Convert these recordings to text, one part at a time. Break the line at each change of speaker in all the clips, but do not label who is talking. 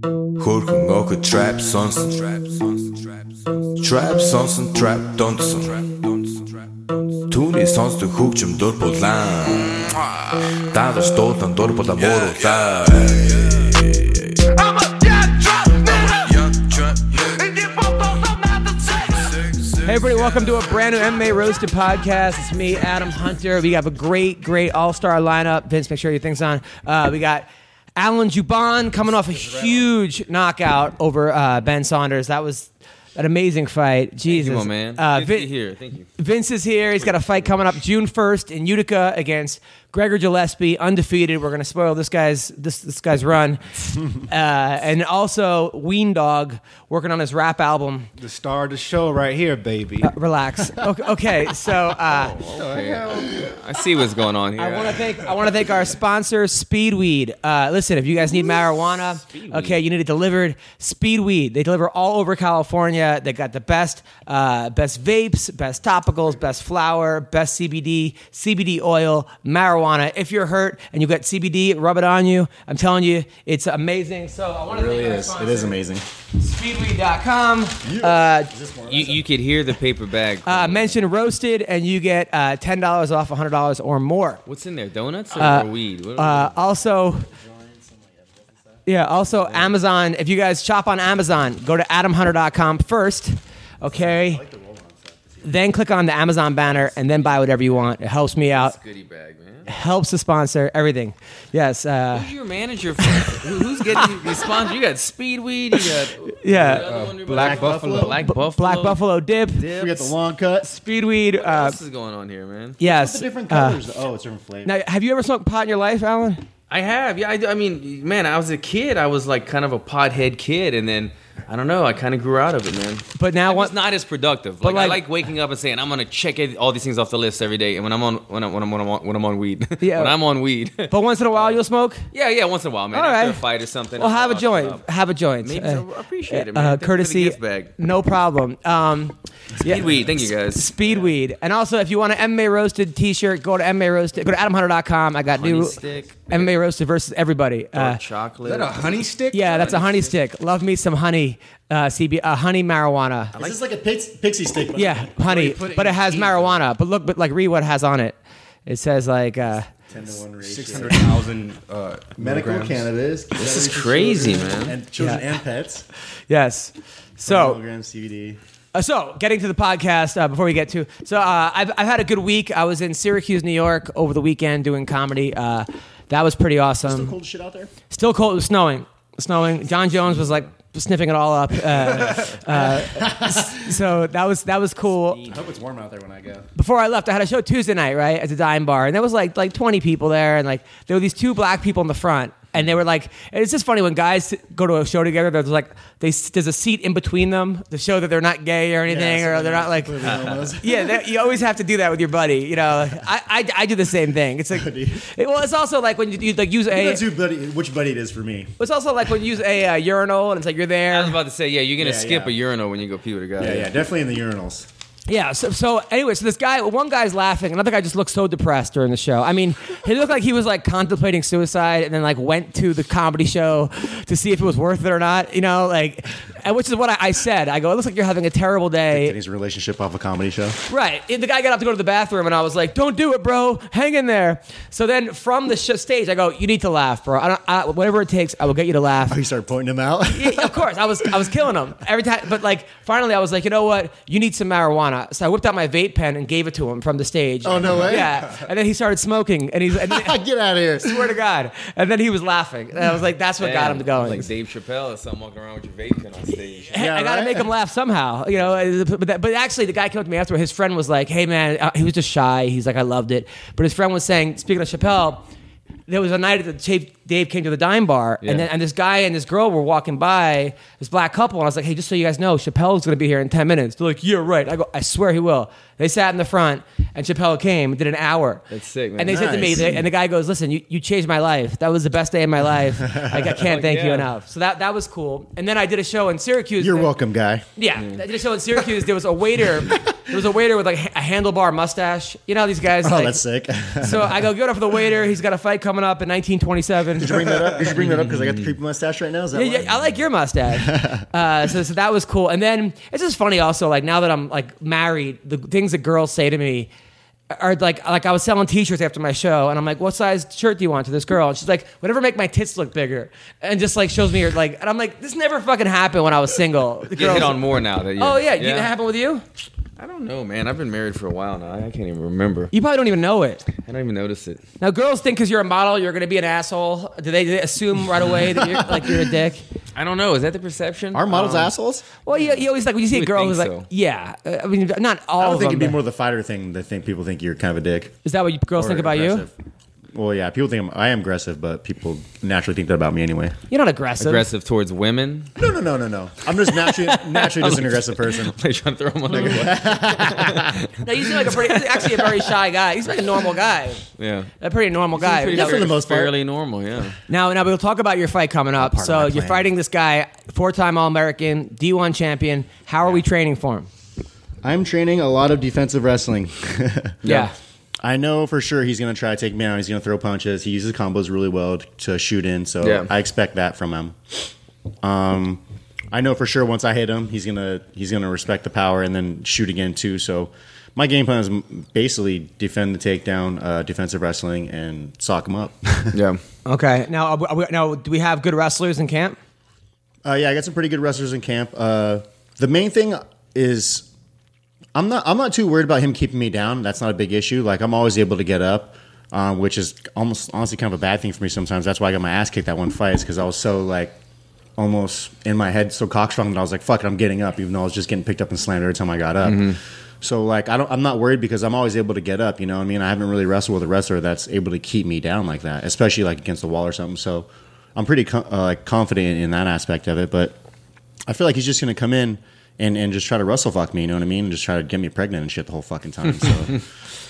Goed gemogen trap sonsen Trap sonsen trap dansen Toen is ons de hoekje door på land Daar stort han door på de moro där
I'm a young drunk nigga. And you both don't know not to take.
Hey, everybody, welcome to a brand new MMA Roasted podcast. It's me, Adam Hunter. We have a great, great all star lineup. Vince, make sure your thing's on. Uh, we got Alan Juban coming off a huge knockout over uh, Ben Saunders. That was an amazing fight. Jesus.
Come on, man.
Uh,
Good to
Vin-
be here. Thank you.
Vince is here. He's got a fight coming up June 1st in Utica against Gregor Gillespie, undefeated. We're going to spoil this guy's this this guy's run. uh, and also Ween Dog working on his rap album.
The star of the show right here, baby.
Uh,
Relax. Okay, okay so uh,
I see what's going on here.
I want to thank I want to thank our sponsor, Speedweed. Uh, listen, if you guys need marijuana, okay, you need it delivered. Speedweed. They deliver all over California. They got the best, uh, best vapes, best topicals, best flower, best CBD, CBD oil, marijuana. If you're hurt and you got CBD, rub it on you. I'm telling you, it's amazing. So I want to really thank our sponsor,
amazing.
Speedweed.com.
you, you could hear the paper bag.
Uh, mention roasted, and you get uh, ten dollars off hundred dollars or more.
what's in there? Donuts or, or weed? What-
Uh, also, yeah, also Amazon. If you guys shop on Amazon, go to adamhunter.com first, okay? Then click on the Amazon banner and then buy whatever you want. It helps me out,
goodie bag, man.
helps the sponsor, everything. Yes, uh,
Who's your manager? For, who- who's getting the sponsor? You got speed weed. You got
yeah.
Uh, Black Buffalo. Black Buffalo.
Black Buffalo Dip,
We got the long cuts.
Speedweed. Uh,
What is going on here, man?
yes.
Different
Uh,
colors. oh, it's different flavors.
now, have you ever smoked pot in your life, Alan?
I have. Yeah, I, do- I mean, man, I was a kid. I was like kind of a pothead kid, and then I don't know. I kind of grew out of it, man.
But now,
I was
what?
not as productive.
But
Like, I
like-
like waking up and saying I'm gonna check it- all these things off the list every day. And when I'm on when I'm when I'm when I'm on, when I'm on weed,
Yeah.
when I'm on weed,
but once in a while, you'll smoke.
yeah, yeah, once in a while, man,
All
after
right.
a fight or something.
Well,
I'll-
have a
I'll come
joint.
up.
Have a joint.
Maybe
Uh,
so. I appreciate it, man.
Uh,
Thank you for the
courtesy,
gift bag.
no problem. Um, yeah.
Speedweed, thank you guys.
Speedweed, and also if you want an MMA roasted T-shirt, go to MMA roasted. Go to AdamHunter.com. I got
Honey
new
stick.
MMA roasted versus everybody. Uh,
Dark chocolate.
Is that a honey stick?
yeah, that's a honey stick. Love me some honey, uh, CB, uh, honey marijuana.
Is this like a pix- pixie stick? but-
yeah, honey,
put it
but
in
it has
tea.
marijuana. But look, but like read what it has on it. It says like. Uh,
10 to 1 ratio.
Six hundred thousand uh,
Medical
milligrams.
cannabis. This
is crazy, man.
And children
Yeah.
and pets.
Yes. So
Milligram CBD.
Uh, so, getting to the podcast uh, before we get to so, uh, I've I've had a good week. I was in Syracuse, New York, over the weekend doing comedy. Uh, that was pretty awesome. Still cold,
Cold shit out there.
It was snowing, snowing. John Jones was like sniffing it all up. Uh, uh, so that was that was cool.
I hope it's warm out there when I go.
Before I left, I had a show Tuesday night, right, at the Dime Bar, and there was like like twenty people there, and like there were these two black people in the front. And they were like, and it's just funny when guys go to a show together. There's like, they, there's a seat in between them to show that they're not gay or anything, or they're not like, yeah, that, you always have to do that with your buddy. You know, I, I, I do the same thing. It's like,
Buddy.
it- well, it's also like when you, you like use a.
That's who buddy, which buddy it is for me.
It's also like when you use a uh, urinal and it's like you're
I was
there.
about to say, yeah, you're gonna
Yeah,
skip
yeah.
a urinal when you go pee with a guy.
Yeah, yeah, definitely in the urinals.
Yeah. So, so anyway, so this guy, one guy's laughing, another guy just looked so depressed during the show. I mean, he looked like he was like contemplating suicide and then like went to the comedy show to see if it was worth it or not. You know, like, and which is what I, I said. I go, it looks like you're having a terrible day.
Getting his relationship off a comedy show.
Right. And the guy got up to go to the bathroom, and I was like, "Don't do it, bro. Hang in there." So then, from the sh- stage, I go, "You need to laugh, bro. I don't, I, whatever it takes, I will get you to laugh."
Oh, you started pointing him out.
Yeah, of course, I was I was killing him every time. But like, finally, I was like, you know what? You need some marijuana. So I whipped out my vape pen and gave it to him from the stage.
Oh, no way.
Yeah. And then he started smoking, and he's and then,
Get out of here.
swear to God. And then he was laughing, and I was like, that's what got him
Damn,
going.
Like Dave Chappelle or something walking around with your vape pen on stage.
Yeah,
I gotta
right?
make him laugh somehow, you know. uh, But, that, but actually, the guy came up to me afterward. His friend was like, "Hey, man," uh, he was just shy. He's like, "I loved it," but his friend was saying, speaking of Chappelle, there was a night that Dave, Dave came to the dime bar, and then and this guy and this girl were walking by this black couple, and I was like, "Hey, just so you guys know, Chappelle's gonna be here in ten minutes." They're like, "Yeah, right." I go, "I swear he will." They sat in the front, and Chappelle came, did an hour.
That's sick, man.
And they said to me,
Nice.
they, and the guy goes, "Listen, you, you changed my life. That was the best day in my life. Like I can't thank you
yeah.
enough." So that that was cool. And then I did a show in Syracuse.
You're
that-
welcome, guy.
yeah, I did a show in Syracuse. There was a waiter. There was a waiter with like a handlebar mustache. You know how these guys.
Oh,
like,
that's sick. Did
So I go get up for the waiter. He's got a fight coming up in 1927.
you bring that up? Did you bring that up because I got the creepy mustache right now? Is that
Yeah,
why?
yeah, I like your mustache. Uh, so, so that was cool. And then it's just funny also, like now that I'm like married, the things that girls say to me are like, like I was selling t-shirts after my show and I'm like, what size shirt do you want to this girl? And she's like, whatever make my tits look bigger. And just like shows me her like, and I'm like, this never fucking happened when I was single. The
Get
girls-
hit on more now that you.
Oh yeah, You, that happened with you?
I don't know, man. I've been married for a while now. I can't even remember.
You probably don't even know it.
I don't even notice it.
Now, girls think because you're a model, you're going to be an asshole. Do they, do they assume right away that you're like you're a dick?
I don't know. Is that the perception?
Are models
Um,
assholes?
Well, you, you always like when you see a
would
girl
think
who's like,
so.
yeah. Uh, I mean, not all
I don't
of
think it'd be
them.
more the fighter thing. They think people think you're kind of a dick.
Is that what you girls think about
you? Well, yeah, people think I'm, I am aggressive, but people naturally think that about me anyway.
you? You're not aggressive.
aggressive towards women.
No, no, no, no, no. I'm just naturally, naturally just an aggressive person.
Like trying to throw them like
No, you seem like a pretty, he's actually a very shy guy. He's like a normal guy,
Yeah.
a pretty normal guy.
Pretty
Yeah, for
fair-
the most part.
fairly normal. Yeah.
Now, now we'll talk about your fight coming up.
part of my
So you're
plan.
fighting this guy, four-time All-American, D1 champion. How are we training for him?
I'm training a lot of defensive wrestling.
Yeah.
I know for sure he's going to try to take me out. He's going to throw punches. He uses combos really well t- to shoot in, so
Yeah.
I expect that from him. Um, I know for sure once I hit him, he's gonna he's gonna respect the power and then shoot again too. So my game plan is m- basically defend the takedown, uh, defensive wrestling, and sock him up.
Yeah.
Okay. Now, are we- are we, now, do we have good wrestlers in camp?
Uh, yeah, I got some pretty good wrestlers in camp. Uh, the main thing is I'm not I'm not too worried about him keeping me down. That's not a big issue. Like I'm always able to get up, um, which is almost honestly kind of a bad thing for me sometimes. That's why I got my ass kicked that one fight is because I was so like almost in my head so cockstrong that I was like, "Fuck it, I'm getting up," even though I was just getting picked up and slammed every time I got up.
Mm-hmm.
So like I don't I'm not worried because I'm always able to get up. You know what I mean? I haven't really wrestled with a wrestler that's able to keep me down like that, especially like against the wall or something. So I'm pretty co- uh, like confident in that aspect of it, but. I feel like he's just gonna come in and, and just try to wrestle fuck me, you know what I mean? And just try to get me pregnant and shit the whole fucking time. So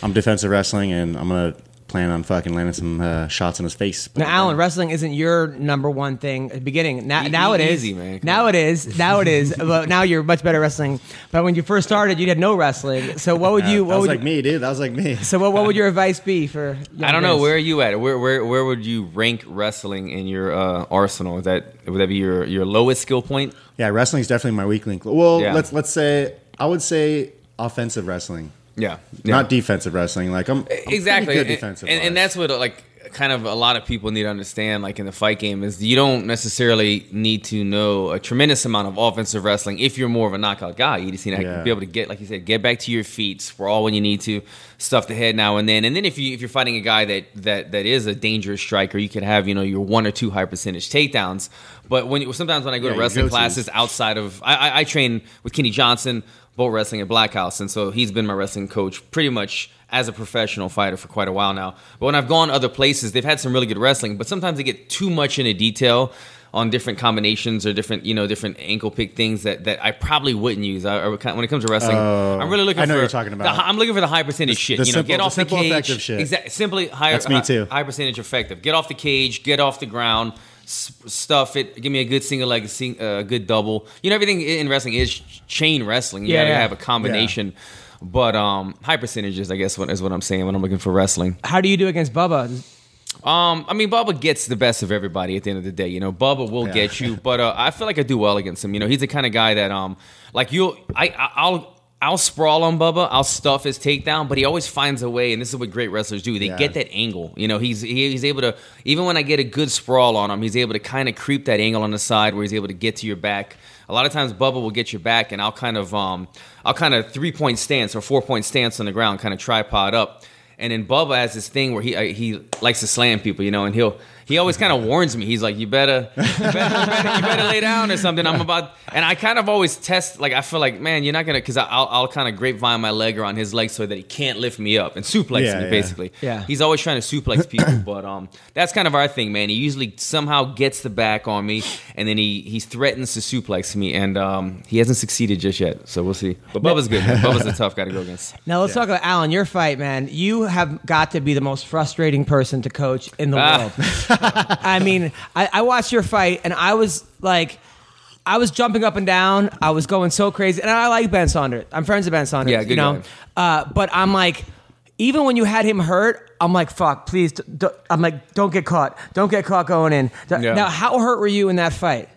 I'm defensive wrestling and I'm gonna plan on fucking landing some uh, shots in his face.
Now, Alan, wrestling isn't your number one thing at the beginning. Now,
E-
now it is.
easy, man. Come
Now
on.
it is. Now it is. But now you're much better at wrestling. But when you first started, you had no wrestling. So what would you?
Uh, that
What
was
would
like me, dude. That was like me.
So what, what would your advice be for? young
I don't know.
guys?
Where are you at? Where where where would you rank wrestling in your uh, arsenal? Is that would that be your your lowest skill point?
Yeah, wrestling's definitely my weak link. Well,
Yeah.
let's let's say I would say offensive wrestling,
Yeah.
not defensive wrestling. Like I'm I'm pretty
exactly
good
And-
defensive
and, and
wise.
that's what like kind of a lot of people need to understand like in the fight game is you don't necessarily need to know a tremendous amount of offensive wrestling if you're more of a knockout guy you just need to
Yeah.
be able to get like you said get back to your feet sprawl when you need to stuff the head now and then and then if you if you're fighting a guy that that that is a dangerous striker you could have you know your one or two high percentage takedowns but when you, sometimes when i go
Yeah,
to
your
wrestling
go-tos.
classes outside of I, I, I train with Kenny Johnson, boat wrestling at Black House, and so he's been my wrestling coach pretty much as a professional fighter for quite a while now. But when I've gone other places, they've had some really good wrestling, but sometimes they get too much into detail on different combinations or different you know different ankle pick things that that I probably wouldn't use. I, I would kind- when it comes to wrestling, I'm really looking.
Oh, I know
for
you're talking
the
about.
hi- I'm looking for the high percentage shit.
the
you know,
simple-
get
the
off the,
simple
cage.
effective shit.
Exact- simply higher. uh,
That's me
hi-
too.
High percentage effective. Get off the cage. Get off the ground. s- Stuff it. Give me a good single leg, a sing- uh, good double. You know everything in wrestling is chain wrestling. You
Yeah,
gotta
yeah.
have a combination. But um, high percentages, I guess, what is what I'm saying when I'm looking for wrestling.
How do you do against Bubba?
Um, I mean, Bubba gets the best of everybody at the end of the day. You know, Bubba will get you, but uh, I feel like I do well against him. You know, he's the kind of guy that, um, like you'll, I, I- I'll. I'll sprawl on Bubba. I'll stuff his takedown, but he always finds a way, and this is what great wrestlers do. They
Yeah.
get that angle. You know, he's he, he's able to even when I get a good sprawl on him, he's able to kind of creep that angle on the side where he's able to get to your back. A lot of times, Bubba will get your back, and I'll kind of um, I'll kind of three point stance or four point stance on the ground, kind of tripod up, and then Bubba has this thing where he uh, he likes to slam people, you know, and he'll He always kind of warns me. He's like, "You better, you better, you better, you better lay down or something." I'm about, and I kind of always test. Like I feel like, man, you're not gonna, because I'll, I'll kind of grapevine my leg around his leg so that he can't lift me up and suplex
Yeah,
me
yeah.
basically.
Yeah.
he's always trying to suplex people, but um, that's kind of our thing, man. He usually somehow gets the back on me, and then he he threatens to suplex me, and um, he hasn't succeeded just yet. So we'll see. But Bubba's good. man. Bubba's a tough guy to go against.
Now let's talk about Alan. Your fight, man. You have got to be the most frustrating person to coach in the
Ah.
world. I mean, I, I watched your fight, and I was like, I was jumping up and down. I was going so crazy, and I like Ben Saunders. I'm friends with Ben Saunders.
Yeah, good
you know. Uh, but I'm like, even when you had him hurt, I'm like, fuck, please. D- d- I'm like, don't get caught. Don't get caught going in. D-
Yeah.
Now, how hurt were you in that fight?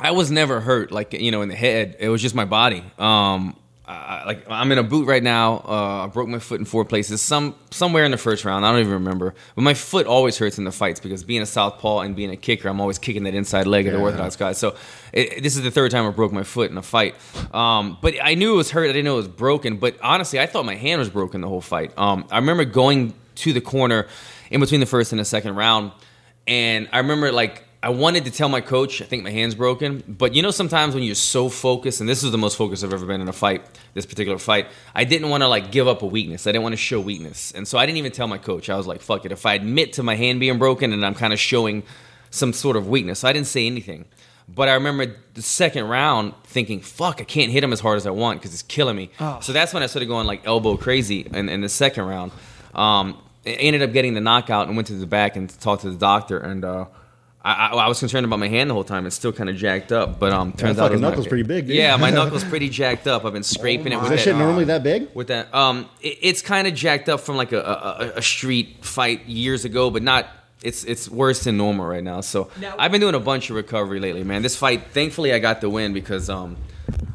I was never hurt, like you know, in the head. It was just my body. Um, I, I- like I'm in a boot right now. Uh, I broke my foot in four places. Some somewhere in the first round, I don't even remember. But my foot always hurts in the fights because being a southpaw and being a kicker, I'm always kicking that inside leg of the orthodox guy. So it, this is the third time I broke my foot in a fight. Um, but I knew it was hurt. I didn't know it was broken. But honestly, I thought my hand was broken the whole fight. Um, I remember going to the corner in between the first and the second round and I remember like I wanted to tell my coach, I think my hand's broken, but you know sometimes when you're so focused, and this is the most focused I've ever been in a fight, this particular fight, I didn't want to like give up a weakness. I didn't want to show weakness, and so I didn't even tell my coach. I was like, "Fuck it." If I admit to my hand being broken, and I'm kind of showing some sort of weakness, so I didn't say anything. But I remember the second round thinking, fuck, I can't hit him as hard as I want because it's killing me.
Oh.
So that's when I started going like elbow crazy in, in the second round. Um, I ended up getting the knockout and went to the back and talked to the doctor. And uh, I, I, I was concerned about my hand the whole time. It's still kind of jacked up, but um, turns out it
fucking
was not
knuckle's
good.
pretty big, dude.
Yeah, my knuckle's pretty jacked up. I've been scraping it
Is
with
that
that-
shit normally that big?
with that. Um, it, it's kind of jacked up from like a, a, a- a street fight years ago, but not. It's it's worse than normal right now. So
Now-
I've been doing a bunch of recovery lately, man. This fight, thankfully, I got the win because um,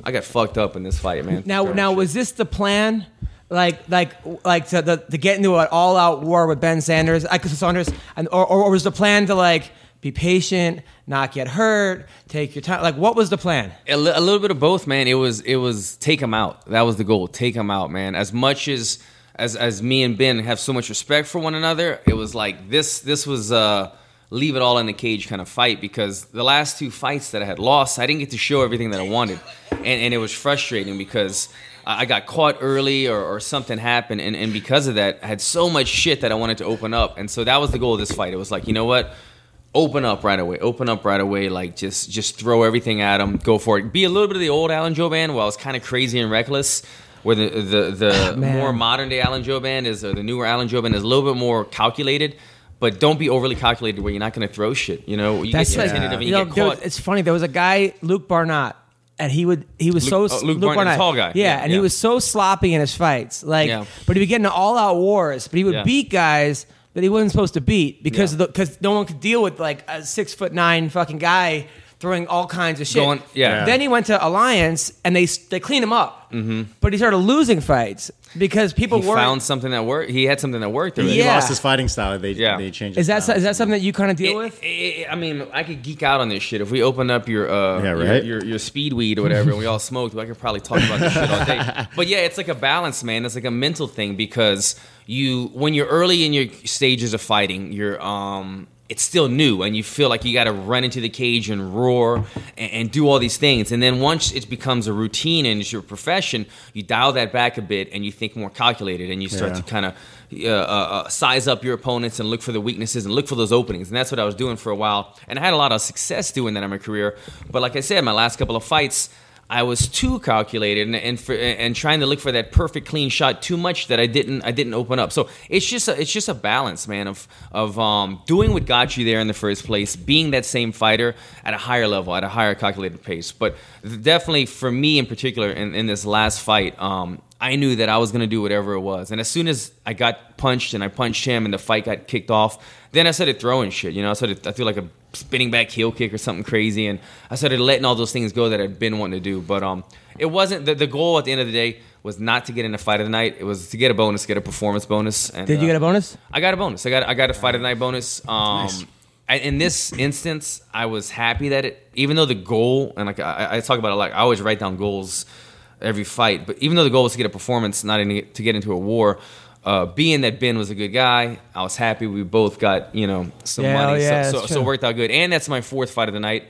I got fucked up in this fight, man.
Now,
Throwing
now
shit.
was this the plan? Like, like, like to, the, to get into an all-out war with Ben Sanders, I, Saunders, and, or, or was the plan to like be patient, not get hurt, take your time? Like, what was the plan?
a, li- a little bit of both, man. It was it was take him out. That was the goal. Take him out, man. As much as as as me and Ben have so much respect for one another, it was like this this was uh leave it all in the cage kind of fight because the last two fights that I had lost, I didn't get to show everything that I wanted, and and it was frustrating because. I I got caught early or, or something happened. And, and because of that, I had so much shit that I wanted to open up. And so that was the goal of this fight. It was like, you know what? Open up right away. Open up right away. Like just just throw everything at him. Go for it. Be a little bit of the old Alan Joban, where I was kind of crazy and reckless. Where the the, the
Ah, Man.
more modern day Alan Joban is, or the newer Alan Joban is a little bit more calculated. But don't be overly calculated where you're not going to throw shit. You know, you
That's
get
like,
tentative and
you
you,
know,
get
there was-
caught.
it's funny. There was a guy, Luke Barnett, and he would he was
Luke-
so
oh, Luke Barnett, the tall guy.
Yeah,
Yeah,
and he
yeah.
was so sloppy in his fights. Like,
Yeah.
but he would get into all-out wars. But he would
Yeah.
beat guys that he wasn't supposed to beat because
Yeah.
of the because no one could deal with like a six foot nine fucking guy throwing all kinds of shit.
Going- yeah.
Then he went to Alliance and they they cleaned him up. Mm-hmm. But he started losing fights because people
he
weren't.
found something that worked. He had something that worked. already.
He
Yeah.
lost his fighting style. They
Yeah.
they changed.
is
his
that so-
style.
is that something that you kind of deal
It-
with?
it- eh, I mean, I could geek out on this shit. If we open up your uh,
Yeah,
your-
right.
your, your speed weed or whatever, and we all smoked, I could probably talk about this shit all day. But yeah, it's like a balance, man. It's like a mental thing because you, when you're early in your stages of fighting, you're um, it's still new, and you feel like you got to run into the cage and roar and, and do all these things. And then once it becomes a routine and it's your profession, you dial that back a bit and you think more calculated, and you start
Yeah.
to kind of uh, uh, uh, size up your opponents and look for the weaknesses and look for those openings. And that's what I was doing for a while. And I had a lot of success doing that in my career. But like I said, my last couple of fights, I was too calculated and and, for, and trying to look for that perfect clean shot too much that I didn't I didn't open up. So it's just a, it's just a balance, man, of of um, doing what got you there in the first place, being that same fighter at a higher level, at a higher calculated pace. But definitely for me in particular, in, in this last fight, um, I knew that I was going to do whatever it was. And as soon as I got punched and I punched him and the fight got kicked off, then I started throwing shit. You know, I started, I threw like a spinning back heel kick or something crazy. And I started letting all those things go that I'd been wanting to do. But um, it wasn't, the, the goal at the end of the day was not to get in a fight of the night. It was to get a bonus, get a performance bonus. And,
Did you
uh,
get a bonus?
I got a bonus. I got I got a fight of the night bonus. Um, I- in this instance, I was happy that it, even though the goal and like I, I talk about it, like I always write down goals every fight, but even though the goal was to get a performance, not in, to get into a war, uh, being that Ben was a good guy, I was happy we both got you know some
Yeah,
money,
oh, yeah,
so, so,
that's
so
true.
it worked out good. And that's my fourth fight of the night,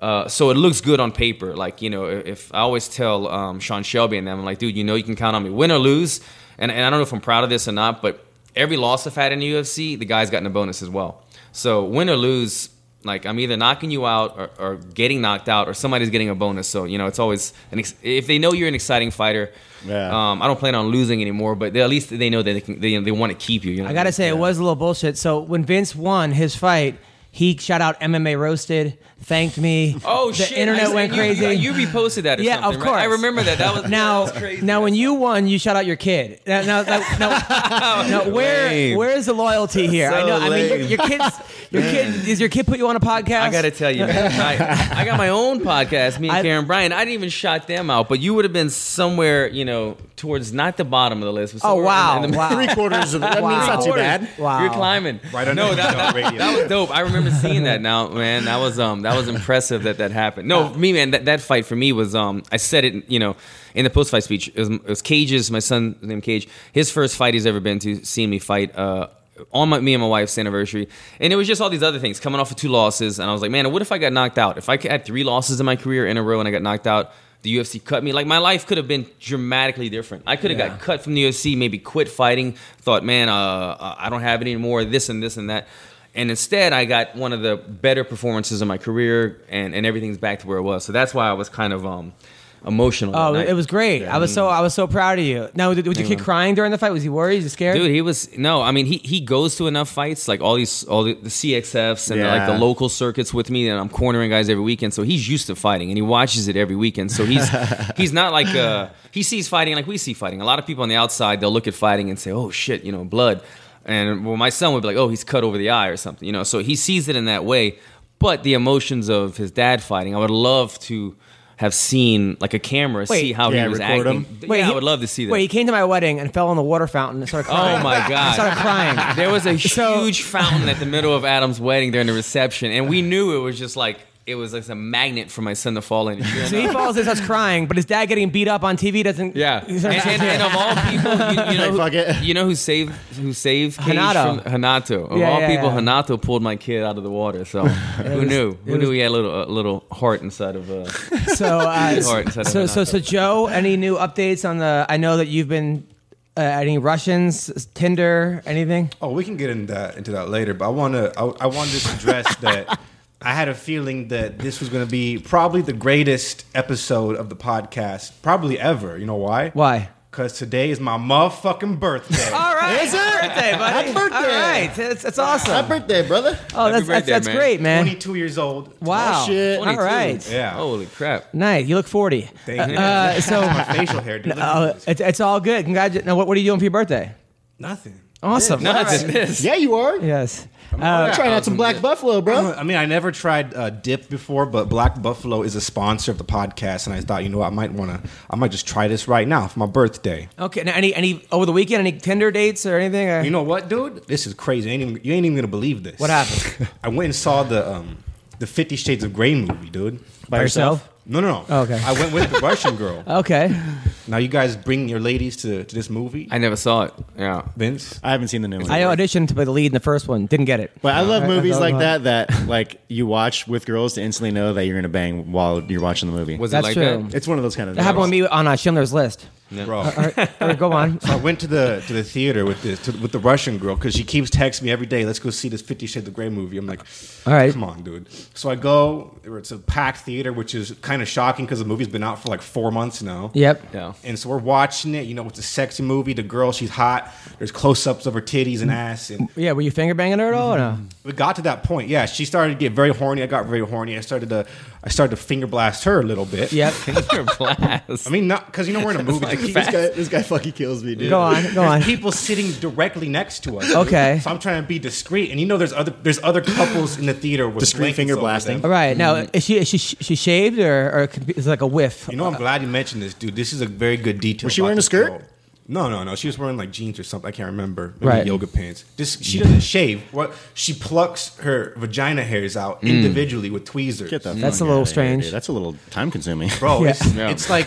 uh, so it looks good on paper. Like you know, if I always tell um, Sean Shelby and them, I'm like, dude, you know, you can count on me, win or lose. And, and I don't know if I'm proud of this or not, but every loss I've had in the UFC, the guy's gotten a bonus as well. So win or lose, like I'm either knocking you out or, or getting knocked out, or somebody's getting a bonus. So you know, it's always an ex- if they know you're an exciting fighter.
Yeah.
Um, I don't plan on losing anymore, but they, at least they know that they can, they, they want to keep you. you know
I
what
gotta
mean?
say, it was a little bullshit. So when Vince won his fight, he shot out MMA roasted, thanked me.
Oh
the
shit! I
internet
see-
went
you-
crazy.
You, reposted that. Or
Yeah,
something,
of
right? I
course.
remember that. That was
now,
that was crazy.
now when you won, you shot out your kid. Now, now, now, now- now where
Lame.
where is the loyalty here? I
So
know. I mean, your,
lame.
your kids, your kid, is your kid put you on a podcast?
I gotta tell you, man, I, I got my own podcast. Me and
I-
Karen Bryan. I didn't even shot them out, but you would have been somewhere, you know, towards not the bottom of the list. But
Oh
somewhere
wow!
in the middle.
wow.
Three quarters of that means it's not too bad.
Wow.
You're climbing.
Right under
no,
the
that, that,
dog radio.
that was dope. I remember seeing that now, man. That was um that was impressive that that happened. No, me man, that, that fight for me was um I said it, you know, in the post fight speech. It was, it was Cage's my son named Cage. His first fight he's ever been to, seeing me fight uh on my, me and my wife's anniversary, and it was just all these other things coming off of two losses, and I was like, man, what if I got knocked out? If I had three losses in my career in a row and I got knocked out, the UFC cut me. Like my life could have been dramatically different. I could have got cut from the UFC, maybe quit fighting. Thought, man, uh, I don't have it anymore. This and this and that. And instead, I got one of the better performances of my career, and, and everything's back to where it was. So that's why I was kind of um, emotional. that
Oh,
night.
it was great. I was
Mm.
so I was so proud of you. Now, did, was your kid crying during the fight? Was he worried? Was he scared?
Dude, he was no. I mean, he he goes to enough fights, like all these, all the, the CXFs and like
Yeah.
the local circuits with me, and I'm cornering guys every weekend. So he's used to fighting, and he watches it every weekend. So he's he's not like uh, he sees fighting like we see fighting. A lot of people on the outside they'll look at fighting and say, "Oh shit," you know, blood. And well, my son would be like, "Oh, he's cut over the eye or something," you know. So he sees it in that way. But the emotions of his dad fighting, I would love to have seen like a camera
Wait.
see how
Yeah,
he was
record
acting.
him.
Wait, yeah,
he-
I would love to see that.
Wait, he came to my wedding and fell in the water fountain and started crying.
Oh my
I
god!
started crying.
There was a huge
So-
fountain at the middle of Adam's wedding during the reception, and we knew it was just like it was like a magnet for my son to fall in.
So he falls and starts crying, but his dad getting beat up on TV doesn't.
Yeah, and, and, and of all people, you, you know, who,
Fuck it.
you know who saved who saved Cage
Hanato.
From, Hanato. Of
Yeah,
all
yeah,
people,
yeah.
Hanato pulled my kid out of the water. So who
was-
knew?
it
Who knew
was-
he had a little a little heart inside of uh,
So, uh,
heart inside
so,
of
so,
Hanato.
so, Joe, any new updates on the? I know that you've been uh, any Russians, Tinder, anything.
Oh, we can get into that into that later, but I want to I, I wanted to address that I had a feeling that this was going to be probably the greatest episode of the podcast probably ever. You know why?
Why?
Cuz today is my motherfucking birthday.
All right, is happy birthday, buddy.
Happy birthday.
All right, that's, that's awesome.
Happy birthday, brother.
oh, that's
Happy
that's,
birthday,
that's
man.
great, man.
22 years old.
Wow.
Oh, shit.
All right.
Yeah.
Holy crap!
Nice. You look 40.
Thank you.
Uh, so
my facial hair. Dude, Look at
uh,
this.
it's, it's all good. Congratulations. Now, what, what are you doing for your birthday?
Nothing.
Awesome.
No, it's this.
Yeah, you are.
Yes. Uh,
I'm trying out some Black Buffalo, bro.
I mean, I never tried uh, dip before, but Black Buffalo is a sponsor of the podcast, and I thought, you know, what, I might want to, I might just try this right now for my birthday.
Okay. Now, any any over the weekend? Any Tinder dates or anything? Uh, Or?
You know what, dude? This is crazy. Ain't even, you ain't even gonna believe this.
What happened?
I went and saw the um, the Fifty Shades of Grey movie, dude.
By yourself?
No, no, no.
Oh, okay.
I went with the Russian girl.
okay.
Now you guys bring your ladies to, to this movie,
I never saw it. Yeah.
Vince.
I haven't seen the new one.
I auditioned to play the lead in the first one. Didn't get it.
But I love
I- I
movies
love
like
that.
that that like you watch with girls to instantly know that you're gonna bang while you're watching the movie.
Was
That's
it like
true.
that?
it's one of those kind of
That happened with Uh, me on uh, Schindler's List.
Bro,
All right, all right, go on.
I went to the to the theater with this to, with the Russian girl because she keeps texting me every day. Let's go see this Fifty Shades of Grey movie. I'm like,
All right.
come on, dude. So I go. It's a packed theater, which is kind of shocking because the movie's been out for like four months now.
Yep.
Yeah.
And so we're watching it. You know, it's a sexy movie. The girl, she's hot. There's close-ups of her titties and ass. And
Yeah. Were you finger banging her at all? Or no.
we got to that point. Yeah, she started to get very horny. I got very horny. I started to, I started to finger blast her a little bit.
Yep.
Finger blast.
I mean, not because you know we're in a movie.
like
There's
This guy, this guy fucking kills me, dude.
Go on. Go on.
people sitting directly next to us. dude.
Okay.
So I'm trying to be discreet, and you know, there's other there's other couples in the theater with
Discreet
blankets
finger
over
blasting.
All
them.
right. Now, is she is she she shaved or or it could be- is it like a whiff?
You know, I'm glad you mentioned this, dude. This is a very good detail.
Was she
about
wearing a
this
skirt?
girl. No, no, no. She was wearing like jeans or something. I can't remember. Maybe
Right.
Yoga pants. This she doesn't shave. What she plucks her vagina hairs out
Mm.
individually with tweezers.
Get the
That's
fuck
a little
outta here,
strange.
dude. That's a little time consuming.
Bro,
Yeah.
it's,
Yeah.
it's like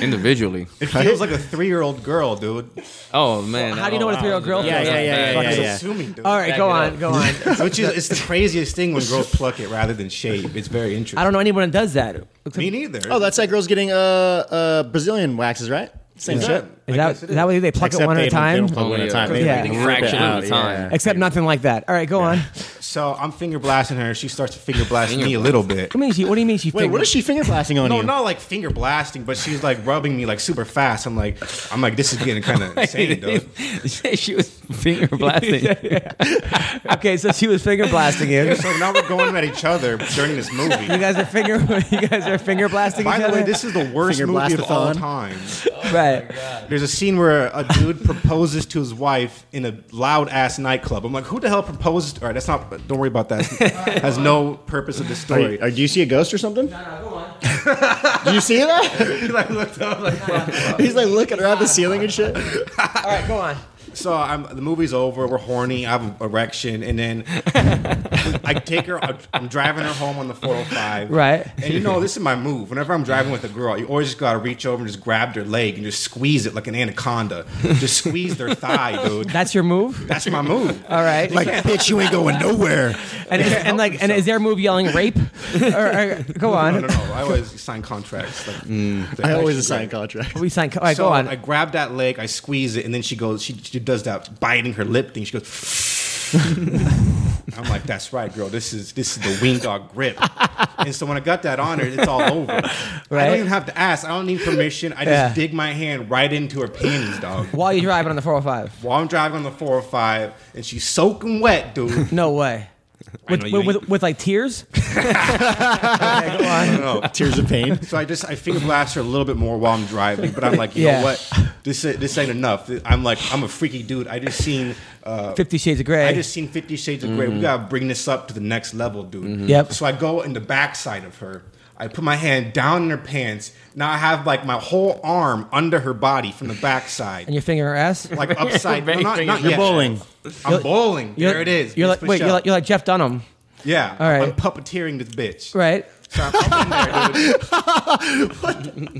individually.
Feels like a three-year-old girl, dude.
Oh man,
How do you know what a
Oh,
three-year-old girl
wow.
feels Yeah, like? yeah, yeah,
Fuck,
yeah,
it's a
yeah.
Assuming, dude.
All right,
Back
go
it
on,
up.
go on.
Which is it's the craziest thing when girls pluck it rather than shave. It's very interesting.
I don't know anyone that does that.
Me neither.
Oh, that's like girls getting uh, uh, Brazilian waxes, right? Same shit.
Is that, is that what they pluck it one at
they
a
don't- they
time?
don't plug one at a time. They,
Yeah.
like,
A
rip it
fraction of
out,
the time.
yeah.
Except nothing like that. All right, go on.
So I'm finger blasting her. She starts to finger blast
Finger
me a little bit.
What, do you mean she, what do you mean she?
Wait, what is she finger blasting on
No,
you?
not like finger blasting, but she's like rubbing me like super fast. I'm like, I'm like, this is getting kind of insane, dude.
she was finger blasting.
Okay, so she was finger blasting you.
So now we're going at each other during this movie.
You guys are finger. You guys are finger blasting
By
each
the
other.
way, this is the worst
Finger
movie of all
blastathon.
time.
right.
There's a scene where a dude proposes to his wife in a loud ass nightclub. I'm like, who the hell proposes? All right, that's not. Don't worry about that. Has no purpose of the
Are
story.
you- are- do you see a ghost or something? No, no, go on. do you see that?
Like, looked up, like,
He's like looking around the ceiling and shit.
All right, go on.
So I'm the movie's over. We're horny. I have an erection, and then I take her. I'm driving her home on the 405.
Right.
And you know this is my move. Whenever I'm driving with a girl, you always just gotta reach over and just grab their leg and just squeeze it like an anaconda. Just squeeze their thigh, dude.
That's your move.
That's my move.
All right.
Like, bitch, you ain't going nowhere.
and, is- and like, and is their move yelling rape? or, or- go
No,
on.
no, no. I always sign contracts. Like,
Mm. I always assign contracts.
We sign. All right,
so
go on.
I grab that leg, I squeeze it, and then she goes, she, she does that biting her lip thing. She goes, I'm like, that's right, girl. This is this is the wing dog grip. and so when I got that on her, it's all over. I
Right.
don't even have to ask. I don't need permission. I just
Yeah.
dig my hand right into her panties, dog.
While you're driving on the 405.
While I'm driving on the 405, and she's soaking wet, dude.
No way. With,
know you
with,
ain't-
with, with, like tears. okay, go on.
No.
Tears of pain.
So I just I finger blast her a little bit more while I'm driving, but I'm like, you
Yeah.
know what? This this ain't enough. I'm like, I'm a freaky dude. I just seen uh,
Fifty Shades of Grey.
I just seen Fifty Shades of Grey.
Mm-hmm.
We gotta bring this up to the next level, dude.
Yep.
So I go in the backside of her. I put my hand down in her pants. Now I have like my whole arm under her body from the backside,
and your finger her ass.
like upside. no, not, not
You're
yet.
bowling.
I'm bowling.
You're-
there it is.
You're
Let's
like, wait,
push
you're
up.
like, you're like Jeff Dunham,
yeah.
All right.
I'm puppeteering this bitch.
right?
So I'm up in there, dude.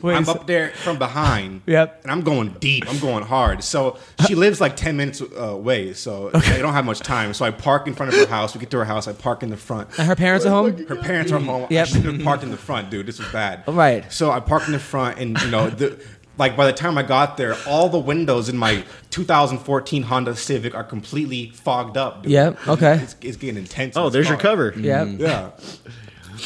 Wait,
I'm
so-
up there from behind.
Yep.
And I'm going deep. I'm going hard. So she lives like 10 minutes uh, away. So they don't have much time. So I park in front of her house. We get to her house. I park in the front.
and her parents are home.
Her parents are home.
Yep.
I should have parked in the front, dude. This was bad.
Right.
So I parked in the front, and you know, the, like by the time I got there, all the windows in my 2014 Honda Civic are completely fogged up. Dude.
Yep, okay.
It's, it's getting intense.
Oh,
It's
there's your
fog.
cover.
Yeah,
Yeah.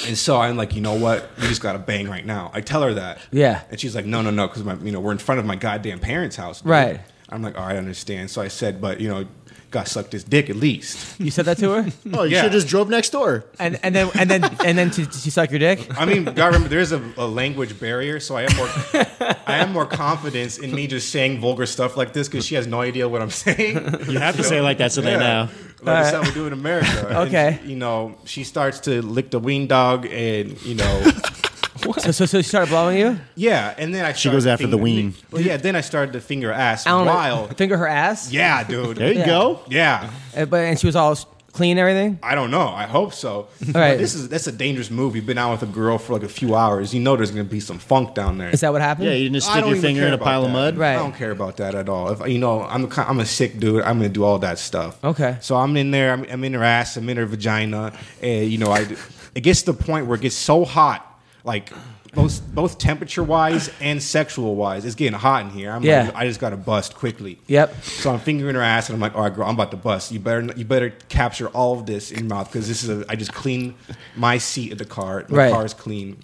And so I'm like, you know what? We just gotta bang right now. I tell her that.
Yeah.
And she's like, no, no, no, because my, you know, we're in front of my goddamn parents' house. dude.
Right.
I'm like, all right, I understand. So I said, but you know, gotta suck this dick at least.
you said that to her,
Oh, you
Yeah.
should have just drove next door.
and and then and then and then she, she suck your dick.
I mean, gotta remember, there's a, a language barrier, so I am more, I am more confidence in me just saying vulgar stuff like this because she has no idea what I'm saying.
You have to say it like that so they know.
Like
All
that's how
right.
we do in America. And,
Okay.
you know, she starts to lick the ween dog, and you know,
So, so so she started blowing you.
yeah, and then I she
goes after the ween.
Well, yeah, then I started to finger ass
I don't know,
while
finger her ass.
yeah, dude,
There you
Yeah.
go.
yeah.
Uh, But and she was all s- clean and everything.
I don't know. I hope so. But
right.
This is that's a dangerous move. You've been out with a girl for like a few hours. You know there's gonna be some funk down there.
Is that what happened?
Yeah, you just
I
stick
don't
your
even
finger in
care
a pile
about
of
that.
mud.
Right.
I don't care about that at all. If you know, I'm ki- I'm a sick dude. I'm gonna do all that stuff.
Okay.
So I'm in there. I'm, I'm in her ass. I'm in her vagina. And you know, I it gets to the point where it gets so hot, like both both temperature wise and sexual wise, it's getting hot in here. I'm
Yeah.
like, I just gotta bust quickly.
Yep.
So I'm fingering her ass, and I'm like, all right, girl, I'm about to bust. You better you better capture all of this in your mouth because this is a, I just cleaned my seat of the car. My
Right.
car is clean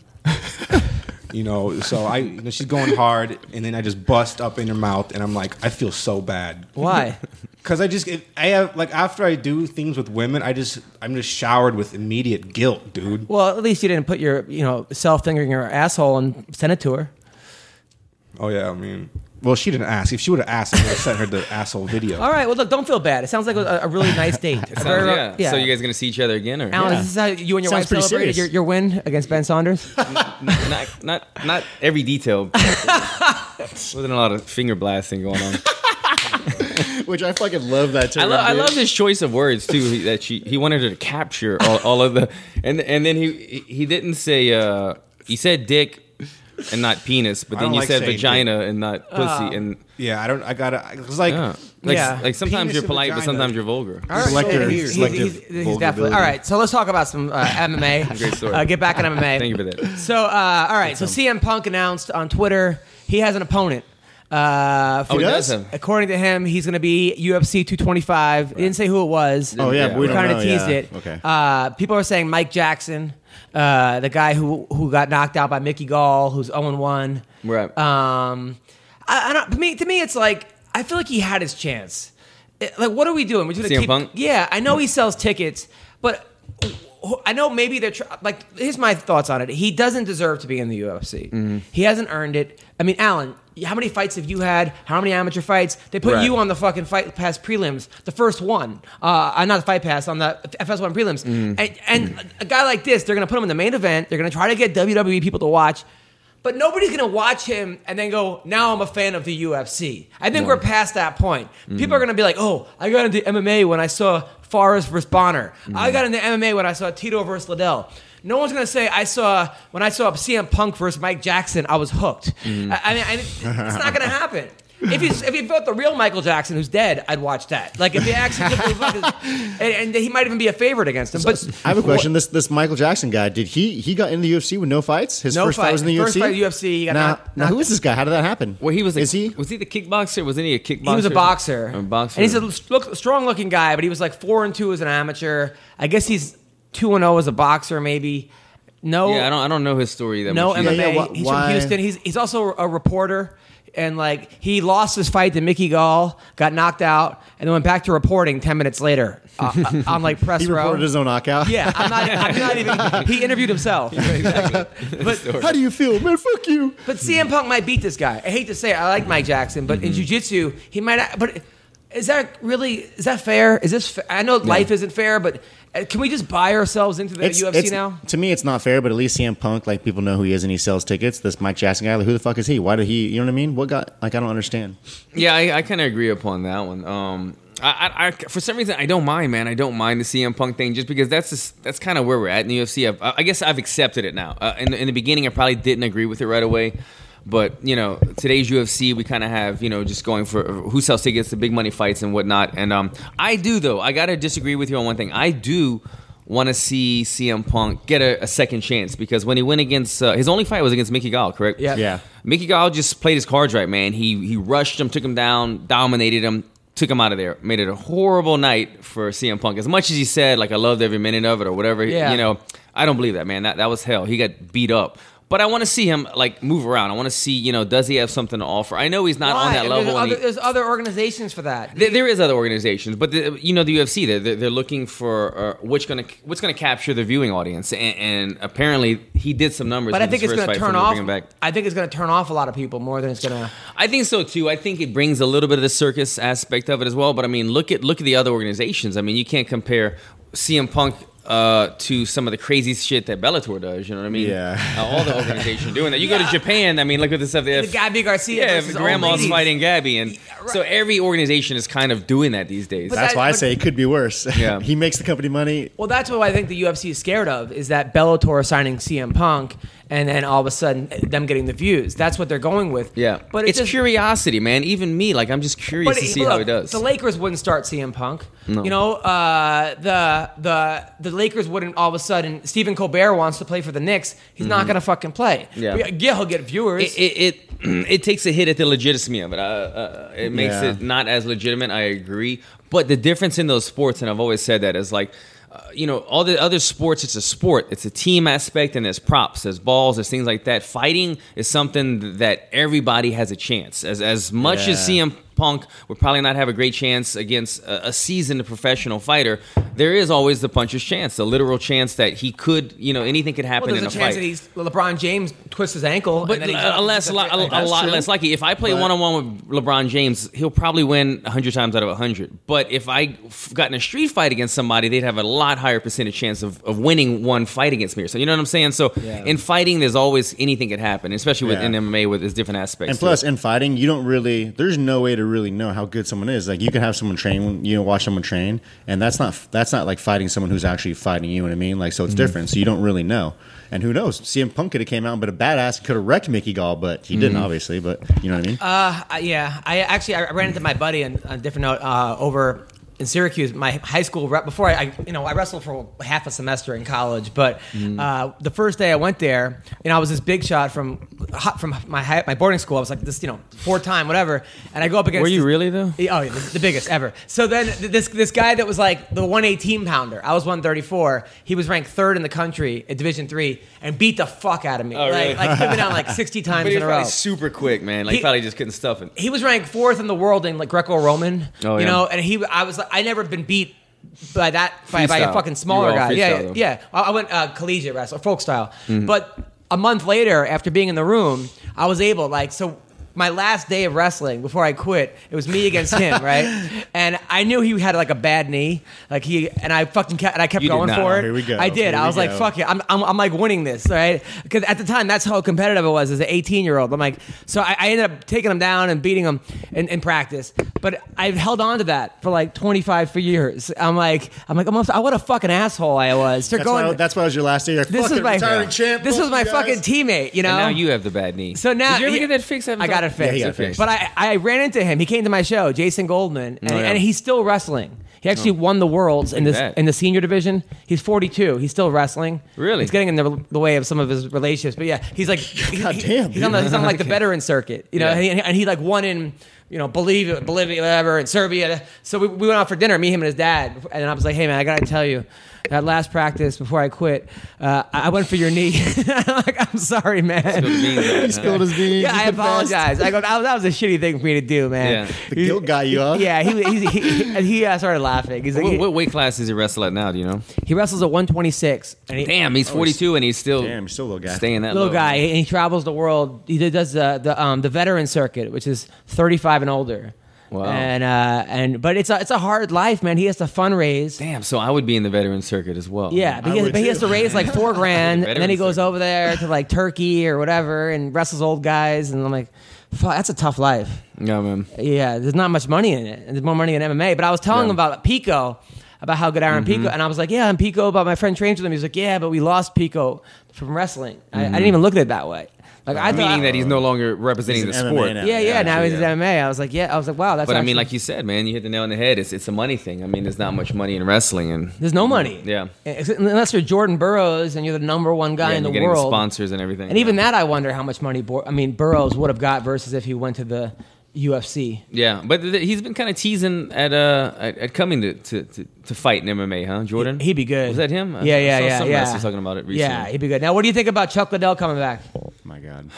you know so i you know, she's going hard and then i just bust up in her mouth and i'm like i feel so bad
Why?
because i just it, i have like after i do things with women i just i'm just showered with immediate guilt dude
Well, at least you didn't put your you know self fingering her asshole and send it to her.
oh yeah i mean well she didn't ask if she would have asked i would have sent her the asshole video
All right. Well, look, don't feel bad. It sounds like a, a really nice date. A
Sounds-
very-
yeah. So you guys gonna see each other again or
Alan,
Yeah.
is this how you and your
Sounds
wife
pretty
celebrated
serious.
your, your win against Ben Saunders?
not not not every detail. but- Wasn't a lot of finger blasting going on.
Which I fucking love that term.
I, lo- I
dude.
love his choice of words too. he- That she he wanted her to capture all, all of the and and then he he didn't say uh he said dick and not penis, but
I
then
don't
you
like
said
saying
vagina and not pussy, and
Yeah, I don't. I gotta. I was like,
yeah, like
Uh, Yeah.
like sometimes
Penis
you're
and
polite, but
vagina.
sometimes you're vulgar.
All right,
Selective-
he's- he's-
selective
he's- he's definitely-
vulnerability.
All right, so let's talk about some uh, MMA.
Great story.
Uh, get back on MMA.
Thank you for that.
So, uh, all right, so CM Punk announced on Twitter he has an opponent. Uh, for
Oh, he
this.
does have-
According to him, he's going to be UFC 225. He didn't say who it was.
Oh yeah,
Yeah,
but we
we
don't
kind of
know,
teased
yeah.
it.
Okay.
Uh, people are saying Mike Jackson, uh, the guy who who got knocked out by Mickey Gall, who's zero one.
Right.
Um, I, I don't. To me, to me, it's like I feel like he had his chance. It- like, what are we doing? We're just gonna
CM
keep.
Punk?
Yeah, I know he sells tickets, but I know maybe they're tr- like. Here's my thoughts on it. He doesn't deserve to be in the UFC. He hasn't earned it. I mean, Alan, how many fights have you had? How many amateur fights? They put
Right.
you on the fucking fight pass prelims, the first one. Uh, uh, not the fight pass on the FS1 prelims. And, and a guy like this, they're gonna put him in the main event. They're gonna try to get WWE people to watch. But nobody's gonna watch him and then go, now I'm a fan of the UFC. I think we're past that point. People are gonna be like, oh, I got into MMA when I saw Forrest versus Bonner. I got into MMA when I saw Tito versus Liddell. No one's gonna say I saw when I saw CM Punk versus Mike Jackson, I was hooked. I, I mean, I, it's not gonna happen. If he's if he fought the real Michael Jackson, who's dead, I'd watch that. Like if he actually, and, and he might even be a favorite against him. But
I have a question. This this Michael Jackson guy, did he he got in the UFC with no fights? His
No
first
fight.
fight was in the
First
UFC.
fight UFC, he got
now,
knocked-
now who is this guy? How did that happen?
Well, he was. A,
is he?
Was he the kickboxer? Wasn't he a kickboxer?
He was a boxer.
A boxer.
And he's a l- look, strong-looking guy, but he was like four and two as an amateur. I guess he's two and zero as a boxer, maybe. No,
yeah, I don't. I don't know his story that
Oh. no
much.
Yeah,
MMA.
yeah, wh-
he's from
why-
Houston. He's he's also a reporter, and like he lost his fight to Mickey Gall, got knocked out, and then went back to reporting ten minutes later uh, uh, on like press
He
row.
reported his own knockout.
yeah, I'm not, I'm not even. He interviewed himself.
How do you feel, man? Fuck you.
But CM Punk might beat this guy. I hate to say it, I like Mike Jackson, but
Mm-hmm.
in jiu-jitsu, he might but is that really is that fair? Is this fa- I know life isn't fair, but uh, can we just buy ourselves into the UFC now?
To me, it's not fair, but at least CM Punk, like people know who he is and he sells tickets. This Mike Jackson guy, like, who the fuck is he? Why did he? You know what I mean? What got? Like, I don't understand.
Yeah, I, I kind of agree upon that one. Um, I, I, I, for some reason, I don't mind, man. I don't mind the CM Punk thing, just because that's just, that's kind of where we're at in the UFC. I've, I I guess I've accepted it now. Uh, in, in the beginning, I probably didn't agree with it right away, but you know, today's UFC, we kind of have you know just going for who sells tickets, the big money fights, and whatnot. And um, I do though. I gotta disagree with you on one thing. I do want to see CM Punk get a, a second chance because when he went against uh, his only fight was against Mickey Gall, correct?
Yeah.
Yeah.
Mickey Gall just played his cards right, man. He he rushed him, took him down, dominated him, took him out of there. Made it a horrible night for CM Punk. As much as he said, like I loved every minute of it or whatever,
Yeah.
you know, I don't believe that, man. That that was hell. He got beat up. But I want to see him like move around. I want to see, you know, does he have something to offer? I know he's not
Why?
on that
And
level.
There's
and
other,
he-
there's other organizations for that.
there, there is other organizations, but the, you know the UFC. They're they're, they're looking for uh, which gonna what's gonna capture the viewing audience, and, and apparently he did some numbers.
But I
with his
think it's
first
going to
fight, so
turn
they're
off.
bringing him back.
I think it's going to turn off a lot of people more than it's going to.
I think so too. I think it brings a little bit of the circus aspect of it as well. But I mean, look at look at the other organizations. I mean, you can't compare CM Punk uh, to some of the crazy shit that Bellator does. You know what I mean?
Yeah.
Uh, all the organizations doing that. You go
Yeah.
to Japan. I mean, look at the stuff. The
Gabby Garcia
Yeah,
versus old
grandma's
ladies.
fighting Gabby, and
right.
so every organization is kind of doing that these days.
But
That's
that-
why I
but-
say it could be worse.
Yeah.
he makes the company money.
Well, that's what I think the UFC is scared of is that Bellator signing CM Punk and then all of a sudden uh, them getting the views. That's what they're going with.
yeah,
but it
it's
just-
curiosity, man. Even me, like I'm just curious to
it-
see how
look,
it does.
The Lakers wouldn't start CM Punk.
No.
You know, uh, the the the Lakers wouldn't all of a sudden. Stephen Colbert wants to play for the Knicks. He's not going to fucking play.
Mm-hmm. Yeah.
We- yeah, he'll get viewers.
it it, it, it takes a hit at the legitimacy of it. Uh, uh, it makes
Yeah.
it not as legitimate. I agree, but the difference in those sports, and I've always said that, is like. Uh, you know, all the other sports, it's a sport. It's a team aspect, and there's props, there's balls, there's things like that. Fighting is something that everybody has a chance. As as much as
Yeah.
CM Punk would probably not have a great chance against a, a seasoned professional fighter, there is always the puncher's chance, the literal chance that he could, you know, anything could happen
well,
in
there's
a,
a chance
fight.
that he's LeBron James twists his ankle,
But
and then he's-
uh, less, li- a, a lot
true.
less likely. If I play
But-
one on one with LeBron James, he'll probably win 100 times out of 100. But if I f- got in a street fight against somebody, they'd have a lot higher percentage chance of, of winning one fight against me. Or so you know what I'm saying? So in fighting, there's always anything could happen, especially with
Yeah.
in MMA with its different aspects.
And
to
plus,
it.
in fighting, you don't really. There's no way to really know how good someone is. Like you can have someone train, you know, watch someone train, and that's not that's not like fighting someone who's actually fighting you. you know What I mean, like so it's different. So you don't really know. And who knows? CM Punk could have came out and been a badass, could have wrecked Mickey Gall, but he didn't, obviously. But you know what I mean?
Uh, yeah, I actually I ran into my buddy on on a different note uh, over in Syracuse, my high school rep. Before I, I, you know, I wrestled for half a semester in college, but
Mm-hmm.
uh, the first day I went there, you know, I was this big shot from hot from my high, my boarding school. I was like this, you know, four time whatever, and I go up against.
Were you
this-
really, though?
Yeah, Oh, yeah, the, the biggest ever. So then th- this this guy that was like the 118 pounder. I was 134. He was ranked third in the country at Division three and beat the fuck out of me.
Oh,
like,
really?
like he put me down like 60 times
But he
in
was
a row
probably super quick, man. Like
He-
he probably just couldn't stuff it.
he was ranked fourth in the world in like Greco-Roman.
Oh,
You
yeah.
know, and he I was like I never been beat by that by, by a
Freestyle.
fucking smaller
You were all
guy. Yeah,
freestyle,
yeah, yeah.
though.
I I went uh, collegiate wrestler, folk style. But a month later, after being in the room, I was able like so. My last day of wrestling before I quit, it was me against him, right? And I knew he had like a bad knee, like he and I fucking kept, and I kept
You did
going
not.
for it.
Here we go.
I did.
Here
I
we
was like,
go.
fuck it, I'm, I'm, I'm like winning this, right? Because at the time, that's how competitive I was as an 18 year old. I'm like, so I, I ended up taking him down and beating him in, in practice. But I've held on to that for like 25 for years. I'm like, I'm like, almost, I what a fucking asshole I was. They're
that's,
going.
why, that's why it was your last day. You're like,
this is
"Fucking
my
retiring champ.
This
both
was my
you guys."
fucking teammate. You know.
And now you have the bad knee.
So now
did you ever
he-
get that fixed? haven't
I got it
you?
fixed.
got it fixed.
But I, I ran into him. He came to my show, Jason Goldman, and,
Oh, yeah. Oh.
and he's still wrestling. He actually won the worlds in
Look
this
at that.
in the senior division. He's 42. He's still wrestling.
Really?
He's getting in the, the way of some of his relationships. But yeah, he's like,
God
he-
damn,
he's on the,
dude.
he's on like the veteran circuit, you know,
Yeah.
and, he, and he like won in. You know, Bolivia, Bolivia, whatever, and Serbia. So we, we went out for dinner, me, him, and his dad. And I was like, "Hey, man, I gotta tell you, that last practice before I quit, uh, I I went for your knee. I'm like, I'm sorry, man.
Spilled the beans on it, huh?
Spilled his beans.
Yeah,
He
I
confessed.
apologize. I go, that was, that was a shitty thing for me to do, man.
Yeah.
The guilt got you up.
Yeah, he he, he, he, he uh, started laughing. He's like,
What,
he,
what weight class does he wrestle at now? Do you know?
he wrestles at 126, and he,
Damn, he's 42 and he's still
Oh, Damn, he's still a little guy.
staying that
little
low.
guy, and he travels the world. He did- does the the, um, the veteran circuit, which is 35 and older.
Wow.
And uh, and but it's a it's a hard life, man. He has to fundraice.
Damn, so I would be in the veteran circuit as well.
Yeah, but
I
he, has,
would
but he has to
too.
raise like four grand, and then he
Veterans
goes
Circuit.
over there to like Turkey or whatever, and wrestles old guys. And I'm like, fuck, that's a tough life.
Yeah, man.
Yeah, there's not much money in it. There's more money in MMA. But I was telling him about Pico, about how good Aaron
Mm-hmm.
Pico, and I was like, yeah, and Pico, but my friend trains with him. He's like, yeah, but we lost Pico from wrestling. I, I didn't even look at it that way. Like I thought,
Mm-hmm. Uh, Meaning that he's no longer representing
He's
the
an MMA
sport.
now.
yeah, yeah,
Yeah,
now he's
yeah.
in MMA. I was like, yeah, I was like, wow, that's.
But I
actually-
mean, like you said, man, you hit the nail on the head. It's it's a money thing. I mean, there's not much money in wrestling, and
there's no money.
Yeah.
Ex- unless you're Jordan Burroughs and you're the number one guy
yeah,
in
you're
the
getting
world.
sponsors and everything.
And even that, I wonder how much money. Bur- I mean, Burroughs would have got versus if he went to the UFC.
Yeah, but th- he's been kind of teasing at uh at, at coming to, to, to, to fight in MMA, huh? Jordan,
He'd be good.
Was that him? I-
Yeah,
I
yeah,
saw
yeah,
something
yeah.
else was talking about it recently.
Yeah, he'd be good. Now, what do you think about Chuck Liddell coming back?
My God.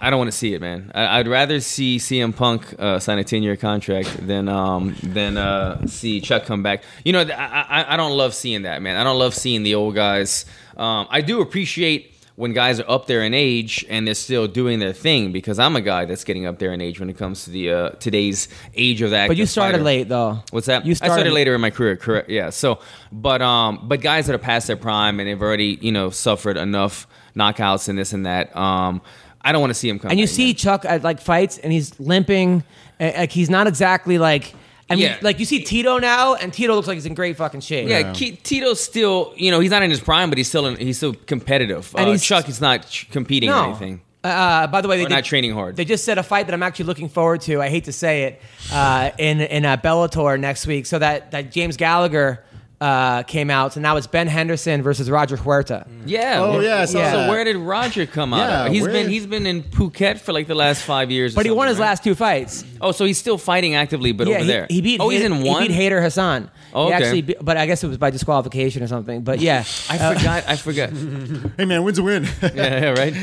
I don't want to see it, man. I, I'd rather see CM Punk uh, sign a ten-year contract than um, than uh, see Chuck come back. You know, th- I, I, I don't love seeing that, man. I don't love seeing the old guys. Um, I do appreciate when guys are up there in age and they're still doing their thing because I'm a guy that's getting up there in age when it comes to the uh, today's age of the.
But you
active
started
fighter.
late, though.
What's that?
You started,
I started later in my career, correct? Yeah. So, but um, but guys that are past their prime and they've already you know suffered enough knockouts and this and that. Um, I don't want to see him come.
And you
back,
see
man.
Chuck at like fights, and he's limping. and, like he's not exactly like. I mean,
Yeah.
like you see Tito now, and Tito looks like he's in great fucking shape.
Yeah, Ke- Tito's still, you know, he's not in his prime, but he's still in, he's still competitive.
And
uh,
he's-
Chuck is not ch- competing or anything.
Uh, by the way, they
Or
did-
not training hard.
They just said a fight that I'm actually looking forward to. I hate to say it, uh, in in uh, Bellator next week. So that that James Gallagher uh, came out, so now it's Ben Henderson versus Roger Huerta.
Yeah.
Oh,
well,
yeah, I saw
So
that.
where did Roger come
Yeah,
out? Of? He's
where-
been he's been in Phuket for like the last five years. or
But he won
something,
his
right?
last two fights.
Oh, so he's still fighting actively, but
yeah,
over
he,
there.
he beat.
Oh, he's
Hayder-
in one.
He beat Hader Hassan.
Oh,
He
okay.
actually beat- but I guess it was by disqualification or something. But yeah,
I
Uh,
forgot. I forgot.
Hey, man, wins a win.
yeah, yeah, right.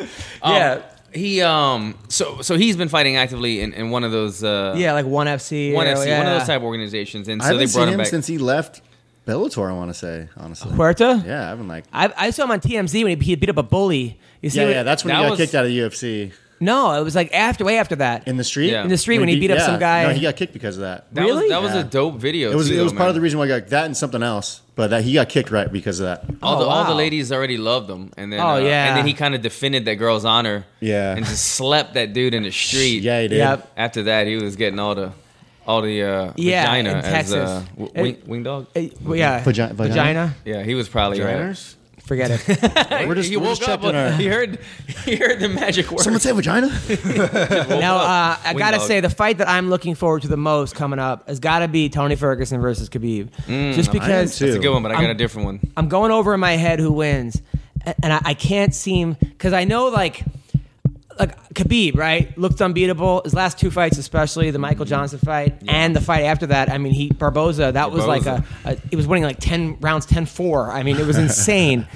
Um,
Uh, Yeah.
He um so so he's been fighting actively in, in one of those uh
yeah, like one FC.
one
or-
FC one of
yeah.
those type organizations and so
I haven't
they
seen
brought
him
him back.
since he left Bellator. I want to say
Oh.
honestly.
Huerta.
Yeah, I haven't like.
I, I saw him on TMZ when he, he beat up a bully. You see,
Yeah,
what-
yeah, that's when
that
he got
was-
kicked out of the UFC.
No, it was like after, way after that.
in the street.
Yeah.
In the street when he beat up some guy.
No, he got kicked because of that.
That
Really?
Was, that was
Yeah.
a dope video.
It was
too,
it was
though,
part of
man.
the reason why I got that and something else, but that he got kicked right because of that.
All, the,
Oh,
all the
wow.
ladies already loved him, and then
Oh,
uh,
yeah.
and then he kind of defended that girl's honor,
Yeah.
and just slept that dude in the street.
Yeah, he did.
Yep.
After that, he was getting all the all the uh,
Yeah,
vagina
in
as
Texas.
Uh, w-
It-
wing, wing dog.
Uh, well, yeah.
Vagi- vagina?
Yeah, he was probably. Uh,
Vaginas?
Forget it.
We're just,
he
we're
woke
just
up.
checking our.
He heard. He heard the magic word.
Someone say vagina.
now, uh, I
Wing
gotta
dog.
say, the fight that I'm looking forward to the most coming up has gotta be Tony Ferguson versus Khabib.
Mm,
Just because
too.
That's a good one, but I got
I'm-
a different one.
I'm going over in my head who wins, a- and I, I can't seem because I know like like Khabib right looked unbeatable his last two fights, especially the Michael Johnson fight and the fight after that. I mean, he Barboza that was like a, a he was winning like ten rounds, 10-4. I mean, it was insane.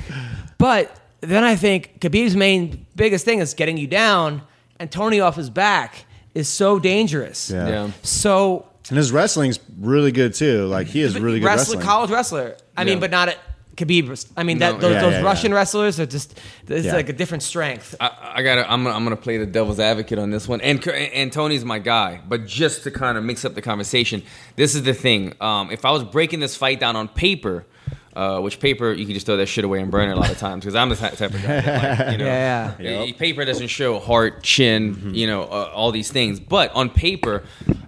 but then I think Khabib's main biggest thing is getting you down, and Tony off his back is so dangerous.
Yeah.
Yeah.
So
And his wrestling's really good too. Like he is really good
wrestler,
wrestling.
college wrestler. I
Yeah.
mean, but not at Khabib. wrest- I mean, that,
No,
those,
yeah,
those
yeah, yeah.
Russian wrestlers are just it's
Yeah.
like a different strength.
I, I gotta. I'm gonna, I'm gonna play the devil's advocate on this one, and Cur- and Tony's my guy. But just to kind of mix up the conversation, this is the thing. Um, if I was breaking this fight down on paper, uh, which paper you can just throw that shit away and burn it a lot of times because I'm the type type of guy. That, like, you know,
Yeah,
y- Paper doesn't show heart, chin,
Mm-hmm.
you know, uh, all these things. But on paper,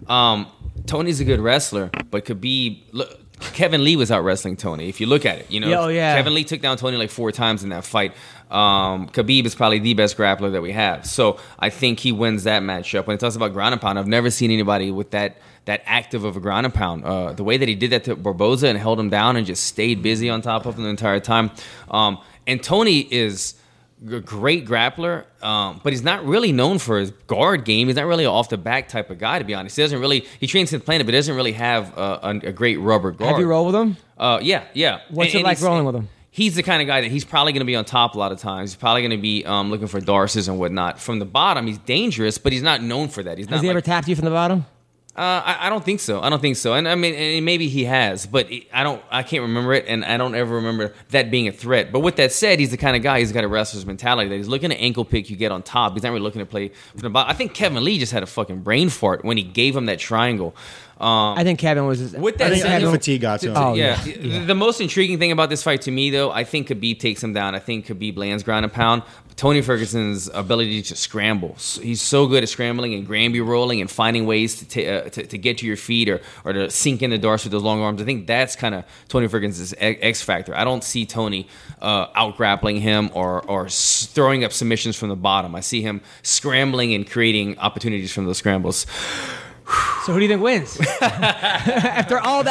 um, Tony's a good wrestler, but Khabib. Look, Kevin Lee was out wrestling Tony. If you look at it, you know,
Yeah, oh, yeah.
Kevin Lee took down Tony like four times in that fight. Um, Khabib is probably the best grappler that we have, so I think he wins that matchup. When it talks about ground and pound, I've never seen anybody with that that active of a ground and pound. Uh, the way that he did that to Barboza and held him down and just stayed busy on top of him the entire time. Um, and Tony is a great grappler, um, but he's not really known for his guard game. He's not really an off the back type of guy, to be honest. He doesn't really he trains in the planet, but he doesn't really have uh, a, a great rubber guard.
Have you rolled with him?
Uh, yeah, yeah.
What's it like
he's-
rolling with him?
He's the kind of guy that he's probably going to be on top a lot of times. He's probably going to be um, looking for darces and whatnot. From the bottom, he's dangerous, but he's not known for that. He's not.
Has he ever
like-
tapped you from the bottom?
uh, I, I don't think so. I don't think so. And I mean, and maybe he has, but it, I don't. I can't remember it, and I don't ever remember that being a threat. But with that said, he's the kind of guy. He's got a wrestler's mentality that he's looking to ankle pick you get on top. He's not really looking to play from the bottom. I think Kevin Lee just had a fucking brain fart when he gave him that triangle. Um,
I think Kevin was. His,
with
I
that
think, I
said,
think fatigue got to him.
Oh,
yeah. The most intriguing thing about this fight to me, though, I think Khabib takes him down. I think Khabib lands ground and pound. Tony Ferguson's ability to scramble. S- He's so good at scrambling and Granby rolling and finding ways to, ta- uh, to, to get to your feet or, or to sink in the darts with those long arms. I think that's kind of Tony Ferguson's e- X factor. I don't see Tony uh, out grappling him or, or s- throwing up submissions from the bottom. I see him scrambling and creating opportunities from those scrambles.
So who do you think wins? After all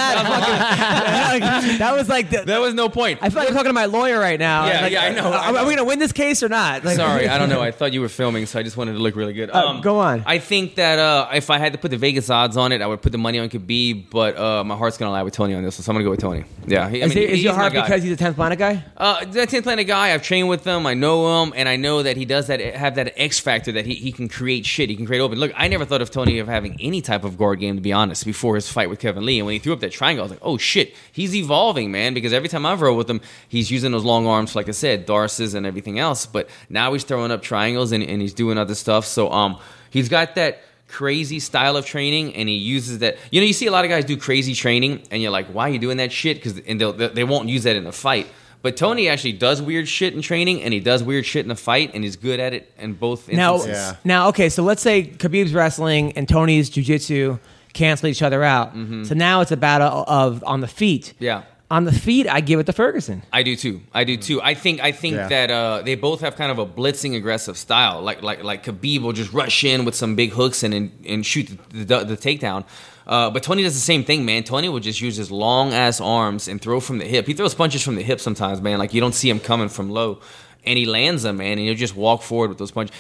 that, fucking, that was like. The,
That was no point.
I feel like I'm talking to my lawyer right now.
Yeah,
Like,
yeah, I know, I
Are, are
know.
we gonna win this case or not? Like-
Sorry, I don't know. I thought you were filming, so I just wanted to look really good. Um,
Uh, go on.
I think that uh, if I had to put the Vegas odds on it, I would put the money on Khabib, but uh, my heart's gonna lie with Tony on this, one, so I'm gonna go with Tony. Yeah, he, I
Is,
mean,
it- is
he's
your
my
heart
guy.
because he's a tenth planet guy?
uh, that 10th Planet guy, I've trained with him, I know him, and I know that he does that have that X factor that he, he can create shit, he can create open. Look, I never thought of Tony of having any type of guard game to be honest before his fight with Kevin Lee, and when he threw up that triangle, I was like, oh shit, he's evolving, man, because every time I've rolled with him, he's using those long arms, like I said, darces and everything else, but now he's throwing up triangles and, and he's doing other stuff, so um, he's got that crazy style of training and he uses that you know you see a lot of guys do crazy training and you're like why are you doing that shit because and they'll, they won't use that in a fight but Tony actually does weird shit in training, and he does weird shit in the fight, and he's good at it in both
Now,
instances.
Yeah.
now, okay. So let's say Khabib's wrestling and Tony's jujitsu cancel each other out. So now it's a battle of on the feet.
Mm-hmm. Yeah.
On the feet, I give it to Ferguson.
I do too. I do too. I think I think
Yeah.
that uh, they both have kind of a blitzing aggressive style. Like like like Khabib will just rush in with some big hooks and and, and shoot the, the, the takedown. Uh, but Tony does the same thing, man. Tony will just use his long ass arms and throw from the hip. He throws punches from the hip sometimes, man. Like you don't see him coming from low, and he lands them, man. And he'll just walk forward with those punches.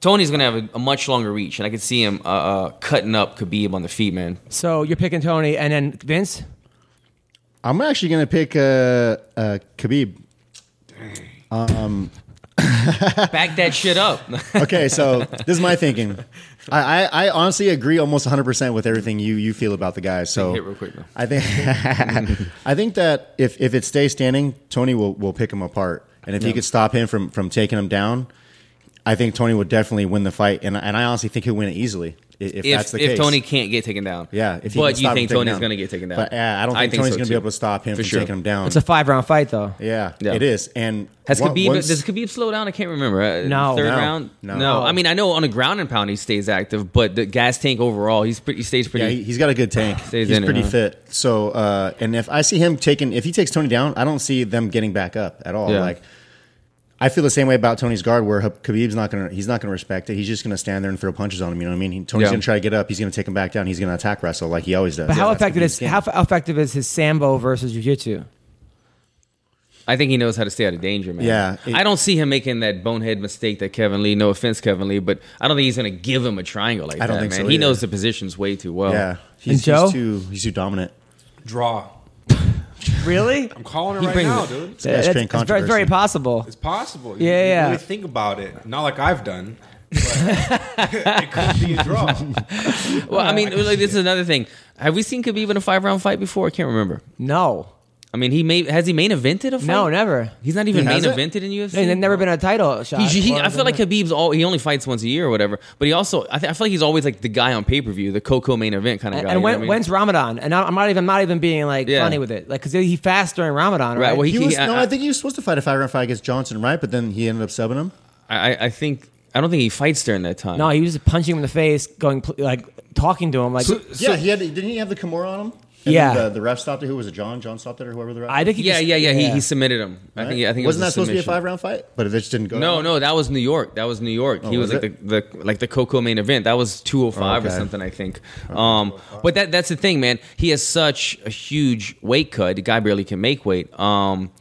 Tony's gonna have a, a much longer reach, and I could see him uh, uh, cutting up Khabib on the feet, man.
So you're picking Tony, and then Vince.
I'm actually gonna pick uh, uh, Khabib.
Back that shit up.
Okay, so this is my thinking. I, I, I honestly agree almost 100 percent with everything you you feel about the guy. So
Hit real quick, man.
I think I think that if, if it stays standing, Tony will, will pick him apart, and if he could stop him from from taking him down, I think Tony would definitely win the fight, and and I honestly think he'll win it easily i- if,
if,
that's the
if
case.
Tony can't get taken down.
yeah, if he
but you
can stop
think
him taking
Tony's
down.
going to get taken down?
But yeah, I don't
I
think,
think
Tony's
so,
going to be
too.
able to stop him
For
from
sure.
taking him down.
It's a five round fight, though.
yeah,
Yeah.
it is. And
Has
on-
Khabib?
once-
does Khabib slow down? I can't remember. Uh,
No.
third
No.
round.
No.
I mean, I know on the ground and pound he stays active, but the gas tank overall, he's pretty, he stays pretty.
yeah, he, he's got a good tank.
Stays
he's
in it,
pretty
huh?
fit. So, uh, and if I see him taking, if he takes Tony down, I don't see them getting back up at all.
Yeah.
Like, I feel the same way about Tony's guard, where Hab- Khabib's not gonna, he's not gonna respect it. He's just gonna stand there and throw punches on him. You know what I mean? He- Tony's
Yeah.
gonna try to get up. He's gonna take him back down. He's gonna attack wrestle like he always does.
But how
That's
effective
Khabib's
is
game.
how f- effective is his sambo versus jiu-jitsu?
I think he knows how to stay out of danger, man.
Yeah, it-
I don't see him making that bonehead mistake that Kevin Lee. No offense, Kevin Lee, but I don't think he's going to give him a triangle like
I don't
that,
think
man.
so
he
either.
knows the positions way too well.
Yeah, he's,
And Joe?
he's too, he's too dominant.
Draw.
Really?
I'm calling it
He
right
brings
now,
it.
dude.
Smash
That's,
Pain
it's very, very
controversy.
possible.
It's possible.
Yeah,
you,
yeah.
You really think about it. Not like I've done. But it could be a draw.
Well, I mean, like, this is another thing. Have we seen Khabib in a five round fight before? I can't remember.
No,
I mean, he may has he main evented a fight?
no, never.
He's not even main
hasn't?
evented in UFC.
And there's never been a title shot.
He- he-
Well,
I feel like Khabib's all he only fights once a year or whatever. But he also I, th- I feel like he's always like the guy on pay per view, the Coco main event kind of
And,
guy.
and
you know
when,
what I mean?
when's Ramadan? And I'm I'm not even not even being like
Yeah.
funny with it, like because he fasts during Ramadan, right?
Right, well,
He
He- uh,
was,
I-
no, I,
I-
think he was supposed to fight a five round fight against Johnson, right? But then he ended up subbing him.
I, I- I think I don't think he fights during that time.
no, he was just punching him in the face, going pl- like talking to him, like
yeah, he had. Didn't he have the Kimura on him? then
Yeah.
the, the ref stopped it. Who was it? John. John stopped it, or whoever the ref.
I think. He
yeah,
just-
yeah, yeah, He, he submitted him. I think. I think it
wasn't that
was a
supposed to be a
submission.
five round fight? But it just didn't go.
No, no, that was New York. That was New York. he was,
was
like the, the like the Coco main event. That was 205 or
Okay.
something, I think. Um, but that that's the thing, man. He has such a huge weight cut. The guy barely can make weight. Um,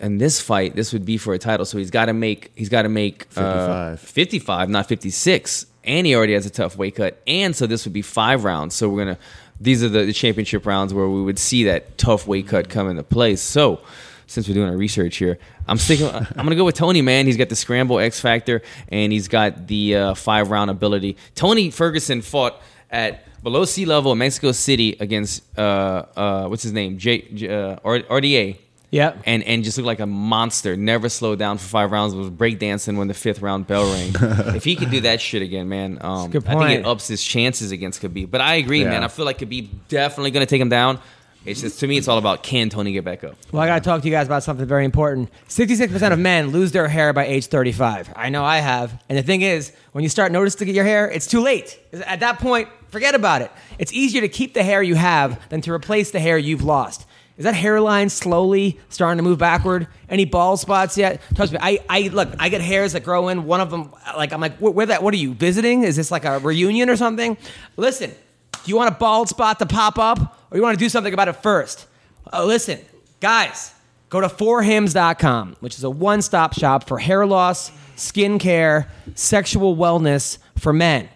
and this fight, this would be for a title. So he's got to make he's got to make uh,
55.
55, not 56. And he already has a tough weight cut. And so this would be five rounds. So we're going to, these are the, the championship rounds where we would see that tough weight cut come into play. So since we're doing our research here, I'm sticking, I'm going to go with Tony, man. He's got the scramble X factor and he's got the uh, five round ability. Tony Ferguson fought at below sea level in Mexico City against, uh, uh, what's his name? J, J, uh, R- RDA
Yep.
and and just looked like a monster. Never slowed down for five rounds. Was breakdancing when the fifth round bell rang. if he could do that shit again, man, um,
good
I think
point.
it ups his chances against Khabib. But I agree,
Yeah.
man. I feel like Khabib definitely going to take him down. It's just to me, it's all about can Tony get back up.
Well, I got to talk to you guys about something very important. 66% of men lose their hair by age 35. I know I have. And the thing is, when you start noticing your hair, it's too late. At that point, forget about it. It's easier to keep the hair you have than to replace the hair you've lost. Is that hairline slowly starting to move backward? Any bald spots yet? Trust me, I, I look, I get hairs that grow in. One of them, like, I'm like, where, where that? What are you visiting? Is this like a reunion or something? Listen, do you want a bald spot to pop up, or you want to do something about it first? Uh, listen, guys, go to 4hims.com, which is a one stop shop for hair loss, skin care, sexual wellness for men.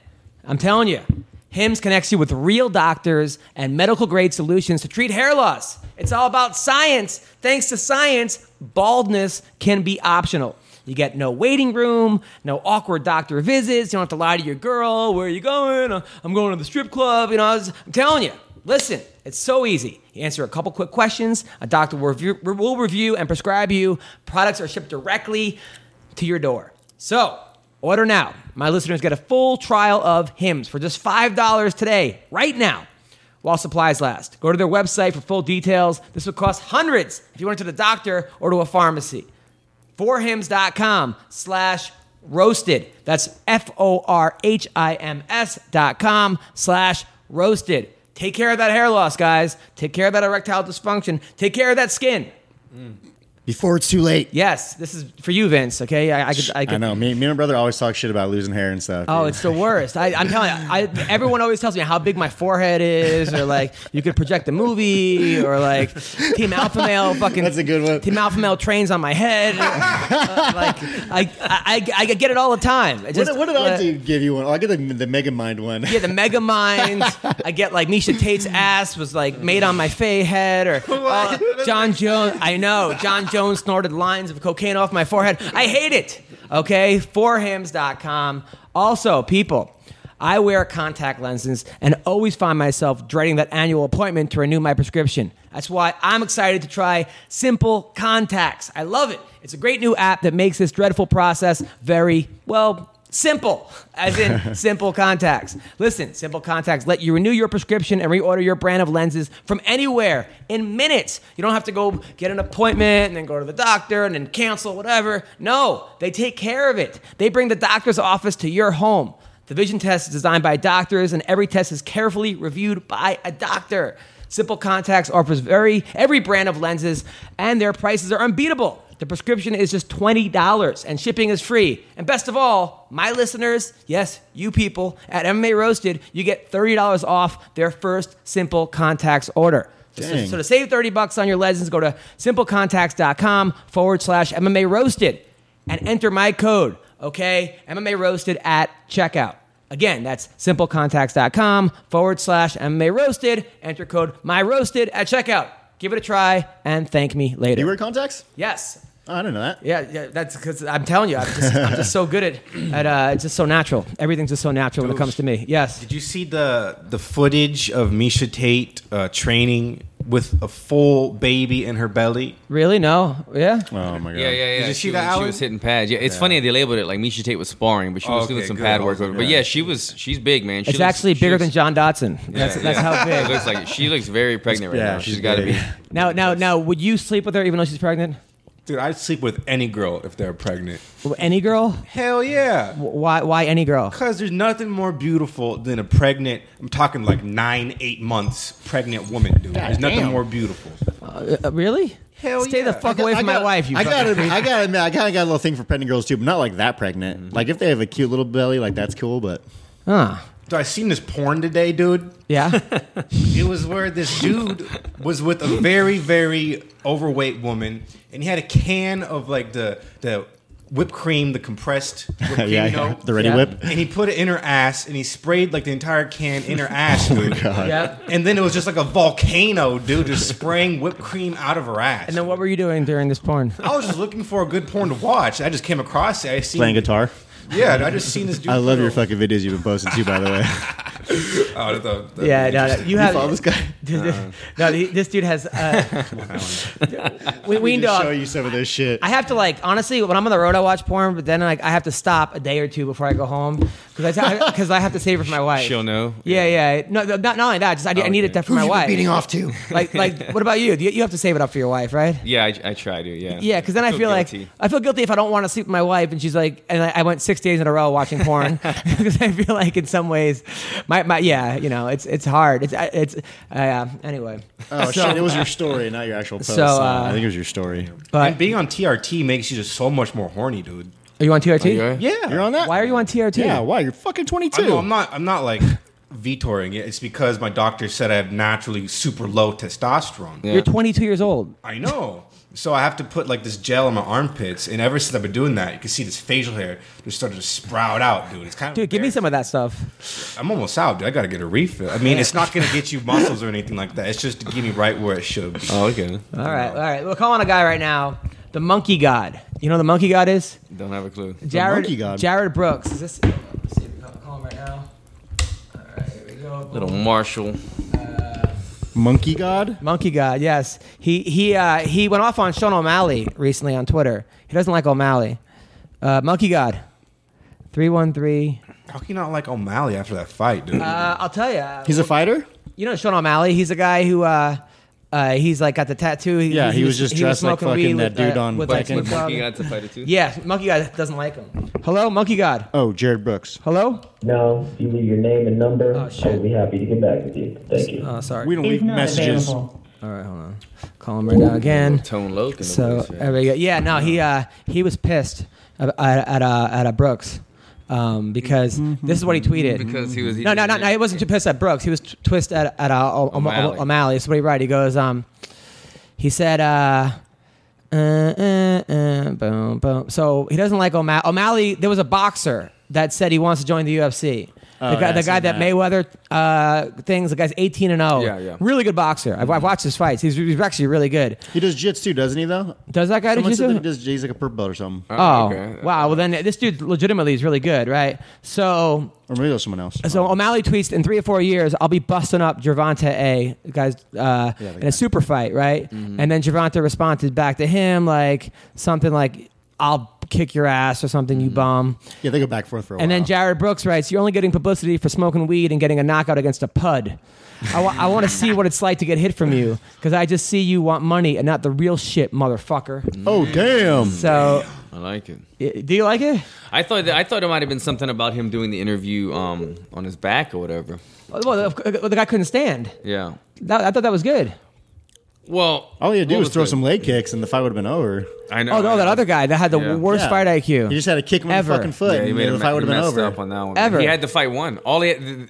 I'm telling you, Hims connects you with real doctors and medical grade solutions to treat hair loss. It's all about science. Thanks to science, baldness can be optional. You get no waiting room, no awkward doctor visits. You don't have to lie to your girl. Where are you going? Uh, I'm going to the strip club. You know, I was- I'm telling you. Listen, it's so easy. You answer a couple quick questions. A doctor will review, will review and prescribe you. Products are shipped directly to your door. So order now. My listeners get a full trial of Hims for just five dollars today, right now while supplies last. Go to their website for full details. This would cost hundreds if you went to the doctor or to a pharmacy. Forhims.com slash roasted. That's F O R H I M S dot com slash roasted. Take care of that hair loss, guys. Take care of that erectile dysfunction. Take care of that skin.
Before it's too late.
Yes, this is for you, Vince. Okay, I, I could. I, could
I know. Me, me and my brother always talk shit about losing hair and stuff.
Oh,
dude.
it's the worst. I, I'm telling you, I, everyone always tells me how big my forehead is, or like you could project a movie, or like Team Alpha Male fucking.
That's a good one.
Team Alpha Male trains on my head. Uh, like I, I, I, I get it all the time. It
What,
Just,
did- what did
uh,
I do, give you one? Oh, I get the, the Mega Mind one.
Yeah, the Mega Mind. I get like Misha Tate's ass was like made on my Fay head, or uh, John Jones. I know John Jones snorted lines of cocaine off my forehead. I hate it. Okay, forhims.com. Also, people. I wear contact lenses and always find myself dreading that annual appointment to renew my prescription. That's why I'm excited to try Simple Contacts. I love it. It's a great new app that makes this dreadful process very, well, Simple, as in simple contacts. Listen, simple contacts let you renew your prescription and reorder your brand of lenses from anywhere in minutes. You don't have to go get an appointment and then go to the doctor and then cancel whatever. No, they take care of it. They bring the doctor's office to your home. The vision test is designed by doctors, and every test is carefully reviewed by a doctor. Simple Contacts offers very every brand of lenses, and their prices are unbeatable. The prescription is just $20 and shipping is free. And best of all, my listeners, yes, you people, at MMA Roasted, you get $30 off their first Simple Contacts order. So,
Dang.
so to save 30 bucks on your lenses, go to simplecontacts.com forward slash MMA Roasted and enter my code, okay? MMA Roasted at checkout. Again, that's simplecontacts.com forward slash MMA Roasted. Enter code my roasted at checkout. Uh, Give it a try and thank me later.
You wear contacts?
Yes.
Oh, I don't know that.
Yeah, yeah, that's because I'm telling you, I'm just, I'm just so good at, at uh, it's just so natural. Everything's just so natural when it comes to me. Yes.
Did you see the the footage of Misha Tate uh, training with a full baby in her belly?
Really? No? Yeah?
Oh my god.
Yeah, yeah, yeah.
Did you see
she,
that,
was, she
Alan?
was hitting pads. Yeah, it's funny they labeled it like Misha Tate was sparring, but she was
Okay,
doing some
good.
pad work.
Awesome.
But
Yeah.
yeah, she was. She's big, man. She
It's
looks-
actually
she
bigger
looks-
than John Dotson. That's,
yeah,
that's
yeah.
how big.
It looks like she looks very pregnant right
yeah,
now.
she's
she's got to
big.
be.
Now, now, now, would you sleep with her even though she's pregnant?
Dude, I'd sleep with any girl if they're pregnant.
Any girl?
Hell yeah.
Why? Why any girl?
Because there's nothing more beautiful than a pregnant, I'm talking like nine, eight months pregnant woman, dude. There's nothing more beautiful.
Uh, really?
Hell
Stay the
yeah.
fuck away
I
from
got-
my wife. You.
I
fucking-
gotta, I gotta admit, I kind of got a little thing for pregnant girls too, but not like that pregnant.
Mm-hmm.
Like if they have a cute little belly, like that's cool. But
Huh.
Dude, I seen this porn today, dude.
Yeah.
It was where this dude was with a very, very overweight woman, and he had a can of like the the whipped cream, the compressed whipped cream,
yeah, yeah,
you know?
the ready
Yeah.
whip.
and he put it in her ass, and he sprayed like the entire can in her ass, dude.
yeah.
And then it was just like a volcano, dude, just spraying whipped cream out of her ass.
And then what were you doing during this porn?
I was just looking for a good porn to watch. I just came across it. I seen
Playing guitar.
Yeah, I just seen this dude.
I love your
put
fucking videos you've been posting too, by the way.
a- Oh, the, the,
Yeah, no, no, you have
follow this guy?
Uh.
no, he- this dude has. Uh, we
We
weaned
need to
off.
show you some of this shit.
I have to like honestly when I'm on the road I watch porn, but then like I have to stop a day or two before I go home because I because I have to save it for my wife.
She'll know.
Yeah, yeah. No, no, not not only that. Just
Oh,
I, need- I need it to- for my wife.
off to?
Like like what about you? Do you? You have to save it up for your wife, right?
Yeah, I, I try to. Yeah.
Yeah, because then I feel, like
guilty.
I feel guilty if I don't want to sleep with my wife, and she's like, and I, I went six days in a row watching porn because I feel like in some ways, my, my yeah, you know, it's it's hard. It's I- it's uh, yeah. Anyway,
Oh shit! It was your story, not your actual post.
So, uh,
I think it was your story.
And
but
being on TRT makes you just so much more horny, dude.
are you on TRT?
You all right?
Yeah,
You're on that.
Why are you on TRT?
Yeah, why? You're fucking
I
22.
know, I'm not. I'm not like vetoring it. It's because my doctor said I have naturally super low testosterone.
You're 22 years old.
I know. So I have to put like this gel in my armpits, and ever since I've been doing that, you can see this facial hair just started to sprout out, dude. It's kind of
Dude, give me some of that stuff.
I'm almost out, dude. I gotta get a refill. I mean, it's not gonna get you muscles or anything like that. It's just to get me right where it should be.
Oh, okay.
Uh,
All right, all right. We're calling a guy right now, the Monkey God. You know who the Monkey God is?
Don't have a clue.
Jared,
Monkey God.
Jared Brooks. Is this? Let's see if we can call him right now. All right, here we go.
Little Marshall.
Monkey God?
Monkey God, yes. He he uh, he went off on Sean O'Malley recently on Twitter. He doesn't like O'Malley. Uh, Monkey God, three one three.
How can you not like O'Malley after that fight, dude?
Uh,
Uh, I'll tell you.
He's a fighter?
You know Sean O'Malley. He's a guy who. Uh, uh, he's like got the tattoo. He,
Yeah, he was just dressed like
smoking
fucking
weed uh,
that dude on
like,
fucking-
Snoop Dogg.
Monkey got to fight it too.
Yeah, Monkey God doesn't like him. Hello, Monkey God.
Oh, Jared Brooks.
Hello.
No, you leave your name and number.
Oh, shit.
I'll be happy to get back with you. Thank you.
Oh, sorry.
We don't leave messages.
All right, hold on. Call him right now again.
Tone Loc. in the
So
place, yeah.
there we go. Yeah, no, he uh, he was pissed at at, at, uh, at uh, Brooks um, because
Mm-hmm.
this is what he tweeted.
because he was. he
no, no,
didn't
no, no, he
drink.
wasn't too pissed at Brooks. He was t- twist at at uh, O- O-
O'Malley.
O'Malley. That's what he wrote. He goes, um, he said, uh, uh, uh, uh, boom, boom. So he doesn't like O'Malley. O'Malley. There was a boxer that said he wants to join the UFC. the guy,
Oh, yeah,
the
I've
guy
seen
that,
that.
Mayweather uh, things. The guy's eighteen and zero.
Yeah, yeah.
Really good boxer. I've, I've watched his fights. He's, he's actually really good.
He does jits too, doesn't he? Though.
Does that guy do
Someone said
jujitsu?
that he does- He's like a purple belt or something,
Oh,
okay.
wow. Well, then this dude legitimately is really good, right? So
or maybe it was someone else.
so O'Malley tweets in three or four years, I'll be busting up Gervonta A, guys, uh, in a super fight, right?
Mm-hmm.
And then Gervonta responded back to him like something like, "I'll kick your ass" or something,
Mm-hmm.
you bum.
yeah, they go back and forth for a while.
And then Jared Brooks writes, "You're only getting publicity for smoking weed and getting a knockout against a pud." I, wa- I want to see what it's like to get hit from you because I just see you want money and not the real shit, motherfucker.
oh damn!
So,
I like it.
i- do you like it?
I thought that, I thought it might have been something about him doing the interview um, on his back or whatever.
Well, the, the guy couldn't stand.
Yeah.
That, I thought that was good.
Well,
All he had to do
what
was throw
the-
some leg kicks, and the fight would have been over.
I know.
Oh no, that other guy that had the
Yeah.
worst
Yeah.
fight IQ.
He just had to kick him in
Ever.
the fucking foot,
Yeah, he
and
made
the
him.
fight would have been over.
Up on that one.
Ever.
He had the fight won. All he had, the,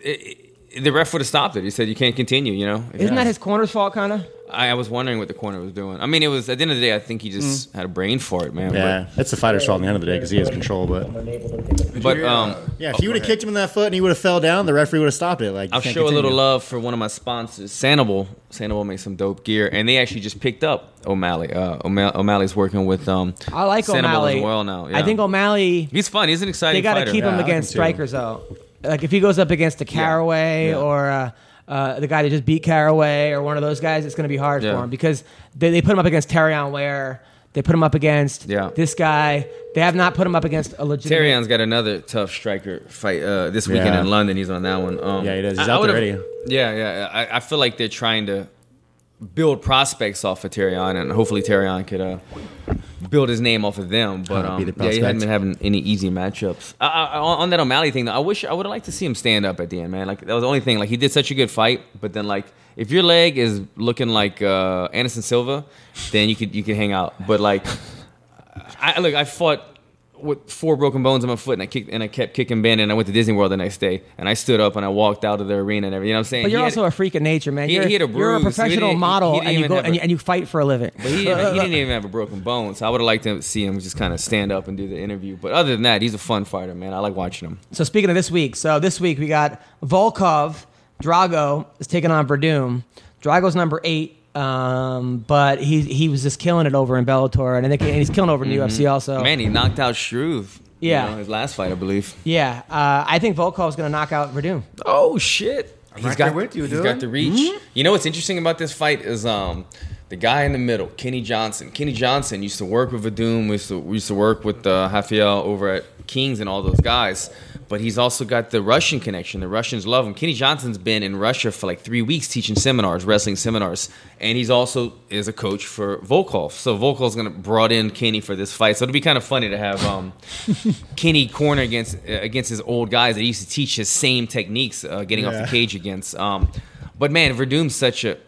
it, the ref would have stopped it. He said you can't continue. You know.
Isn't that his corner's fault, kind of?
I, I was wondering what the corner was doing. I mean, it was at the end of the day. I think he just
Mm.
had a brain fart, man.
Yeah, it's the fighter's fault in the end of the day because he has control. But
But, but um,
yeah, if you would have kicked him in that foot and he would have fell down, the referee would have stopped it. Like you
I'll
can't
show a
continue.
little love for one of my sponsors, Sanibel. Sanibel makes some dope gear, and they actually just picked up O'Malley. Uh, O'Ma- O'Malley's working with um.
I like
Sanibel
O'Malley.
as well now.
I think
yeah.
O'Malley.
he's fun. He's an exciting.
They got to
fighter.
keep
Yeah,
him
I
against
can see him.
strikers though. Like if he goes up against a Caraway
Yeah.
or uh, uh, the guy that just beat Caraway or one of those guys, it's going to be hard
Yeah.
for him because they, they put him up against Terrion Ware. They put him up against
Yeah.
this guy. They have not put him up against a legitimate.
Terrion's got another tough striker fight uh, this weekend
Yeah.
in London. He's on that one. Um,
Yeah, he does. He's
I- I
out there
would've-
already.
Yeah, yeah. I, I feel like they're trying to build prospects off of Terrion, and hopefully Terrion could uh, build his name off of them. But
Oh,
um, yeah,
be the
he
prospect.
hadn't been having any easy matchups. I, I, I- on on that O'Malley thing, though, I wish I would have liked to see him stand up at the end, man. Like that was the only thing. Like he did such a good fight, but then like. If your leg is looking like uh, Anderson Silva, then you could you could hang out. But like I look, I fought with four broken bones in my foot, and I kicked, and I kept kicking Ben, and I went to Disney World the next day, and I stood up and I walked out of the arena and everything. You know what I'm saying?
But you're
He had-
also a freak of nature, man.
He-
you're,
he had a
you're a
bruise. He
professional
didn't- he-
model,
he
and
didn't
you
even
go
have
and you,
a-
and you fight for a living.
but he, didn't, he didn't even have a broken bone, so I would have liked to see him just kind of stand up and do the interview. But other than that, he's a fun fighter, man. I like watching him.
So speaking of this week, so this week we got Volkov. Drago is taking on Verdum. Drago's number eight, um, but he he was just killing it over in Bellator, and I think and he's killing over in the UFC also.
Mm-hmm. Man, he knocked out Shrew.
Oh. Yeah.
his last fight, I believe.
Yeah, uh, I think Volkov's going to knock out Verdum.
Oh shit! Hmm? He's
right there with you,
He's
dude.
got the reach. You know what's interesting about this fight is um the guy in the middle, Kenny Johnson. Kenny Johnson used to work with Vadum. We used to, we used to work with uh, Rafael over at Kings and all those guys. But he's also got the Russian connection. The Russians love him. Kenny Johnson's been in Russia for like three weeks teaching seminars, wrestling seminars, and he's also is a coach for Volkov. So Volkov's gonna brought in Kenny for this fight. So it'll be kind of funny to have um. Kenny corner against uh, against his old guys that he used to teach his same techniques uh, getting off
Yeah.
the cage against. Um, but man, Verdum's such a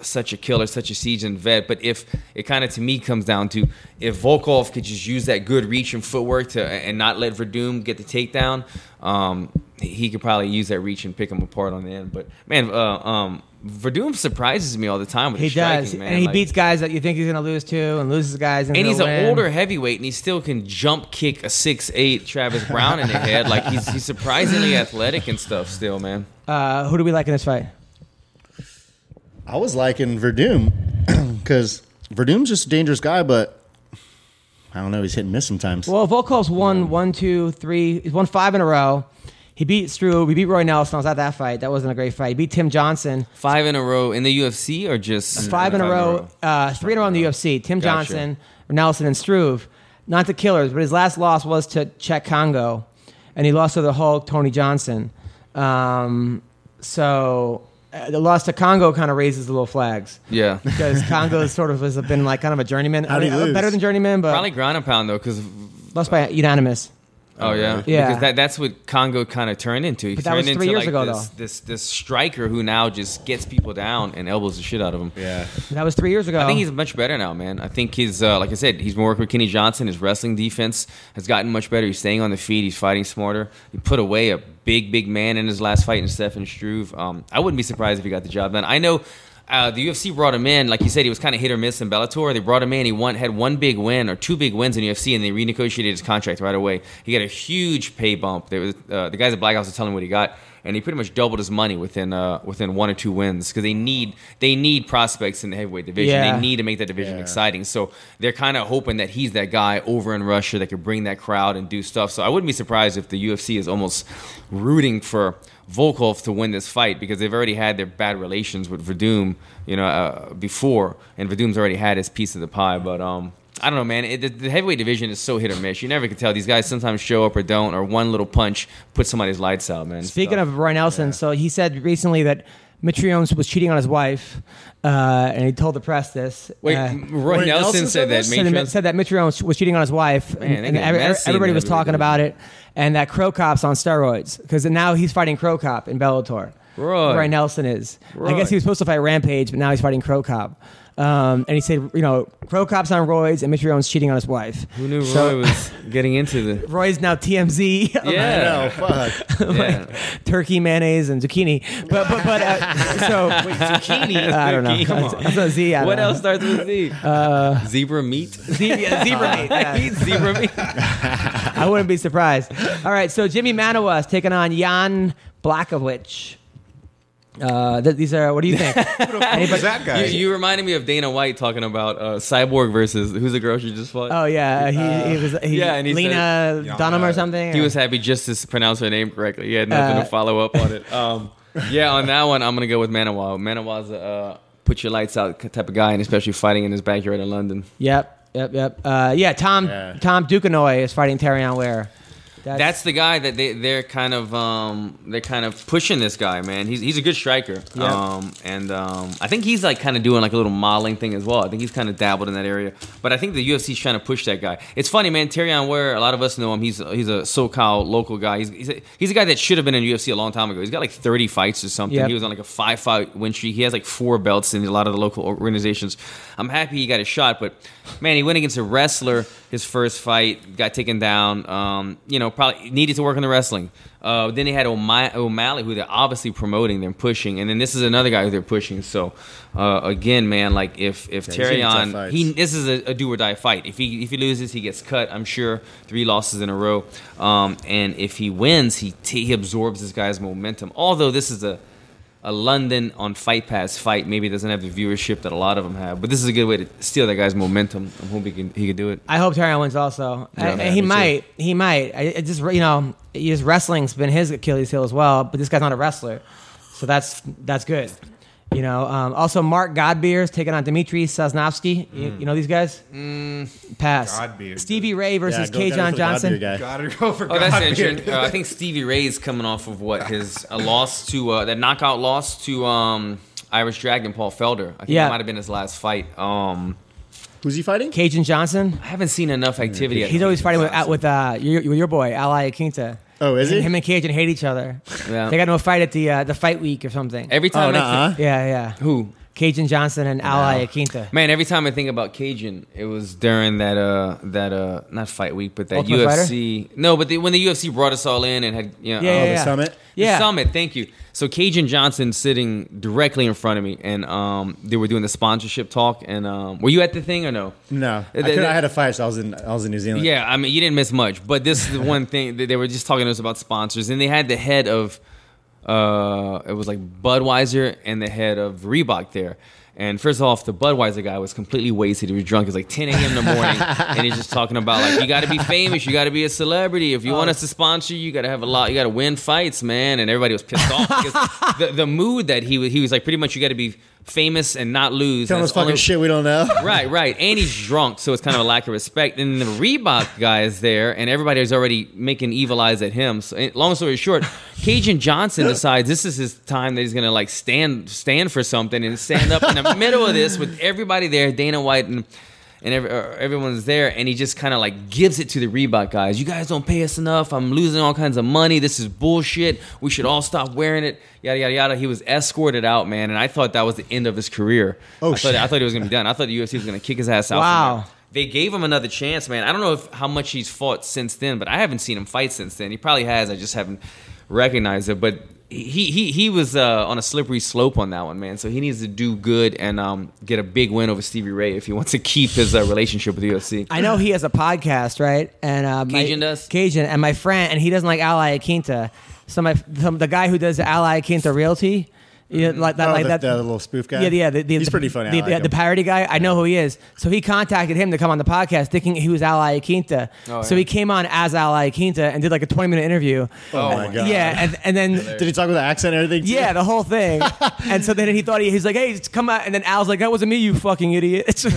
such a killer, such a seasoned vet. But if it kind of to me comes down to if Volkov could just use that good reach and footwork to and not let Verdum get the takedown, um, he could probably use that reach and pick him apart on the end. But man, uh, um, Verdum surprises me all the time with
He
his striking,
does,
man.
and he
Like-
beats guys that you think he's going to lose to, and loses guys.
and he's
he'll win.
an older heavyweight, and he still can jump kick a six eight Travis Brown in the head. Like he's, he's surprisingly athletic and stuff. Still, man.
Uh, who do we like in this fight?
I was liking Verdum because Verdum's just a dangerous guy, but I don't know. He's hit and miss sometimes.
Well, Volkov's won one, two, three. He's won five in a row. He beat Strube. He beat Roy Nelson. I was at that fight. That wasn't a great fight. He beat Tim Johnson.
Five in a row in the UFC, or just
Mm, five in a row, uh, three in a row in the UFC. Tim
Gotcha.
Johnson, Nelson, and Struve. Not to killers, but his last loss was to Czech Congo, and he lost to the Hulk, Tony Johnson. Um, so uh, the loss to Congo kind of raises the little flags.
Yeah.
Because Congo sort of has been like kind of a journeyman.
How'd he
I mean,
lose?
Better than journeyman, but
Probably ground and pound though, because
lost by unanimous.
oh yeah,
Yeah.
Because that, that's what Congo kind of turned into. He
But that
turned
was three
into
years
like
ago,
this,
though.
this this striker who now just gets people down and elbows the shit out of them.
yeah,
That was three years ago.
I think he's much better now, man. I think he's uh, like I said, he's been working with Kenny Johnson. His wrestling defense has gotten much better. He's staying on the feet. He's fighting smarter. He put away a big, big man in his last fight in Stefan Struve. Um, I wouldn't be surprised if he got the job done. I know. Uh, the UFC brought him in, like you said, he was kind of hit or miss in Bellator. They brought him in. He won, had one big win or two big wins in UFC, and they renegotiated his contract right away. He got a huge pay bump. They was, uh, the guys at Black House were telling him what he got. and he pretty much doubled his money within uh, within one or two wins because they need they need prospects in the heavyweight division.
Yeah.
They need to make that division
Yeah.
exciting. So they're kind of hoping that he's that guy over in Russia that could bring that crowd and do stuff. So I wouldn't be surprised if the UFC is almost rooting for Volkov to win this fight because they've already had their bad relations with Verdum, you know, uh, before, and Verdum's already had his piece of the pie. But um, I don't know, man. It, the, the heavyweight division is so hit or miss. You never can tell. These guys sometimes show up or don't, or one little punch puts somebody's lights out, man.
Speaking of Roy Nelson, so he said recently that Mitriones was cheating on his wife, uh, and he told the press this.
wait,
uh,
Roy
Roy
Nelson,
Nelson
said
said
that.
this?
said, that-
Matreon-
said that Mitrione was cheating on his wife, and-
Man, they
and,
get
every-
messy in
everybody
the
was talking
WWE.
about it, and that Crow Cop's on steroids because now he's fighting Crow Cop in Bellator.
Right.
Roy Nelson is. I
Right.
guess he was supposed to fight Rampage, but now he's fighting Crow Cop. Um, and he said, you know, Crow Cop's on roids, and Mitrione's cheating on his wife.
Who knew Roy was getting into the?
Roy's now TMZ.
Yeah,
Oh fuck!
yeah.
turkey mayonnaise and zucchini. But but but uh, so
zucchini.
I don't know.
Zucchini, come on.
That's a Z. I
What
don't
else
know.
starts with Z? zebra meat.
Z- yeah, zebra meat.
I
yeah.
eat zebra meat.
I wouldn't be surprised. All right, so Jimmy Manawa is taking on Jan Blackovich. Uh, th- these are what do you think?
Who's that guy?
You, you reminded me of Dana White talking about uh, Cyborg versus who's the girl she just fought.
oh yeah, he, he was he,
Uh, yeah, and he
Lena
said-
Dunham or
Yeah.
something.
He
or-
was happy just to pronounce her name correctly. He had nothing
Uh,
to follow up on it. Um, yeah, on that one, I'm gonna go with Manawa. Manawa's a uh, put your lights out type of guy, and especially fighting in his backyard in London.
Yep, yep, yep. Uh, yeah, Tom
Yeah.
Tom Ducanoy is fighting Terrion Ware.
That's the guy that they they're kind of um they're kind of pushing this guy, man. He's he's a good striker.
Yeah.
Um and um I think he's like kind of doing like a little modeling thing as well. I think he's kind of dabbled in that area. But I think the UFC's trying to push that guy. It's funny, man. Terion Ware, a lot of us know him. He's he's a SoCal local guy. He's he's a, he's a guy that should have been in UFC a long time ago. He's got like 30 fights or something.
Yep.
He was on like a five fight win streak. He has like four belts in a lot of the local organizations. I'm happy he got a shot, but man, he went against a wrestler his first fight, got taken down. Um, you know, probably needed to work on the wrestling. Uh, then they had O'Mi- O'Malley, who they're obviously promoting, they're pushing, and then this is another guy who they're pushing. So uh, again, man, like if if
he's getting tough
Terrion,
fights.
he this is a, a do or die fight. If he if he loses, he gets cut. I'm sure three losses in a row. Um, and if he wins, he t- he absorbs this guy's momentum. Although this is a a London on Fight Pass fight, maybe doesn't have the viewership that a lot of them have. But this is a good way to steal that guy's momentum. I'm hoping he can, he can do it.
I hope Tyron wins also.
Yeah,
I-
man, me
he
too.
might. He might. I, I just you know, his wrestling's been his Achilles heel as well. But this guy's not a wrestler, so that's that's good. You know. Um, also, Mark Godbeer is taking on Dmitry Sosnovsky. You,
Hmm.
you know these guys.
Mm.
Pass.
Godbeer.
Stevie Ray versus
go
K.
down
John
for
Johnson.
the God beer guy.
Gotta go for
Oh, that's
God
interesting. Uh, I think Stevie Ray's coming off of what his a loss to uh, that knockout loss to um, Irish Dragon Paul Felder. I think
Yeah.
that might have been his last fight. Um,
Who's he fighting?
Cajun Johnson.
I haven't seen enough activity. out of
He's always
Cajun
fighting with,
Johnson.
out with uh, your, with your boy Ally Akinta.
Oh, is he?
Him and Cajun hate each other.
Yeah.
They got into a fight at the uh, the fight week or something.
Every
Oh,
time, I
nah.
think,
yeah, yeah.
who
Cajun Johnson and Ally Akinta.
man, every time I think about Cajun, it was during that uh that uh not fight week, but that
Ultimate
UFC. No, but the, when the UFC brought us all in and had you know,
Yeah,
um,
The summit.
The
Yeah.
Summit, thank you. So Cajun Johnson sitting directly in front of me, and um, they were doing the sponsorship talk. And um, were you at the thing or no?
No, I,
They-
could, I
they-
had a fight. So I was in. I was in New Zealand.
Yeah, I mean, you didn't miss much, but this is the one thing that they were just talking to us about sponsors, and they had the head of, uh, it was like Budweiser and the head of Reebok there. And first off, the Budweiser guy was completely wasted. He was drunk. It was like 10 a.m. in the morning, and he's just talking about like you got to be famous, you got to be a celebrity. If you want us to sponsor you, you got to have a lot, you got to win fights, man. And everybody was pissed off because the, the mood that he was, he was like pretty much you got to be famous and not lose.
Telling
and
us
that's all
fucking
it-
shit we don't know.
Right, right. And he's drunk, so it's kind of a lack of respect. And the Reebok guy is there, and everybody is already making evil eyes at him. So, and long story short, Cajun Johnson decides this is his time that he's gonna like stand stand for something and stand up in the middle of this with everybody there, Dana White and. And every, er, everyone's there, and he just kind of like gives it to the Reebok guys. You guys don't pay us enough. I'm losing all kinds of money. This is bullshit. We should all stop wearing it. Yada yada yada. He was escorted out, man, and I thought that was the end of his career.
Oh,
I thought,
shit.
I thought he was gonna be done. I thought the UFC was gonna kick his ass out. from
Wow.
there. They gave him another chance, man. I don't know if, how much he's fought since then, but I haven't seen him fight since then. He probably has. I just haven't recognized it. But he he he was uh, on a slippery slope on that one, man. So he needs to do good and um, get a big win over Stevie Ray if he wants to keep his uh, relationship with the UFC.
I know he has a podcast, right? And uh, my-
Cajun does?
Cajun and my friend, and he doesn't like Ally Akinta. some, of my- some the guy who does Ally Quinta Realty. Yeah, like that,
Oh,
like
the-
that,
the little spoof guy?
Yeah, yeah. The, the,
He's
the-
pretty funny. I
The,
like
the
him.
parody guy, I know who he is. So he contacted him to come on the podcast, thinking he was Ally Quinta. So
Oh, yeah.
he came on as Ally Quinta and did like a twenty-minute interview.
Oh
my
my
God.
Yeah, and, and then
Did he talk with the accent and everything? too?
yeah, the whole thing. and so then he thought he, he's like, hey, come out. And then Al's like, that wasn't me, you fucking idiot.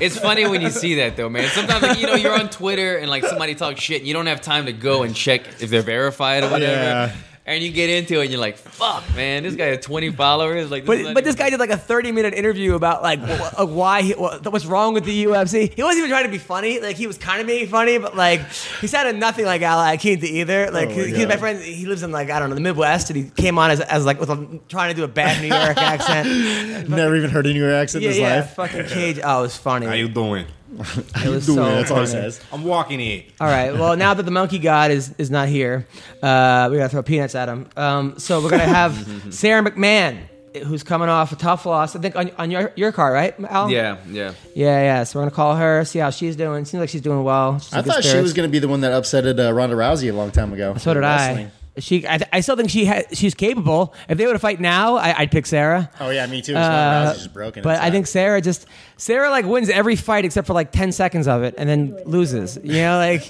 It's funny when you see that though, man. Sometimes like you know you're on Twitter and like somebody talks shit and you don't have time to go and check if they're verified or whatever.
Yeah.
And you get into it and you're like, fuck, man, this guy has 20 followers. Like, is
But,
not
but this
even-
guy did like a 30 minute interview about like wh- uh, why he, wh- what's wrong with the UFC. He wasn't even trying to be funny. Like he was kind of being funny, but like he sounded nothing like Ally Akita either. Like
Oh my
he- he's my
God.
friend. He lives in like I don't know the Midwest, and he came on as, as like with a, trying to do a bad New York accent.
Never even heard any of your accent
Yeah,
in his
yeah,
life.
fucking cage. Oh, it was funny.
How you doing?
it was
Doing
so
it, that's all
funny.
he says.
I'm walking in.
All right. Well, now that the monkey god is is not here, uh, we gotta throw peanuts at him. Um, so we're gonna have Sarah McMahon, who's coming off a tough loss. I think on, on your your car, right, Al?
Yeah, yeah.
Yeah, yeah. So we're gonna call her, see how she's doing. Seems like she's doing well. She's in
I
good
thought she
spirits.
was going to be the one that upsetted uh, Ronda Rousey a long time ago.
So did I. She, I, I still think she ha- she's capable. If they were to fight now, I, I'd pick Sarah.
Oh yeah, me too. 'cause Ronda
Uh,
Rousey's just broken.
But I
inside.
think Sarah just Sarah like wins every fight except for like ten seconds of it, and then loses. You know, like.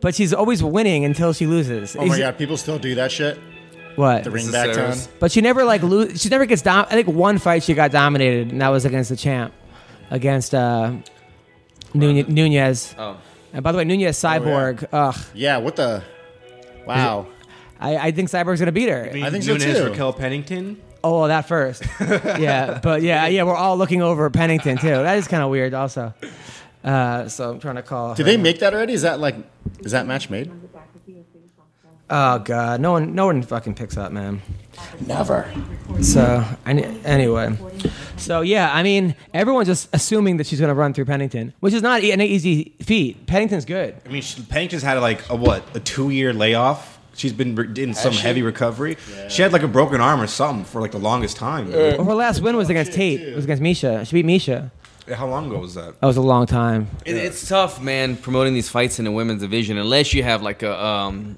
But she's always winning until she loses.
Oh my
Is-
god, people still do that shit.
What?
The ring back
Sarah's-
down.
But she never like lose. She never gets dom. I think one fight she got dominated, and that was against the champ, against uh, Nune- Nunez.
Oh.
And by the way, Nunez
Oh,
Cyborg. Ugh,
Yeah, what the? Wow.
I, I think Cyborg's gonna beat her.
I think so, too.
Raquel Pennington.
Oh, well, that first. yeah, but yeah, yeah, we're all looking over Pennington too. That is kind of weird, also. Uh, so I'm trying to call.
Did
her.
they make that already? Is that like? Is that match made?
Oh god, no one, no one fucking picks up, man.
Never.
So I ne- anyway, so yeah, I mean, everyone's just assuming that she's gonna run through Pennington, which is not e- an easy feat. Pennington's good.
I mean, she, Pennington's had like a what a two year layoff. She's been re- in some heavy recovery. She had like a broken arm or something for like the longest time.
Well, her last win was against Tate. It was against Misha. She beat Misha.
How long ago was that?
That was a long time.
It, it's tough, man, promoting these fights in the women's division unless you have like a um,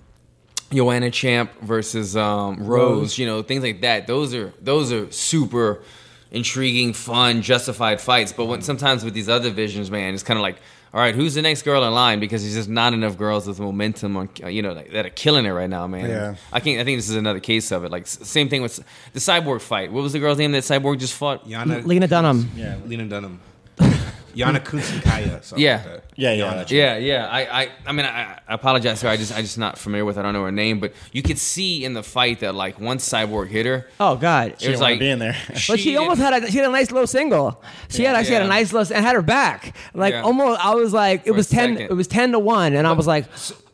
Joanna Champ versus um, Rose, you know, things like that. Those are those are super intriguing, fun, justified fights. But when sometimes with these other divisions, man, it's kind of like, all right, who's the next girl in line? Because there's just not enough girls with momentum, on, uh, you know, like, that are killing it right now, man.
Yeah.
I can't. I think this is another case of it. Like s- same thing with s- the Cyborg fight. What was the girl's name that Cyborg just fought?
Yana,
Lena Dunham.
yeah, Lena Dunham. Yana Kutsikaya. something
Yeah.
like that.
Yeah, yeah.
Yeah, yeah. I, I, I mean, I, I apologize to her. I just, I just not familiar with. Her. I don't know her name, but you could see in the fight that like once Cyborg hit her,
Oh God.
it was
wanna
like
be in there.
But she, almost
didn't-
had a she had a nice low single. She had actually had a
Yeah.
nice low s- and had her back. Like
Yeah.
almost, I was like, it
a
was ten.
second.
It was ten to one, and I was like,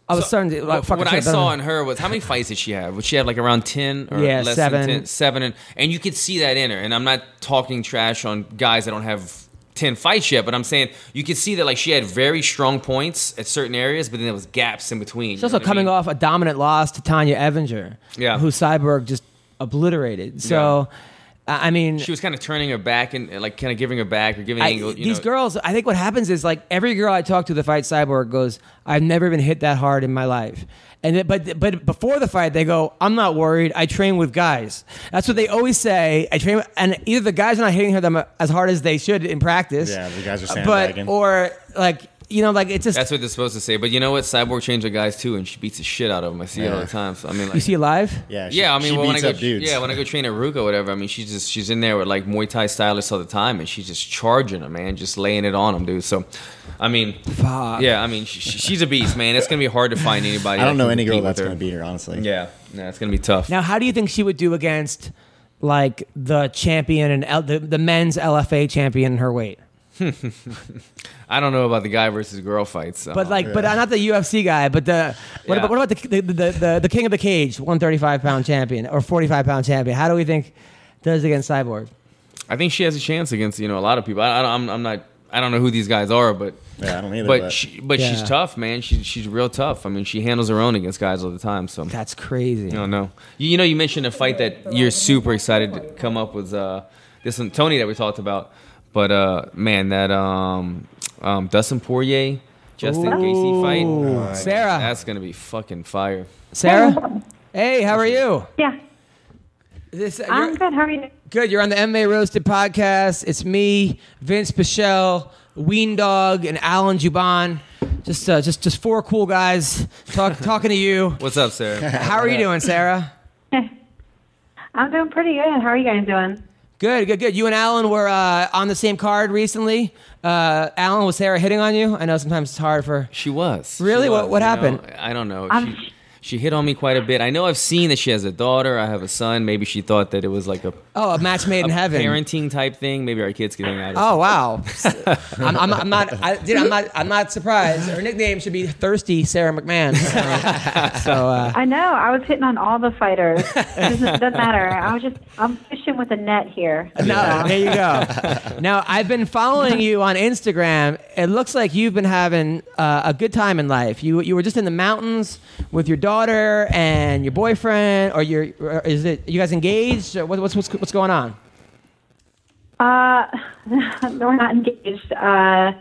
I was starting to like.
What,
fuck,
what
should
I
have done
saw
that.
in her was how many fights did she have? Would she have like around ten or
Yeah,
less
seven.
than 10? seven, and and you could see that in her. And I'm not talking trash on guys that don't have ten fights yet, but I'm saying you could see that like she had very strong points at certain areas, but then there was gaps in between.
She's also coming off a dominant loss to Tanya Evinger,
Yeah.
who Cyborg just obliterated. So, I I mean,
She was kind of turning her back and like kind of giving her back or giving
I-
angle. you
these
know.
girls, I think what happens is like every girl I talk to that fight Cyborg goes, I've never been hit that hard in my life. And it, but but before the fight, they go, I'm not worried. I train with guys. That's what they always say. I train, with, and either the guys are not hitting her them as hard as they should in practice.
Yeah, the guys are
Uh,
But
sandbagging.
or like you know, like it's just
That's what they're supposed to say. But you know what? Cyborg changed her guys too, and she beats the shit out of them. I see it all
Yeah.
the time. So I mean, like,
you see live.
Yeah, she,
yeah, I mean,
she
well, when I
beats
go,
up dudes.
yeah, when I go train at Ruka or whatever, I mean, she's just she's in there with like Muay Thai stylists all the time, and she's just charging them, man, just laying it on them, dude. So, I mean,
Fuck.
yeah, I mean, she, she- she's a beast, man. It's gonna be hard to find anybody.
I don't
that
know
can
any girl
compete with
that's
her.
going to beat her, honestly.
Yeah, yeah, it's gonna be tough.
Now, how do you think she would do against like the champion and L- the, the men's LFA champion in her weight?
I don't know about the guy versus girl fights, so.
But like, but uh, not the UFC guy. But the what
Oh, Yeah.
about what about the the, the the the king of the cage, one thirty five pound champion or forty five pound champion? How do we think does against Cyborg?
I think she has a chance against you know a lot of people. I, I don't, I'm, I'm not. I don't know who these guys are, but
Yeah, I don't either.
but
but-
she, but she's
Yeah.
tough, man. She's she's real tough. I mean, she handles her own against guys all the time. So I
That's crazy.
don't know. You, you know, you mentioned a fight that you're super excited to come up with. Uh, this one, Tony, that we talked about. But uh, man, that um, um, Dustin Poirier Justin Gaethje fight.
Sarah,
That's gonna be fucking fire.
Sarah, hey, how are you?
Yeah,
This, uh, you're-
I'm good. How are you?
Good. You're on the MMA Roasted podcast. It's me, Vince Pichel, Ween Dog, and Alan Juban. Just, uh, just, just four cool guys talk, talking to you.
What's up, Sarah?
How are you doing, Sarah?
I'm doing pretty good. How are you guys doing?
Good, good, good. You and Alan were uh, on the same card recently. Uh, Alan was Sarah hitting on you. I know sometimes it's hard for.
She was.
Really?
She
What-
was,
what
you
happened?
know, I don't know.
Um,
She, she hit on me quite a bit. I know I've seen that she has a daughter. I have a son. Maybe she thought that it was like a,
Oh, a match made in
a
heaven.
parenting type thing. Maybe our kids can hang out.
Oh wow! I'm, I'm, I'm not, I, dude. I'm not. I'm not surprised. Her nickname should be Thirsty Sarah McMahon. So, so, uh,
I know. I was hitting on all the fighters. it doesn't, doesn't matter. I was just I'm fishing with a net here.
no, there you go. Now I've been following you on Instagram. It looks like you've been having uh, a good time in life. You you were just in the mountains with your daughter and your boyfriend, or your or is it you guys engaged? Or what, what's what's what's going on?
Uh, we're not engaged. Uh,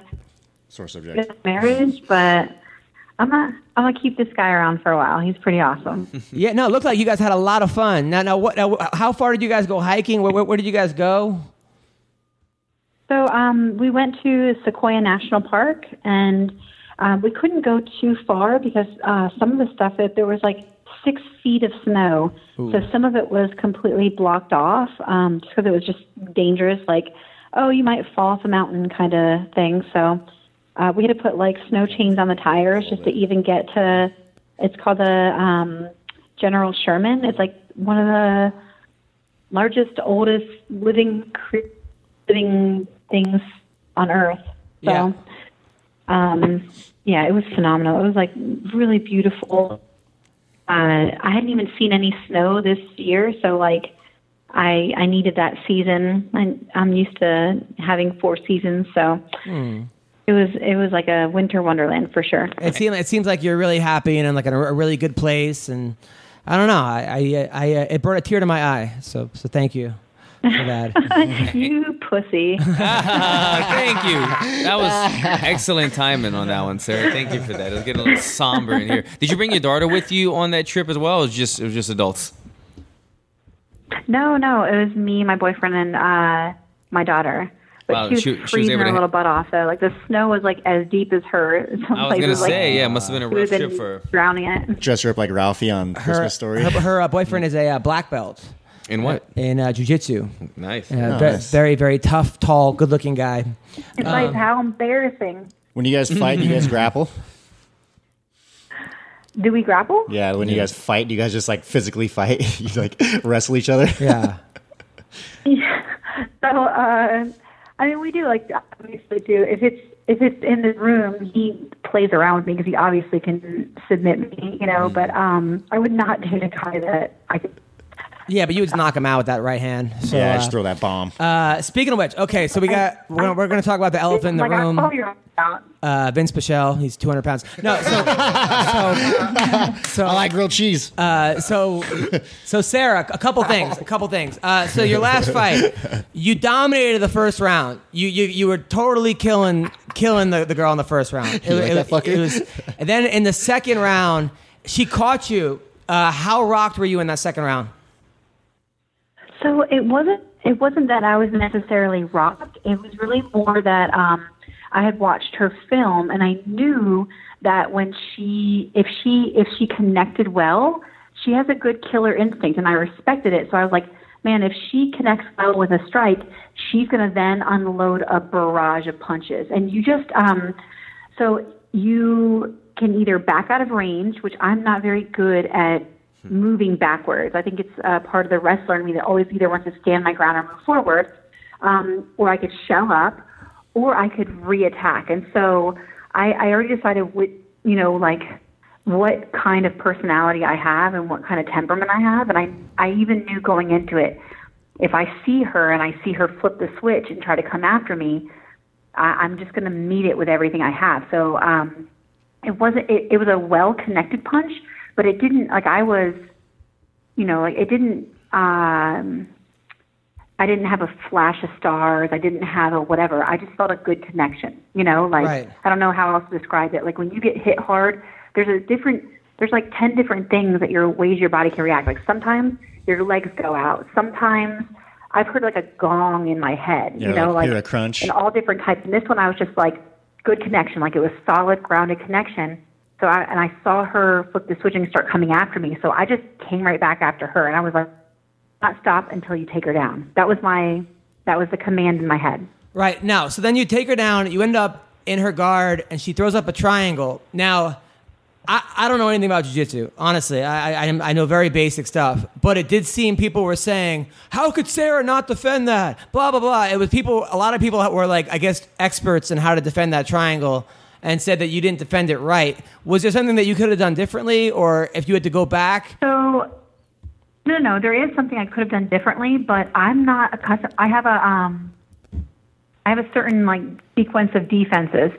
Sore subject.
it's marriage, but I'm not. I'm gonna keep this guy around for a while. He's pretty awesome.
Yeah, no, it looked like you guys had a lot of fun. Now, now, what? Now, how far did you guys go hiking? Where, where, where did you guys go?
So um, we went to Sequoia National Park, and um, we couldn't go too far because uh, some of the stuff that there was like six feet of snow, so some of it was completely blocked off um, just because it was just dangerous. Like, oh, you might fall off a mountain, kind of thing. So uh, we had to put like snow chains on the tires just to even get to. It's called the um, General Sherman. It's like one of the largest, oldest living cre- living things on Earth. So,
Yeah.
um, yeah, it was phenomenal. It was like really beautiful. Uh, I hadn't even seen any snow this year, so like I I needed that season. I, I'm used to having four seasons, so. It was it was like a winter wonderland for sure.
It seems it seems like you're really happy and in like a, a really good place, and I don't know. I I, I uh, it brought a tear to my eye. So so thank you for that.
you pussy.
Thank you. That was excellent timing on that one, Sarah. Thank you for that. It was getting a little somber in here. Did you bring your daughter with you on that trip as well? Or it was just it was just adults.
No, no, it was me, my boyfriend, and uh, my daughter. But
Wow,
she was
she- she was
freezing
able to
her
ha-
little butt off. Though, like the snow was like as deep as her. in Some
I was
places,
gonna
like,
say, yeah, it must have been a
she would've
rough trip
been
for her.
drowning it.
Dress her up like Ralphie on
Her
Christmas Story.
her, her, uh, boyfriend is a uh, black belt
In what?
in uh, jujitsu.
Nice.
Uh,
Oh,
ve-
nice.
Very very tough, tall, good looking guy.
Um,
It's like how embarrassing.
When you guys fight, do you guys grapple?
Do we grapple?
Yeah, when you guys fight, do you guys just like physically fight? you like wrestle each other?
Yeah.
So, uh, I mean, we do like obviously do. If it's if it's in the room, he plays around with me because he obviously can submit me, you
Hmm.
know. But um, I would not date a guy that I could
Yeah, but you would just knock him out with that right hand. So,
Yeah, I
uh,
just throw that bomb.
uh, speaking of which, okay, so we got we're, we're going to talk about the elephant in the
Oh
like, I
room.
call you out.
Uh, Vince Pichel, he's 200 pounds. No, so so, so
I like grilled cheese.
Uh, so, so Sarah, a couple things, a couple things. Uh, so your last fight, you dominated the first round. You you, you were totally killing killing the, the girl in the first round. It,
like
it-
that fucker?
it was, and then in the second round, she caught you. Uh, how rocked were you in that second round?
So it wasn't it wasn't that I was necessarily robbed. It was really more that um, I had watched her film and I knew that when she if she if she connected well, she has a good killer instinct and I respected it. So I was like, man, if she connects well with a strike, she's gonna then unload a barrage of punches. And you just um, so you can either back out of range, which I'm not very good at moving backwards. I think it's uh, part of the wrestler in me that always either wants to stand my ground or move forward, um, or I could shell up, or I could reattack. And so I, I already decided what you know like what kind of personality I have and what kind of temperament I have, and I I even knew going into it if I see her and I see her flip the switch and try to come after me, I, I'm just going to meet it with everything I have. So um, it wasn't. It, it was a well connected punch, but it didn't. Like I was, you know, like it didn't. Um, I didn't have a flash of stars. I didn't have a whatever. I just felt a good connection. You know, like
Right.
I don't know how else to describe it. Like when you get hit hard, there's a different. There's like ten different things that your ways your body can react. Like sometimes your legs go out. Sometimes I've heard like a gong in my head.
Yeah,
you know,
like
like,
hear a crunch.
And all different types. And this one, I was just like good connection. Like it was solid, grounded connection. So I and I saw her flip the switch and start coming after me. So I just came right back after her, and I was like not stop until you take her down. That was my that was the command in my head.
Right now, so then you take her down. You end up in her guard, and she throws up a triangle. Now, I, I don't know anything about jujitsu. Honestly, I, I I'm- I know very basic stuff, but it did seem people were saying, "How could Sarah not defend that?" Blah blah blah. It was people. A lot of people were like, I guess, experts in how to defend that triangle, and said that you didn't defend it right. Was there something that you could have done differently, or if you had to go back?
So no, no, there is something I could have done differently, but I'm not accustomed. I have a um, I have a certain like sequence of defenses,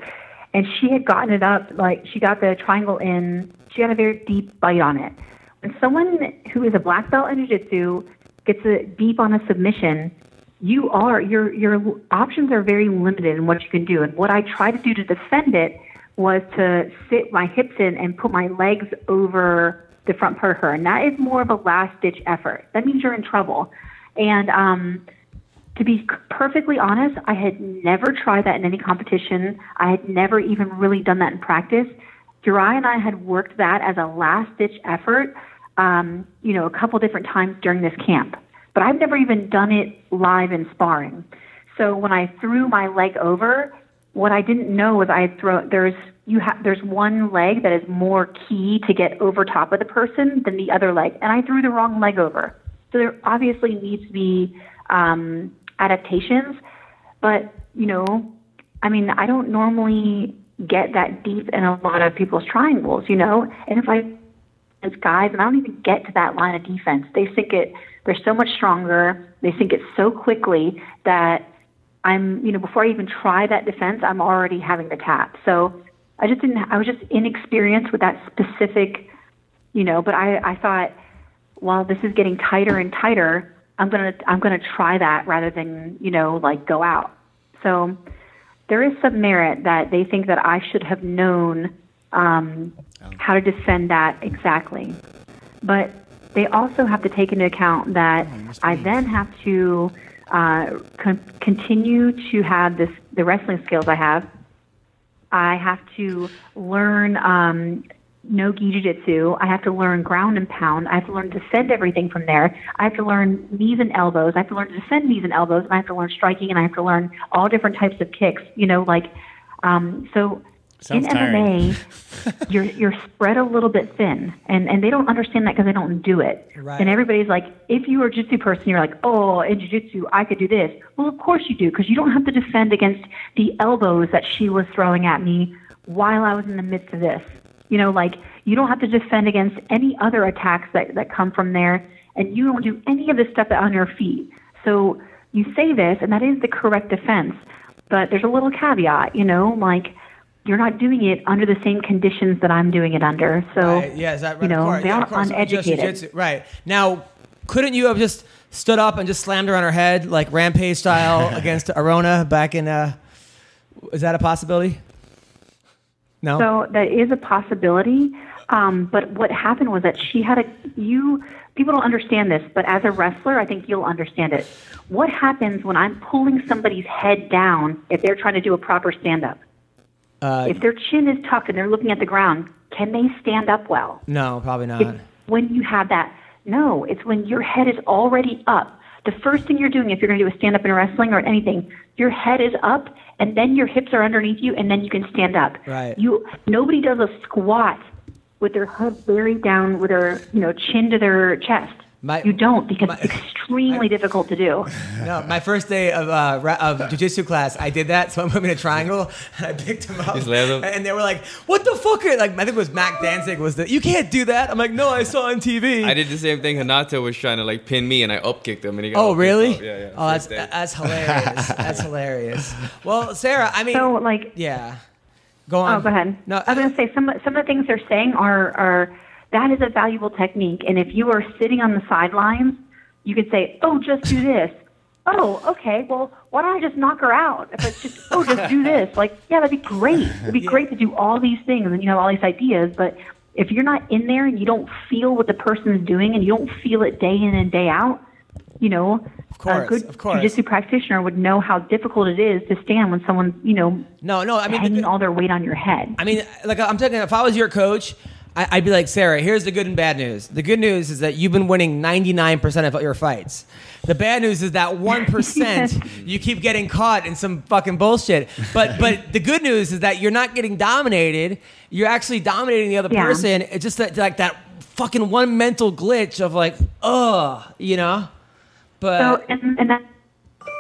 and she had gotten it up. Like she got the triangle in. She had a very deep bite on it. When someone who is a black belt in jiu-jitsu gets a deep on a submission, you are your your options are very limited in what you can do. And what I tried to do to defend it was to sit my hips in and put my legs over the front part of her, and that is more of a last ditch effort. That means you're in trouble. And um, to be c- perfectly honest, I had never tried that in any competition. I had never even really done that in practice. Durai and I had worked that as a last ditch effort, um, you know, a couple different times during this camp. But I've never even done it live in sparring. So when I threw my leg over, what I didn't know was I had thrown there's you ha- there's one leg that is more key to get over top of the person than the other leg, and I threw the wrong leg over. So there obviously needs to be um, adaptations, but you know, I mean, I don't normally get that deep in a lot of people's triangles, you know, and if I as guys, and I don't even get to that line of defense. They think it. They're so much stronger. They think it so quickly that I'm, you know, before I even try that defense, I'm already having the tap. So I just didn't. I was just inexperienced with that specific, you know. But I, I thought, well, this is getting tighter and tighter. I'm gonna, I'm gonna try that rather than, you know, like go out. So there is some merit that they think that I should have known um, how to defend that exactly. But they also have to take into account that
Oh,
I then have to uh, con- continue to have this the wrestling skills I have. I have to learn um, no gi jujitsu. I have to learn ground and pound. I have to learn to defend everything from there. I have to learn knees and elbows. I have to learn to defend knees and elbows. And I have to learn striking, and I have to learn all different types of kicks. You know, like um, so.
Sounds
in
tiring.
MMA, you're you're spread a little bit thin, and and they don't understand that because they don't do it.
Right.
And everybody's like, if you were a jiu-jitsu person, you're like, oh, in jiu-jitsu, I could do this. Well, of course you do, because you don't have to defend against the elbows that she was throwing at me while I was in the midst of this. You know, like you don't have to defend against any other attacks that, that come from there, and you don't do any of this stuff on your feet. So you say this, and that is the correct defense, but there's a little caveat, you know, like you're not doing it under the same conditions that I'm doing it under. So
Right, yes, I, right,
you
of
know,
course,
they
yeah,
are
of course, just
uneducated.
jujitsu. Right now, couldn't you have just stood up and just slammed her on her head like rampage style against Arona back in? Uh, is that a possibility? No.
So that is a possibility. Um, but what happened was that she had a you people don't understand this, but as a wrestler, I think you'll understand it. What happens when I'm pulling somebody's head down if they're trying to do a proper stand up?
Uh,
if their chin is tucked and they're looking at the ground, can they stand up well?
no, probably not.
when you have that. No, it's when your head is already up. The first thing you're doing if you're going to do a stand up in wrestling or anything, your head is up and then your hips are underneath you and then you can stand up.
Right.
You nobody does a squat with their head buried down with their, you know, chin to their chest.
My-
you don't because
my-
it's extremely difficult to do.
No, my first day of uh, ra- of jujitsu class, I did that. Someone put me in a triangle, and I picked him up,
Just land him?
and they were like, "What the fuck?" Are, like I think it was Mac Danzig was the, "You can't do that." I'm like, "No, I saw on TV."
I did the same thing. Hinata was trying to like pin me, and I up kicked him, and he got. all
Oh
pissed
really?
off. Yeah, yeah.
Oh, that's
First day.
that's hilarious. that's hilarious. Well, Sarah, I mean,
So like
yeah. Go on.
Oh, go ahead.
No,
I was going to say some some of the things they're saying are are that is a valuable technique, and if you are sitting on the sidelines, you could say, "Oh, just do this." oh, okay, well, why don't I just knock her out? If it's just, oh, just do this. Like, yeah, that'd be great. It'd be great to do all these things and you have all these ideas. But if you're not in there and you don't feel what the person is doing and you don't feel it day in and day out, you know, of
course,
a good
of course.
jiu-jitsu practitioner would know how difficult it is to stand when someone, you know,
No, no. I mean, the
hanging
good-
all their weight on your head.
I mean, like I'm talking. If I was your coach, I, I'd be like, Sarah, here's the good and bad news. The good news is that you've been winning 99% of your fights. The bad news is that 1% you keep getting caught in some fucking bullshit. But but the good news is that you're not getting dominated. You're actually dominating the other
Yeah.
person. It's just that like that fucking one mental glitch of like, ugh, you know. But
So, and, and that,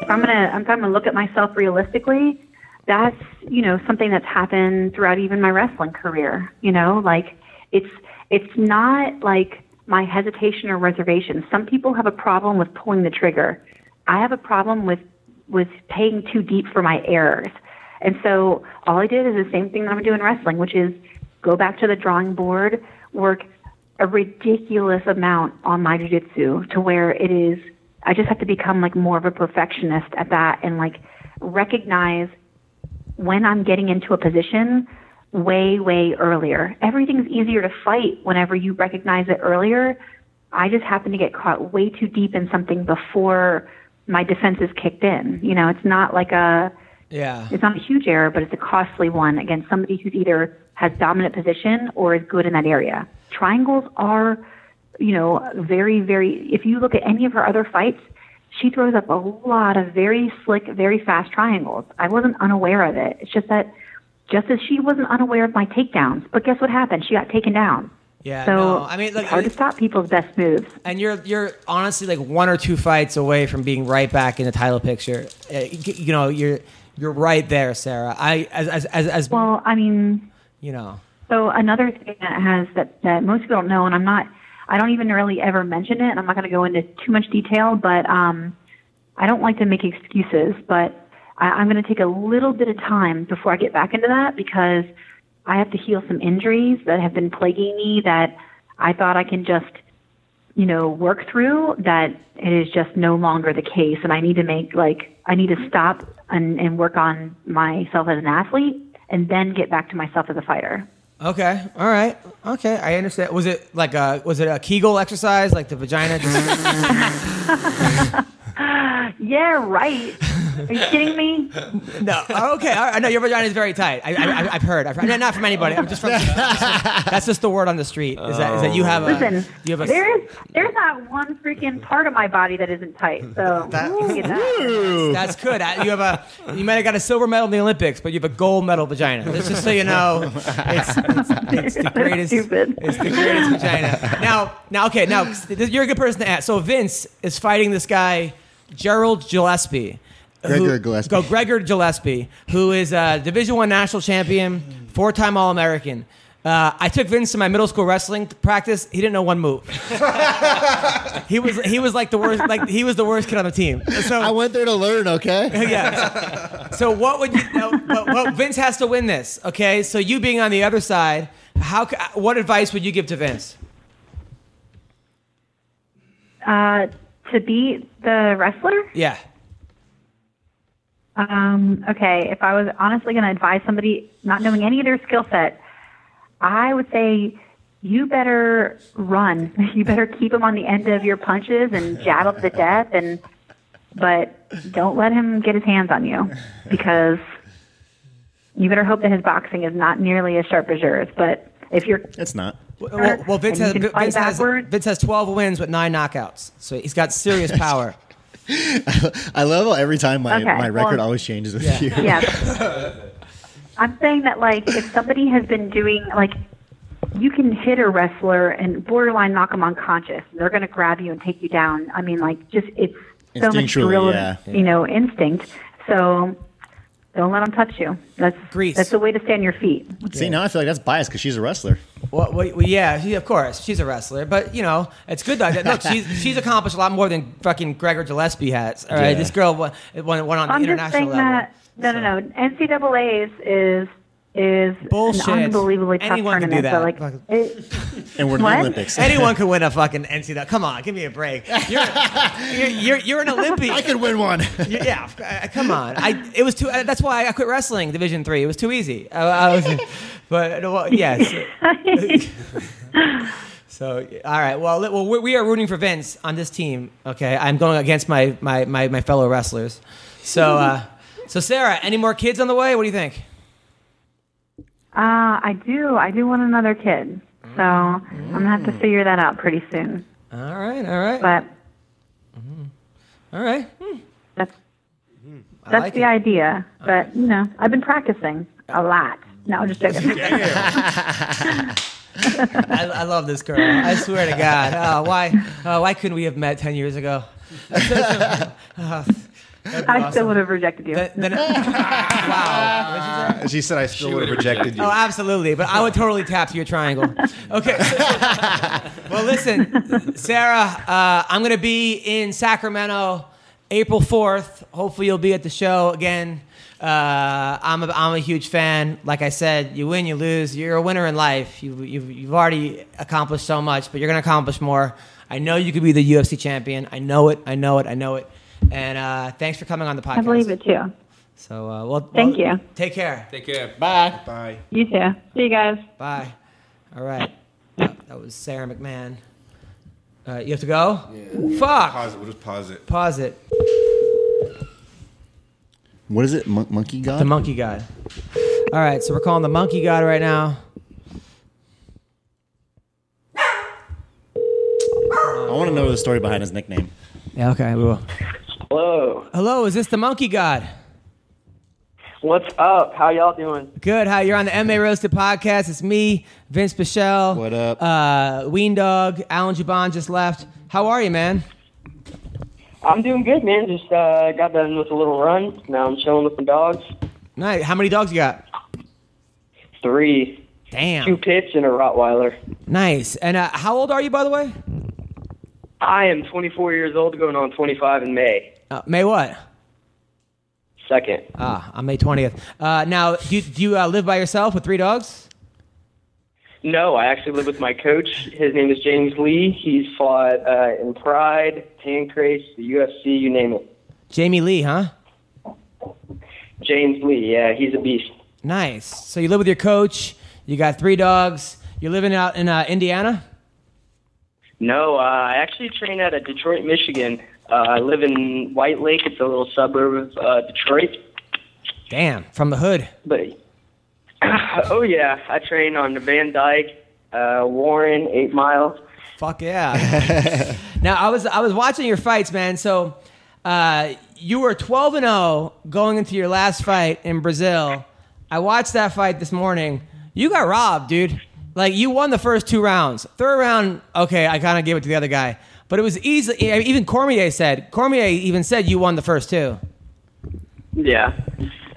if I'm gonna, if I'm gonna look at myself realistically, that's you know something that's happened throughout even my wrestling career. You know, like it's it's not like my hesitation or reservation. Some people have a problem with pulling the trigger. I have a problem with with paying too deep for my errors. And so all I did is the same thing that I'm doing in wrestling, which is go back to the drawing board, work a ridiculous amount on my jiu-jitsu to where it is I just have to become like more of a perfectionist at that and like recognize when I'm getting into a position way, way earlier. Everything's easier to fight whenever you recognize it earlier. I just happen to get caught way too deep in something before my defenses kicked in. You know, it's not like a
yeah.
it's not a huge error, but it's a costly one against somebody who's either has dominant position or is good in that area. Triangles are, you know, very, very. If you look at any of her other fights, she throws up a lot of very slick, very fast triangles. I wasn't unaware of it. It's just that, just as she wasn't unaware of my takedowns, but guess what happened? She got taken down.
Yeah,
So
no, I mean, look,
it's hard to stop people's best moves.
and you're you're honestly like one or two fights away from being right back in the title picture. Uh, You you know, you're you're right there, Sarah. I as as as, as
Well, I mean,
you know.
So another thing that has that, that most people don't know, and I'm not, I don't even really ever mention it, and I'm not going to go into too much detail, but um, I don't like to make excuses, but I, I'm going to take a little bit of time before I get back into that because I have to heal some injuries that have been plaguing me that I thought I can just, you know, work through. That it is just no longer the case, and I need to make like I need to stop and, and work on myself as an athlete, and then get back to myself as a fighter.
Okay, all right, okay, I understand. Was it like a was it a Kegel exercise, like the vagina?
Yeah, right. Are you kidding me?
no, Oh, okay, all right. no, your vagina is very tight. I, I, I- I've heard, I've heard. No, not from anybody. I'm just from. that's just the word on the street. Is that is that you have a
Listen,
you have a
there's there's not one freaking part of my body that isn't tight. So look at that.
That's good. I- You have a you might have got a silver medal in the Olympics, but you have a gold medal vagina. That's just so you know, it's, it's, it's the greatest.
Stupid.
It's the greatest vagina. Now, now, okay, now 'cause th- you're a good person to ask. So Vince is fighting this guy, Gerald Gillespie. who-
Gregor Gillespie.
Go Gregor Gillespie, who is a Division One national champion, four-time All-American. Uh, I took Vince to my middle school wrestling practice. He didn't know one move. he was he was like the worst like he was the worst kid on the team. So
I went there to learn, okay?
yeah. So what would you? No, but, well, Vince has to win this. Okay. So you being on the other side, how? ca- What advice would you give to Vince?
Uh, to be the wrestler?
Yeah.
Um, okay, if I was honestly going to advise somebody not knowing any of their skill set, I would say you better run. You better keep him on the end of your punches and jab up the death, and but don't let him get his hands on you because you better hope that his boxing is not nearly as sharp as yours. But if you're
It's not.
Well, well Vince, has,
And you can fight
Vince, has,
backward.
Vince has twelve wins with nine knockouts, so he's got serious power.
I love how every time my,
Okay,
my record
well-
always changes with
Yeah.
you.
Yes. I'm saying that like if somebody has been doing like you can hit a wrestler and borderline knock them unconscious. They're going to grab you and take you down. I mean, like just it's so much
Instinctually,
drill, of,
yeah.
you know, instinct. So don't let them touch you. That's
Grease.
That's the way to stand your feet.
See, now I feel like that's biased because she's a wrestler.
Well, well, well, yeah, she, of course, she's a wrestler, but you know, it's good that look, she's she's accomplished a lot more than fucking Gregor Gillespie has. All right,
Yeah.
this girl won, won, won on the
I'm just
international
saying
level.
that no, no, no. NCAA's is
is
Bullshit.
an unbelievably tough
Anyone can do
tournament. So
that.
like, it,
and we're in the
What?
Olympics.
Anyone could win a fucking NCAA. Come on, give me a break. You're you're, you're, you're an Olympian.
I could win one.
You- yeah, f- uh, come on. I it was too. Uh, that's why I quit wrestling, Division Three. It was too easy. I, I was, but uh, well, yes. so all right. Well, li- well, we- we are rooting for Vince on this team. Okay, I'm going against my my my, my fellow wrestlers. So uh, so Sarah, any more kids on the way? What do you think?
uh, I do, I do want another kid. So I'm gonna have to
Mm.
figure that out pretty soon.
All right. All right.
But
All right. Hmm,
that's
Mm, I
that's
like
the
it.
idea. But you know, I've been practicing a lot. No, I'm just joking.
I, I love this girl. I swear to God. Oh, why? Oh, why couldn't we have met ten years ago?
I still would have rejected you.
Then, then- wow. What'd you say?
Uh, she said, "I still would
would've
have rejected you."
Oh, absolutely. But I would totally tap to your triangle. Okay. well, listen, Sarah, uh, I'm going to be in Sacramento April 4th. Hopefully, you'll be at the show again. Uh, I'm, a, I'm a huge fan. Like I said, you win, you lose. You're a winner in life. You, you've, you've already accomplished so much, but you're going to accomplish more. I know you could be the UFC champion. I know it. I know it. I know it. And uh, thanks for coming on the podcast.
I believe it too.
So, uh, well,
Thank
well,
you.
Take care.
Take care.
Bye.
You too. See you guys.
Bye. All right. That that was Sarah McMahon. Uh, you have to go? Yeah. Fuck.
Pause it. We'll just pause it.
Pause it.
What is it, Mon- Monkey God?
The monkey god. All right, so we're calling the monkey god right now.
I want to know the story behind his nickname.
Yeah, okay, we will.
Hello.
Hello, is this the monkey god?
What's up? How y'all doing?
Good. Hi, you're on the MA Roasted podcast. It's me, Vince Pichelle.
What up?
Uh, Ween Dog, Alan Juban just left. How are you, man?
I'm doing good, man. Just uh, got done with a little run. Now I'm chilling with the dogs.
Nice. How many dogs you got?
Three, two
Damn.
pits, and a Rottweiler.
Nice. And uh, how old are you, by the way?
I am 24 years old, going on 25 in May.
Uh, May what?
Second.
Ah, on May 20th. Uh, now, do you, do you uh, live by yourself with three dogs?
No, I actually live with my coach. His name is James Lee. He's fought uh, in Pride, Pancrase, the UFC, you name it.
Jamie Lee, huh?
James Lee, yeah, he's a beast.
Nice. So you live with your coach. You got three dogs. You're living out in uh, Indiana.
No, uh, I actually train out of Detroit, Michigan. Uh, I live in White Lake. It's a little suburb of uh, Detroit.
Damn, from the hood.
But oh yeah, I train on the Van Dyke, uh, Warren, Eight Mile.
Fuck yeah. now I was I was watching your fights, man. So uh, you were 12 and 0 going into your last fight in Brazil. I watched that fight this morning. You got robbed, dude. Like you won the first two rounds. Third round, okay, I kind of gave it to the other guy, but it was easy. Even Cormier said Cormier even said you won the first two.
Yeah,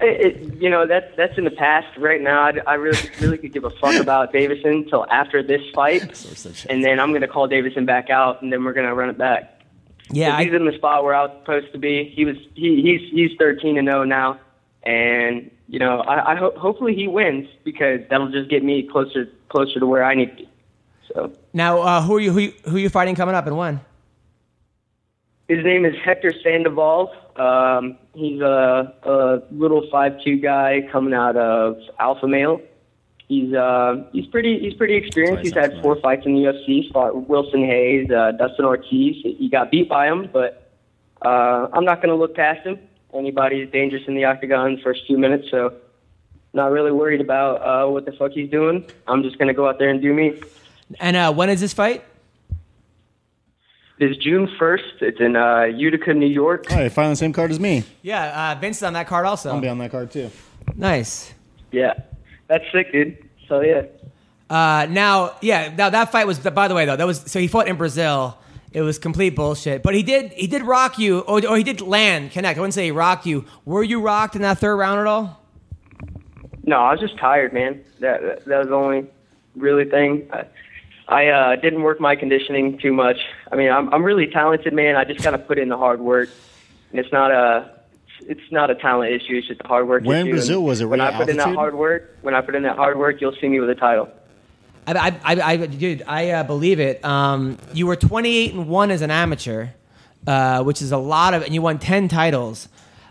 it, it, you know that that's in the past. Right now, I'd, I really really could give a fuck about Davison until after this fight, and then I'm gonna call Davison back out, and then we're gonna run it back.
Yeah,
he's
I,
in the spot where I was supposed to be. He was he he's he's 13 and 0 now, and you know I, I hope hopefully he wins because that'll just get me closer closer to where I need to. be. So.
Now, uh, who are you who, you who you fighting coming up and when?
His name is Hector Sandoval. Um, he's a, a little five-two guy coming out of Alpha Male. He's uh, he's pretty he's pretty experienced. He's had four fights in the UFC. Fought Wilson Hayes, uh, Dustin Ortiz. He got beat by him, but uh, I'm not going to look past him. Anybody's dangerous in the octagon first two minutes, so not really worried about uh, what the fuck he's doing. I'm just going to go out there and do me.
And uh, when is this fight?
It's June 1st. It's in uh, Utica, New York.
All right, finally the same card as me.
Yeah, uh, Vince's on that card
I'll be
also.
on that card too.
Nice.
Yeah, that's sick, dude. So yeah.
Uh, now, yeah, now that fight was. By the way, though, that was so he fought in Brazil. It was complete bullshit. But he did he did rock you, or, or he did land connect. I wouldn't say he rocked you. Were you rocked in that third round at all?
No, I was just tired, man. That that, that was the only really thing. I, I uh, didn't work my conditioning too much. I mean, I'm I'm really talented, man. I just gotta put in the hard work. And it's not a it's not a talent issue. It's just a hard work
Where in
issue.
Brazil
And
was it?
When I
Rio
put in that
Altitude?
hard work, when I put in that hard work, you'll see me with a title.
I, I, I, I dude, I uh, believe it. Um, you were 28 and one as an amateur, uh, which is a lot of, and you won 10 titles.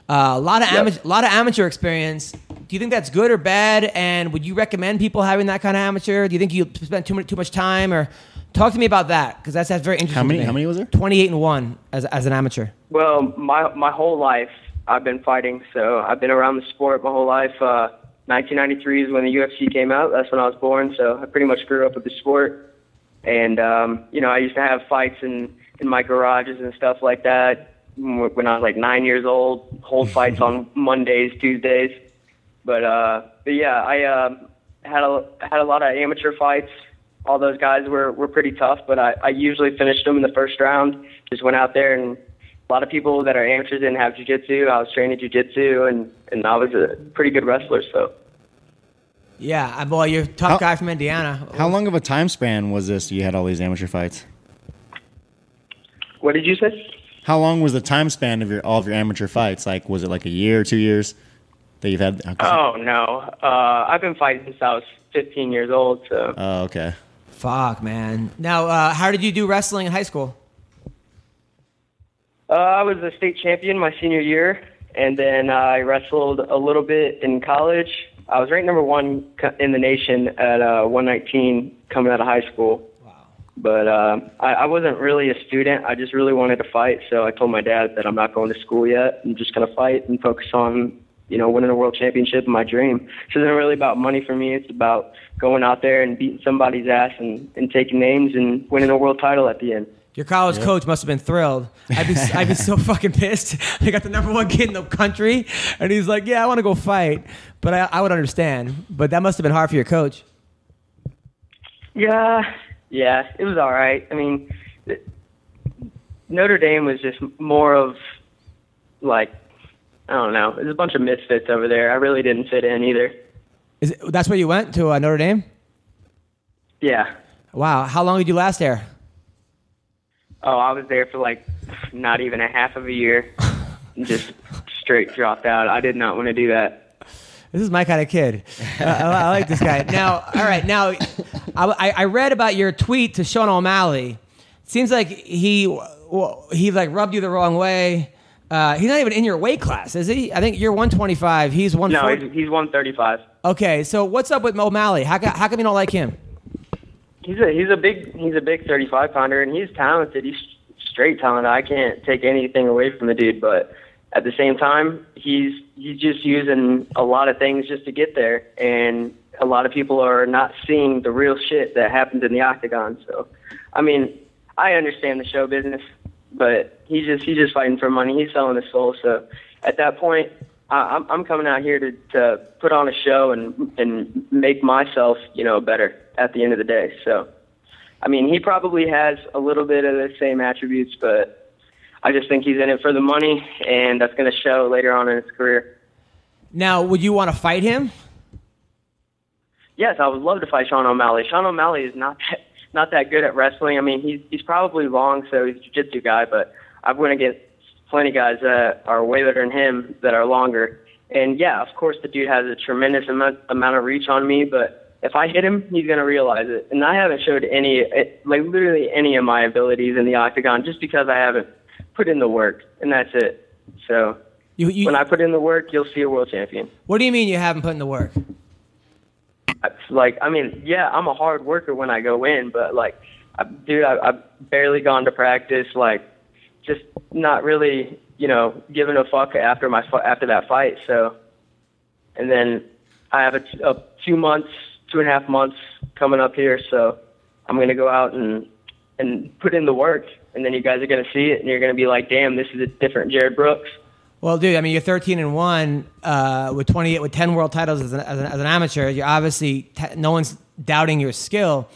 Uh, a lot of amateur, lot of amateur experience. Do you think that's good or bad? And would you recommend people having that kind of amateur? Do you think you spent too much too much time? Or talk to me about that because that's that's very interesting.
How many-
to me.
how many was there?
28 and one as as an amateur.
Well, my my whole life I've been fighting, so I've been around the sport my whole life. Uh, 1993 is when the UFC came out. That's when I was born, so I pretty much grew up with the sport. And um, you know, I used to have fights in in my garages and stuff like that wh- when I was like nine years old. Hold fights on Mondays, Tuesdays. But uh, but yeah, I um had a had a lot of amateur fights. All those guys were were pretty tough, but I I usually finished them in the first round. Just went out there and a lot of people that are amateurs didn't have jujitsu. I was trained in jujitsu, and and I was a pretty good wrestler. So
Yeah, I- well, you're a tough
How-
guy from Indiana.
How long of a time span was this? You had all these amateur fights.
what did you say?
How long was the time span of your all of your amateur fights? Like, was it like a year, two years that you've had?
Oh no, uh, I've been fighting since I was 15 years old. So
Oh, okay.
Fuck, man. Now, uh, how did you do wrestling in high school?
uh, I was a state champion my senior year, and then I wrestled a little bit in college. I was ranked number one co- in the nation at uh, 119 coming out of high school. But uh, I, I wasn't really a student. I just really wanted to fight. So I told my dad that I'm not going to school yet. I'm just going to fight and focus on, you know, winning a world championship and my dream. So it isn't really about money for me. It's about going out there and beating somebody's ass and, and taking names and winning a world title at the end.
Your college coach must have been thrilled. I'd be, I'd be so fucking pissed. I got the number one kid in the country, and he's like, "Yeah, I want to go fight," but I, I would understand. But that must have been hard for your coach.
Yeah, yeah, it was all right. I mean, it- Notre Dame was just more of like I don't know. There's a bunch of misfits over there. I really didn't fit in either.
Is it, that's where you went to uh, Notre Dame?
Yeah.
Wow, how long did you last there?
Oh, I was there for like not even a half of a year. just straight dropped out. I did not want to do that.
This is my kind of kid. Uh, I, I like this guy. Now, all right, now I, I- I read about your tweet to Sean O'Malley. Seems like he well, he like rubbed you the wrong way. Uh, he's not even in your weight class, is he? I think you're 125. He's
No,
140.
he's, he's 135.
Okay, so what's up with O'Malley? How, ca- how come you don't like him?
He's a he's a big he's a big 35 pounder, and he's talented. He's straight talented. I can't take anything away from the dude, but at the same time, he's he's just using a lot of things just to get there, and a lot of people are not seeing the real shit that happens in the octagon. So, I mean, I understand the show business, but he's just he's just fighting for money. He's selling his soul. So, at that point, I, I'm I'm coming out here to to put on a show and and make myself you know better at the end of the day. So, I mean, he probably has a little bit of the same attributes, but I just think he's in it for the money, and that's going to show later on in his career.
Now, would you want to fight him?
Yes, I would love to fight Sean O'Malley. Sean O'Malley is not that, not that good at wrestling. I mean, he's he's probably long, so he's a jiu-jitsu guy, but I've went against plenty of guys that are way better than him that are longer. And yeah, of course, the dude has a tremendous amount, amount of reach on me, but if I hit him, he's gonna realize it. And I haven't showed any, like literally any of my abilities in the octagon, just because I haven't put in the work, and that's it. So
You, you,
when I put in the work, you'll see a world champion.
what do you mean you haven't put in the work?
It's like I mean, yeah, I'm a hard worker when I go in, but like, I, dude, I, I've barely gone to practice. Like, just not really, you know, giving a fuck after my fi- after that fight. So, and then I have a, t- a two months, two and a half months coming up here. So, I'm gonna go out and and put in the work, and then you guys are gonna see it, and you're gonna be like, damn, this is a different Jared Brooks.
Well, dude, I mean, you're 13 and one uh, with 28 with 10 world titles as an, as an, as an amateur. You're obviously te- no one's doubting your skill,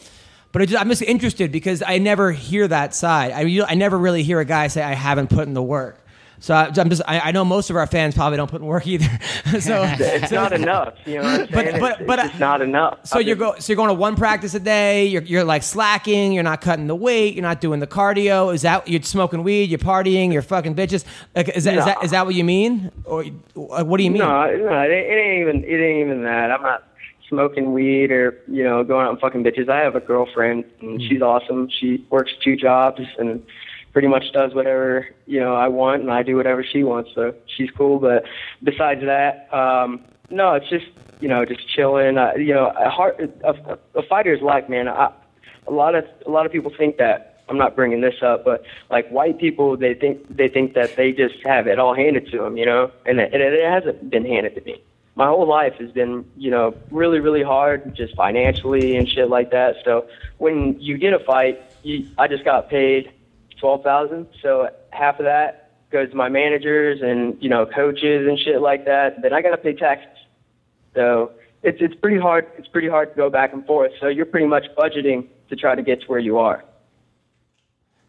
but it just, I'm just interested because I never hear that side. I re- I never really hear a guy say I haven't put in the work. So I, I'm just I, I know most of our fans probably don't put in work either. so
It's not enough. You know what I'm
But-
saying?
but-
it's,
but,
it's just not enough.
So
I
you're
mean,
go so you're going to one practice a day. You're you're like slacking. You're not cutting the weight. You're not doing the cardio. Is that you're smoking weed? You're partying. You're fucking bitches. Like, is that is that is that what you mean? Or uh, what do you mean?
No, no, it, ain't- it ain't even it ain't even that. I'm not smoking weed or you know going out and fucking bitches. I have a girlfriend and she's awesome. She works two jobs and pretty much does whatever you know I want and I do whatever she wants. So she's cool. But besides that, um, no, it's just you know just chilling. Uh, you know, a, heart, a, a fighter's life, man. I, a lot of a lot of people think that. I'm not bringing this up, but like white people, they think they think that they just have it all handed to them, you know, and it, and it hasn't been handed to me. My whole life has been, you know, really, really hard, just financially and shit like that. So when you get a fight, you, I just got paid twelve thousand, so half of that goes to my managers and you know coaches and shit like that. Then I got to pay taxes. So it's it's pretty hard. It's pretty hard to go back and forth. So you're pretty much budgeting to try to get to where you are.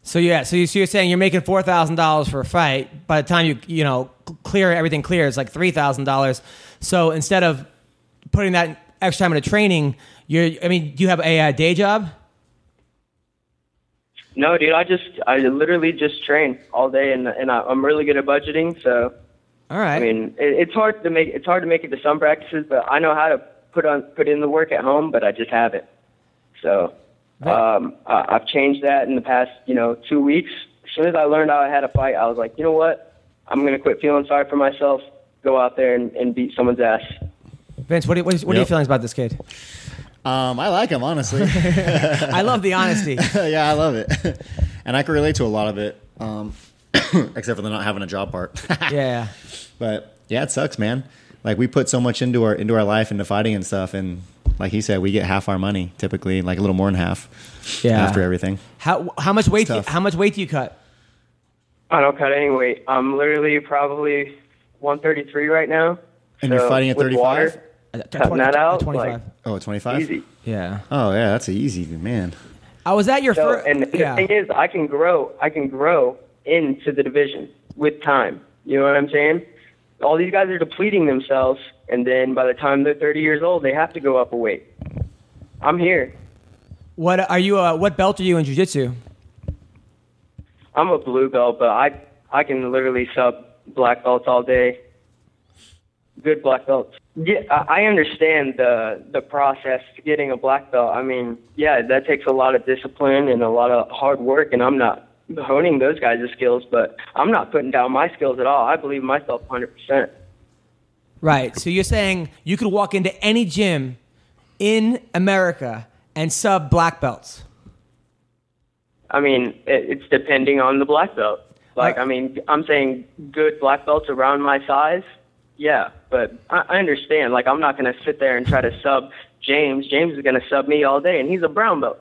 So yeah. So, you, so you're saying you're making four thousand dollars for a fight. By the time you you know cl- clear everything clear, it's like three thousand dollars. So instead of putting that extra time into training, you're I mean, do you have a, uh day job?
No, dude, I just I literally just train all day, and and I, I'm really good at budgeting. So
All right.
I mean, it, it's hard to make it's hard to make it to some practices, but I know how to put on put in the work at home, but I just haven't. So um, I, I've changed that in the past, you know, two weeks. As soon as I learned how I had a fight, I was like, you know what, I'm gonna quit feeling sorry for myself, go out there and, and beat someone's ass.
Vince, what do you- what, do you- what are your
Yep.
feelings about this kid?
Um, I like him honestly.
I love the honesty.
yeah, I love it, and I can relate to a lot of it, um, except for the not having a job part.
Yeah.
but yeah, it sucks, man. Like we put so much into our into our life, into fighting and stuff, and like he said, we get half our money typically, like a little more than half
Yeah.
after everything.
How how much weight?
tough.
How much weight do you cut?
I don't cut any weight. I'm literally probably 133 right now.
And you're
So,
fighting at
with
35?
water, Cutting that out,
Uh, Twenty-five.
like-
Oh, 25?
Easy.
yeah.
Oh, yeah, that's a easy, man.
I Oh, was at your
So,
first.
and the
yeah.
thing is, I can grow. I can grow into the division with time. You know what I'm saying? All these guys are depleting themselves, and then by the time they're 30 years old, they have to go up a weight. I'm here.
What are you? Uh, what belt are you in jujitsu?
I'm a blue belt, but I I can literally sub black belts all day. Good black belts. Yeah, I I understand the the process to getting a black belt. I mean, yeah, that takes a lot of discipline and a lot of hard work, and I'm not honing those guys' skills, but I'm not putting down my skills at all. I believe in myself 100%.
Right. So you're saying you could walk into any gym in America and sub black belts.
I mean, it, it's depending on the black belt. Like,
Like-
I mean, I'm saying good black belts around my size. Yeah, but I, I understand. Like, I'm not going to sit there and try to sub James. James is going to sub me all day, and he's a brown belt.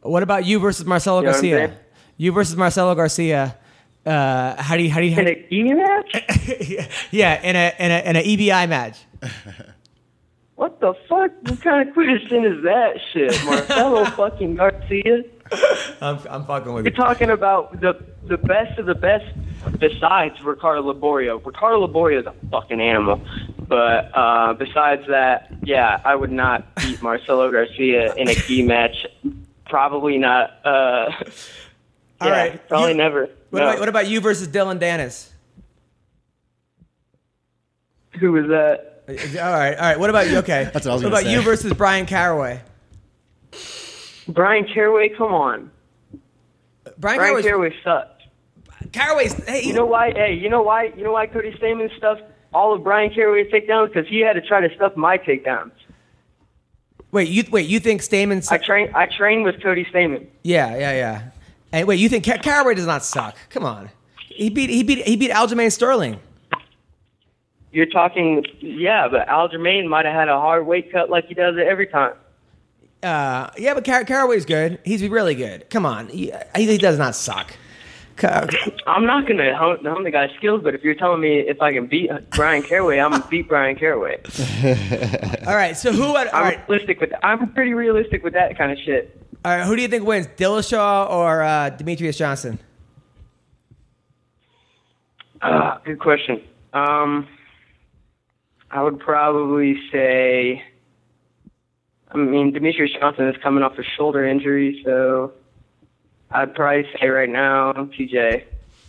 What about you versus Marcelo
You know what I'm
Garcia?
saying?
You versus Marcelo Garcia. Uh, how do you? How do you? How
In
do
a E match?
you yeah, in a in a in a EBI match.
What the fuck? What kind of question is that shit, Marcelo fucking Garcia?
I'm, I'm fucking with
You're talking about the the best of the best besides Ricardo Laborio. Ricardo Laborio is a fucking animal. But uh, besides that, yeah, I would not beat Marcelo Garcia in a key match. Probably not. Uh,
All
yeah,
right.
Probably
You-
never.
What,
No.
about, what about you versus Dylan Dennis?
Who was that?
All right, all right. What about you? Okay,
That's what I was gonna
about
say.
you versus Brian Caraway?
Brian Caraway, come on.
Brian,
Brian
Caraway's,
Caraway sucked.
Caraway's hey,
You know why? Hey, you know why? You know why Cody Stamen stuffed all of Brian Caraway's takedowns? Because he had to try to stuff my takedowns.
wait, you wait, you think Stamen?
I
Suck?
train. I train with Cody Stamen.
yeah, yeah, yeah. Hey, wait, you think Ca- Caraway does not suck? Come on, he beat he beat he beat Aljamain Sterling.
You're talking, yeah, but Aljamain might have had a hard weight cut like he does it every time.
Uh, yeah, but Car- Caraway's good. He's really good. Come on, he, he, he does not suck. Ca-
I'm not gonna hone, hone the guy's skills, but if you're telling me if I can beat Brian Caraway, I'm gonna beat Brian Caraway.
all right, so who? All
I'm
right,
realistic with. I'm pretty realistic with that kind of shit.
all right, who do you think wins, Dillashaw or uh, Demetrius Johnson?
Uh, good question. Um, I would probably say, I mean, Demetrius Johnson is coming off a shoulder injury, so I'd probably say right now TJ.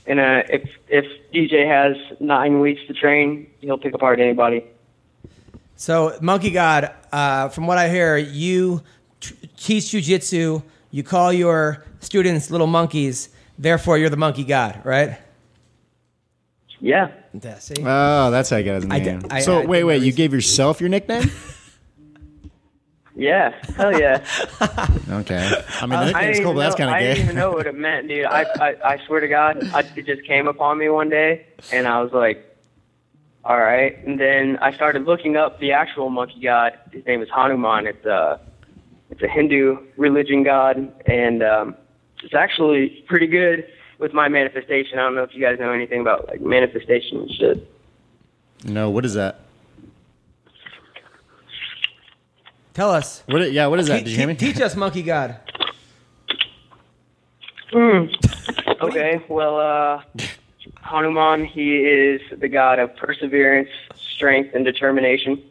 And uh, if if DJ has nine weeks to train, he'll pick apart anybody.
So, Monkey God, uh, from what I hear, you tr- teach jujitsu. You call your students little monkeys. Therefore, you're the Monkey God, right?
Yeah.
Yeah, see?
Oh, that's how I got his
I d-
name.
I-
so
I
wait,
did
wait, you gave yourself your nickname?
Yeah, hell yeah.
okay. I mean,
Uh, I
nickname's
didn't,
cool,
even
but that's
know,
kind of
I didn't even
gay.
know what it meant, dude. I, I, I swear to God, I, it just came upon me one day, and I was like, all right. And then I started looking up the actual monkey god. His name is Hanuman. It's a, it's a Hindu religion god, and um, it's actually pretty good with my manifestation. I don't know if you guys know anything about like manifestation and shit.
no, what is that?
Tell us.
What? i- Yeah, what is that?
Te-
Did you hear me?
te- Teach us, Monkey God.
Okay, well, uh, Hanuman, he is the god of perseverance, strength, and determination.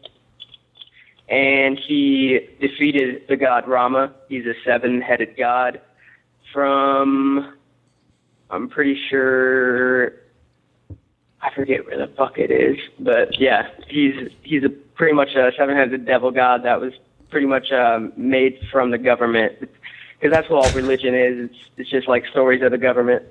And he defeated the god Rama. He's a seven headed god from, I'm pretty sure, I forget where the fuck it is, but yeah, he's he's a pretty much a seven-headed devil god that was pretty much um, made from the government, because that's what all religion is. It's, it's just like stories of the government.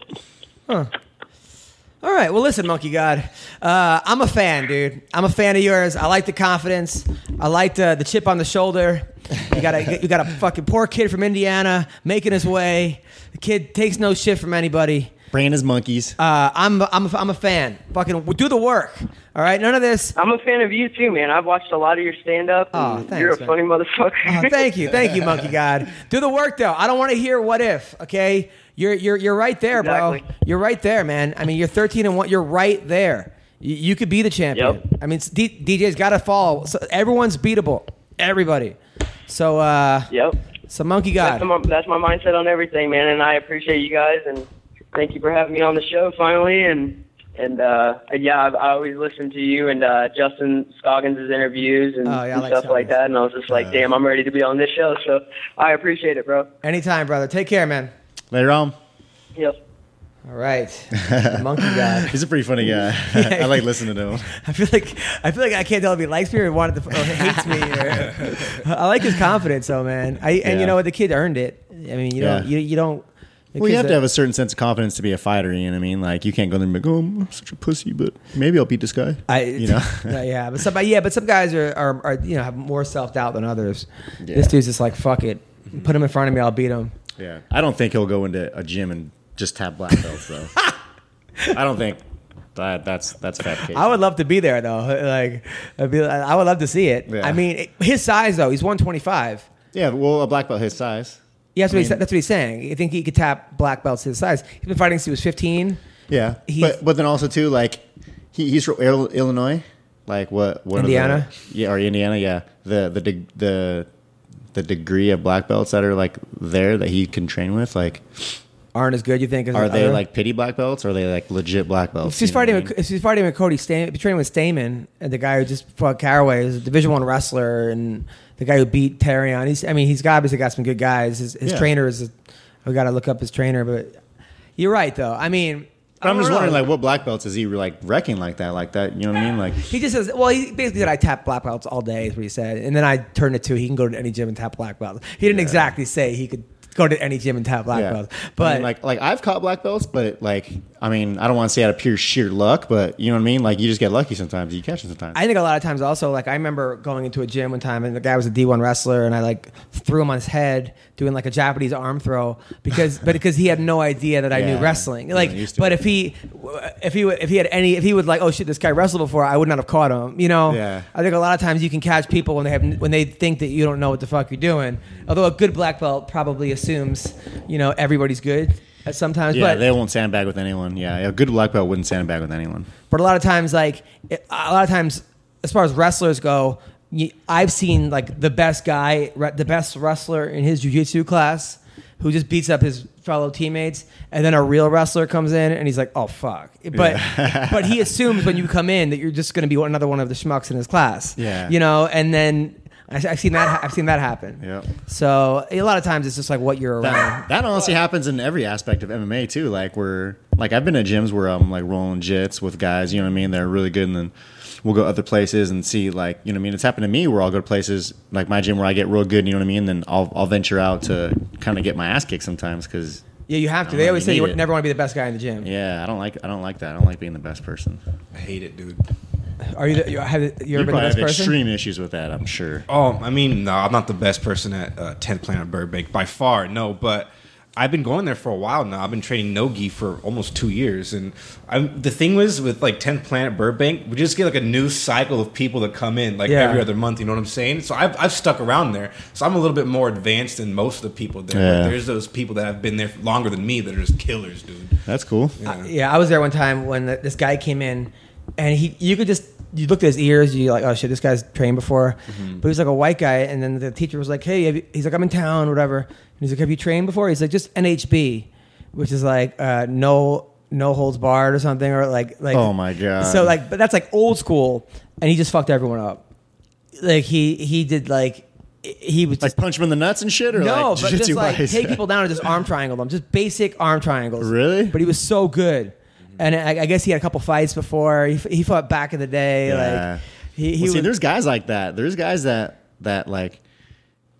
All right. Well, listen, Monkey God. Uh, I'm a fan, dude. I'm a fan of yours. I like the confidence. I like the, the chip on the shoulder. You got a you got a fucking poor kid from Indiana making his way. The kid takes no shit from anybody.
Brain is monkeys.
Uh, I'm I'm a, I'm a fan. Fucking do the work. All right. None of this.
I'm a fan of you too, man. I've watched a lot of your stand-up.
Aw,
and
thanks,
you're a
man.
funny motherfucker.
Oh, thank you, thank you, Monkey God. Do the work though. I don't want to hear what if. Okay, you're you're you're right there, bro.
Exactly.
You're right there, man. I mean, you're 13 and one. You're right there. You, you could be the champion.
Yep.
I mean, it's- D- DJ's got to fall. So everyone's beatable. Everybody. So uh,
yep.
so Monkey
That's
God.
my, that's my mindset on everything, man. And I appreciate you guys, and thank you for having me on the show finally. And and uh, and yeah, I've, I always listen to you and uh, Justin Scoggins' interviews and,
Oh, yeah, I
and
like
stuff like
Scoggins. Uh,
that. And I was just like, damn, I'm ready to be on this show. So I appreciate it, bro.
Anytime, brother. Take care, man.
Later on.
Yep.
All right, The Monkey God.
He's a pretty funny guy. I like listening to him.
I feel like I feel like I can't tell if he likes me or wanted to or hates me. Or, I like his confidence, though, man. I, and you
Yeah.
know what? The kid earned it. I mean, you don't
Yeah.
you, you don't. the
Well, you
kids
have
that-
to have a certain sense of confidence to be a fighter. You know what I mean? Like you can't go there and be like, "Oh, I'm such a pussy," but maybe I'll beat this guy.
I,
you know?
yeah, yeah, but some, but yeah, but some guys are, are, are you know have more self doubt than others.
Yeah.
This dude's just like fuck it, put him in front of me, I'll beat him.
yeah. I don't think he'll go into a gym and just have black belts though. I don't think that that's that's a fabrication.
I would love to be there though. Like, I'd be, I would love to see it.
Yeah.
I mean, it- his size though, he's one twenty five.
yeah. Well, a black belt his size.
Yeah, that's what, he's,
mean-
that's what he's saying. I think he could tap black belts his size. He's been fighting since he was fifteen.
Yeah,
He's-
but but then also too like he, he's from Il- Illinois, like what what are the-
Indiana?
yeah, or Indiana, yeah. The the de- the the degree of black belts that are like there that he can train with, like
Aren't as good, you think? As
are
the
they
other?
like pity black belts or are they like legit black belts?
If she's
you know what
fighting,
I
with,
mean?
if she's fighting with Cody Stamen, training with Stamen, and the guy who just fought Caraway is a Division One wrestler, and the guy who beat Tarion. He's, I mean, he's got- obviously got some good guys. His, his
Yeah.
trainer is, a, I got to look up his trainer, but you're right though. I mean,
But I'm
I don't
just
know.
wondering, like, what black belts is he like wrecking like that, like that? You know what I mean? Like,
He just says, well, he basically said, I tap black belts all day, is what he said. And then I turned it to, he can go to any gym and tap black belts. He didn't exactly say he could go to any gym and tap black
yeah.
belts.
I mean,
But
like, like I've caught black belts, but like, I mean, I don't want to say out of pure sheer luck, but you know what I mean? Like, you just get lucky sometimes. You catch it sometimes.
I think a lot of times also like I remember going into a gym one time and the guy was a D1 wrestler and I like threw him on his head doing like a Japanese arm throw because but because he had no idea that I
Yeah.
knew wrestling
You're
like
not used to
but
it.
if he if he would- if he had any if he would like oh shit this guy wrestled before I would not have caught him you know
Yeah.
I think a lot of times you can catch people when they have when they think that you don't know what the fuck you're doing although a good black belt probably assumes you know everybody's good at sometimes
yeah,
but
they won't sandbag with anyone. Yeah, a good black belt wouldn't sandbag with anyone.
But a lot of times, like it, a lot of times, as far as wrestlers go, you, I've seen like the best guy, re- the best wrestler in his jujitsu class who just beats up his fellow teammates, and then a real wrestler comes in and he's like, "Oh fuck!" But but he assumes when you come in that you're just going to be another one of the schmucks in his class.
Yeah.
you know, and then. I- I've seen that. I've seen that happen.
Yep.
So a lot of times it's just like what you're around.
that, that honestly happens in every aspect of MMA too. Like we're like I've been at gyms where I'm like rolling jits with guys, you know what I mean? They're really good, and then we'll go other places and see like you know what I mean. It's happened to me where I'll go to places like my gym where I get real good, you know what I mean? Then I'll I'll venture out to kind of get my ass kicked sometimes because
Yeah, you have to.
Oh,
They always
you
say
need
you
it.
never want to be the best guy in the gym.
yeah, I don't like I don't like that. I don't like being the best person.
I hate it, dude.
Are you? The, you have you
You
ever been the
probably have
best person?
extreme issues with that, I'm sure.
Oh, I mean, no, I'm not the best person at uh, 10th Planet Burbank by far, no, but I've been going there for a while now. I've been training Nogi for almost two years. And I'm, the thing was with like 10th Planet Burbank, we just get like a new cycle of people that come in like
Yeah.
every other month, you know what I'm saying? So I've, I've stuck around there. So I'm a little bit more advanced than most of the people there.
Yeah.
But there's those people that have been there longer than me that are just killers, dude.
That's cool.
Yeah, I was there one time when the, this guy came in, and he you could just you looked at his ears, you like oh shit, this guy's trained before,
Mm-hmm.
but he was like a white guy, and then the teacher was like, hey, have you, he's like I'm in town, whatever, and he's like, have you trained before? He's like just NHB, which is like uh, no no holds barred or something or like like
Oh, my God.
so like but that's like old school, and he just fucked everyone up, like he he did like he was
Like
just
punch him in the nuts and shit, or
no,
like
but just
jujitsu
like
wise?
take people down and just arm triangle them, just basic arm triangles.
Really?
But he was so good, and I, I guess he had a couple fights before. He, he fought back in the day.
Yeah.
Like he, he
Well, see,
was,
there's guys like that. There's guys that that like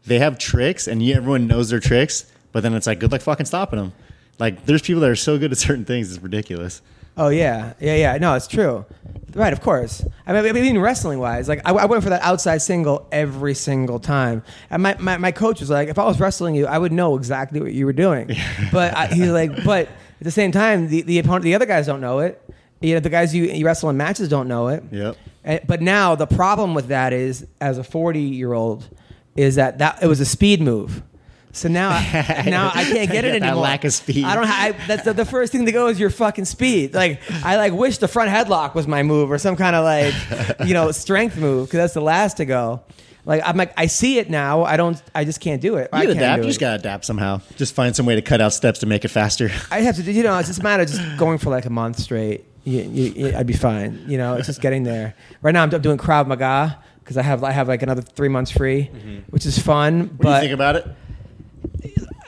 they have tricks, and you, everyone knows their tricks, but then it's like good luck fucking stopping them. Like there's people that are so good at certain things, it's ridiculous.
oh yeah, yeah, yeah. No, it's true. Right, of course. I mean, I mean, even wrestling wise, like I, I went for that outside single every single time, and my, my, my coach was like, if I was wrestling you, I would know exactly what you were doing. but I, he's like, but at the same time, the the opponent, the other guys don't know it. You know, the guys you, you wrestle in matches don't know it.
Yep.
And, Eh, but now the problem with that is, as a forty-year-old, is that that it was a speed move. So now, I, now I can't get it
That
anymore.
lack of speed.
I don't. ha- I, that's the, the first thing to go is your fucking speed. Like I like wish the front headlock was my move or some kind of like you know strength move because that's the last to go. Like I'm like I see it now. I don't. I just can't do it. I
You
can't
adapt.
do
You just
it.
gotta adapt somehow. Just find some way to cut out steps to make it faster.
I have to. do- You know, it's just a matter of just going for like a month straight. You, you, you- I'd be fine. You know, it's just getting there. Right now, I'm, I'm doing Krav Maga because I have I have like another three months free, which is fun.
Mm-hmm. What do you
but
think about it?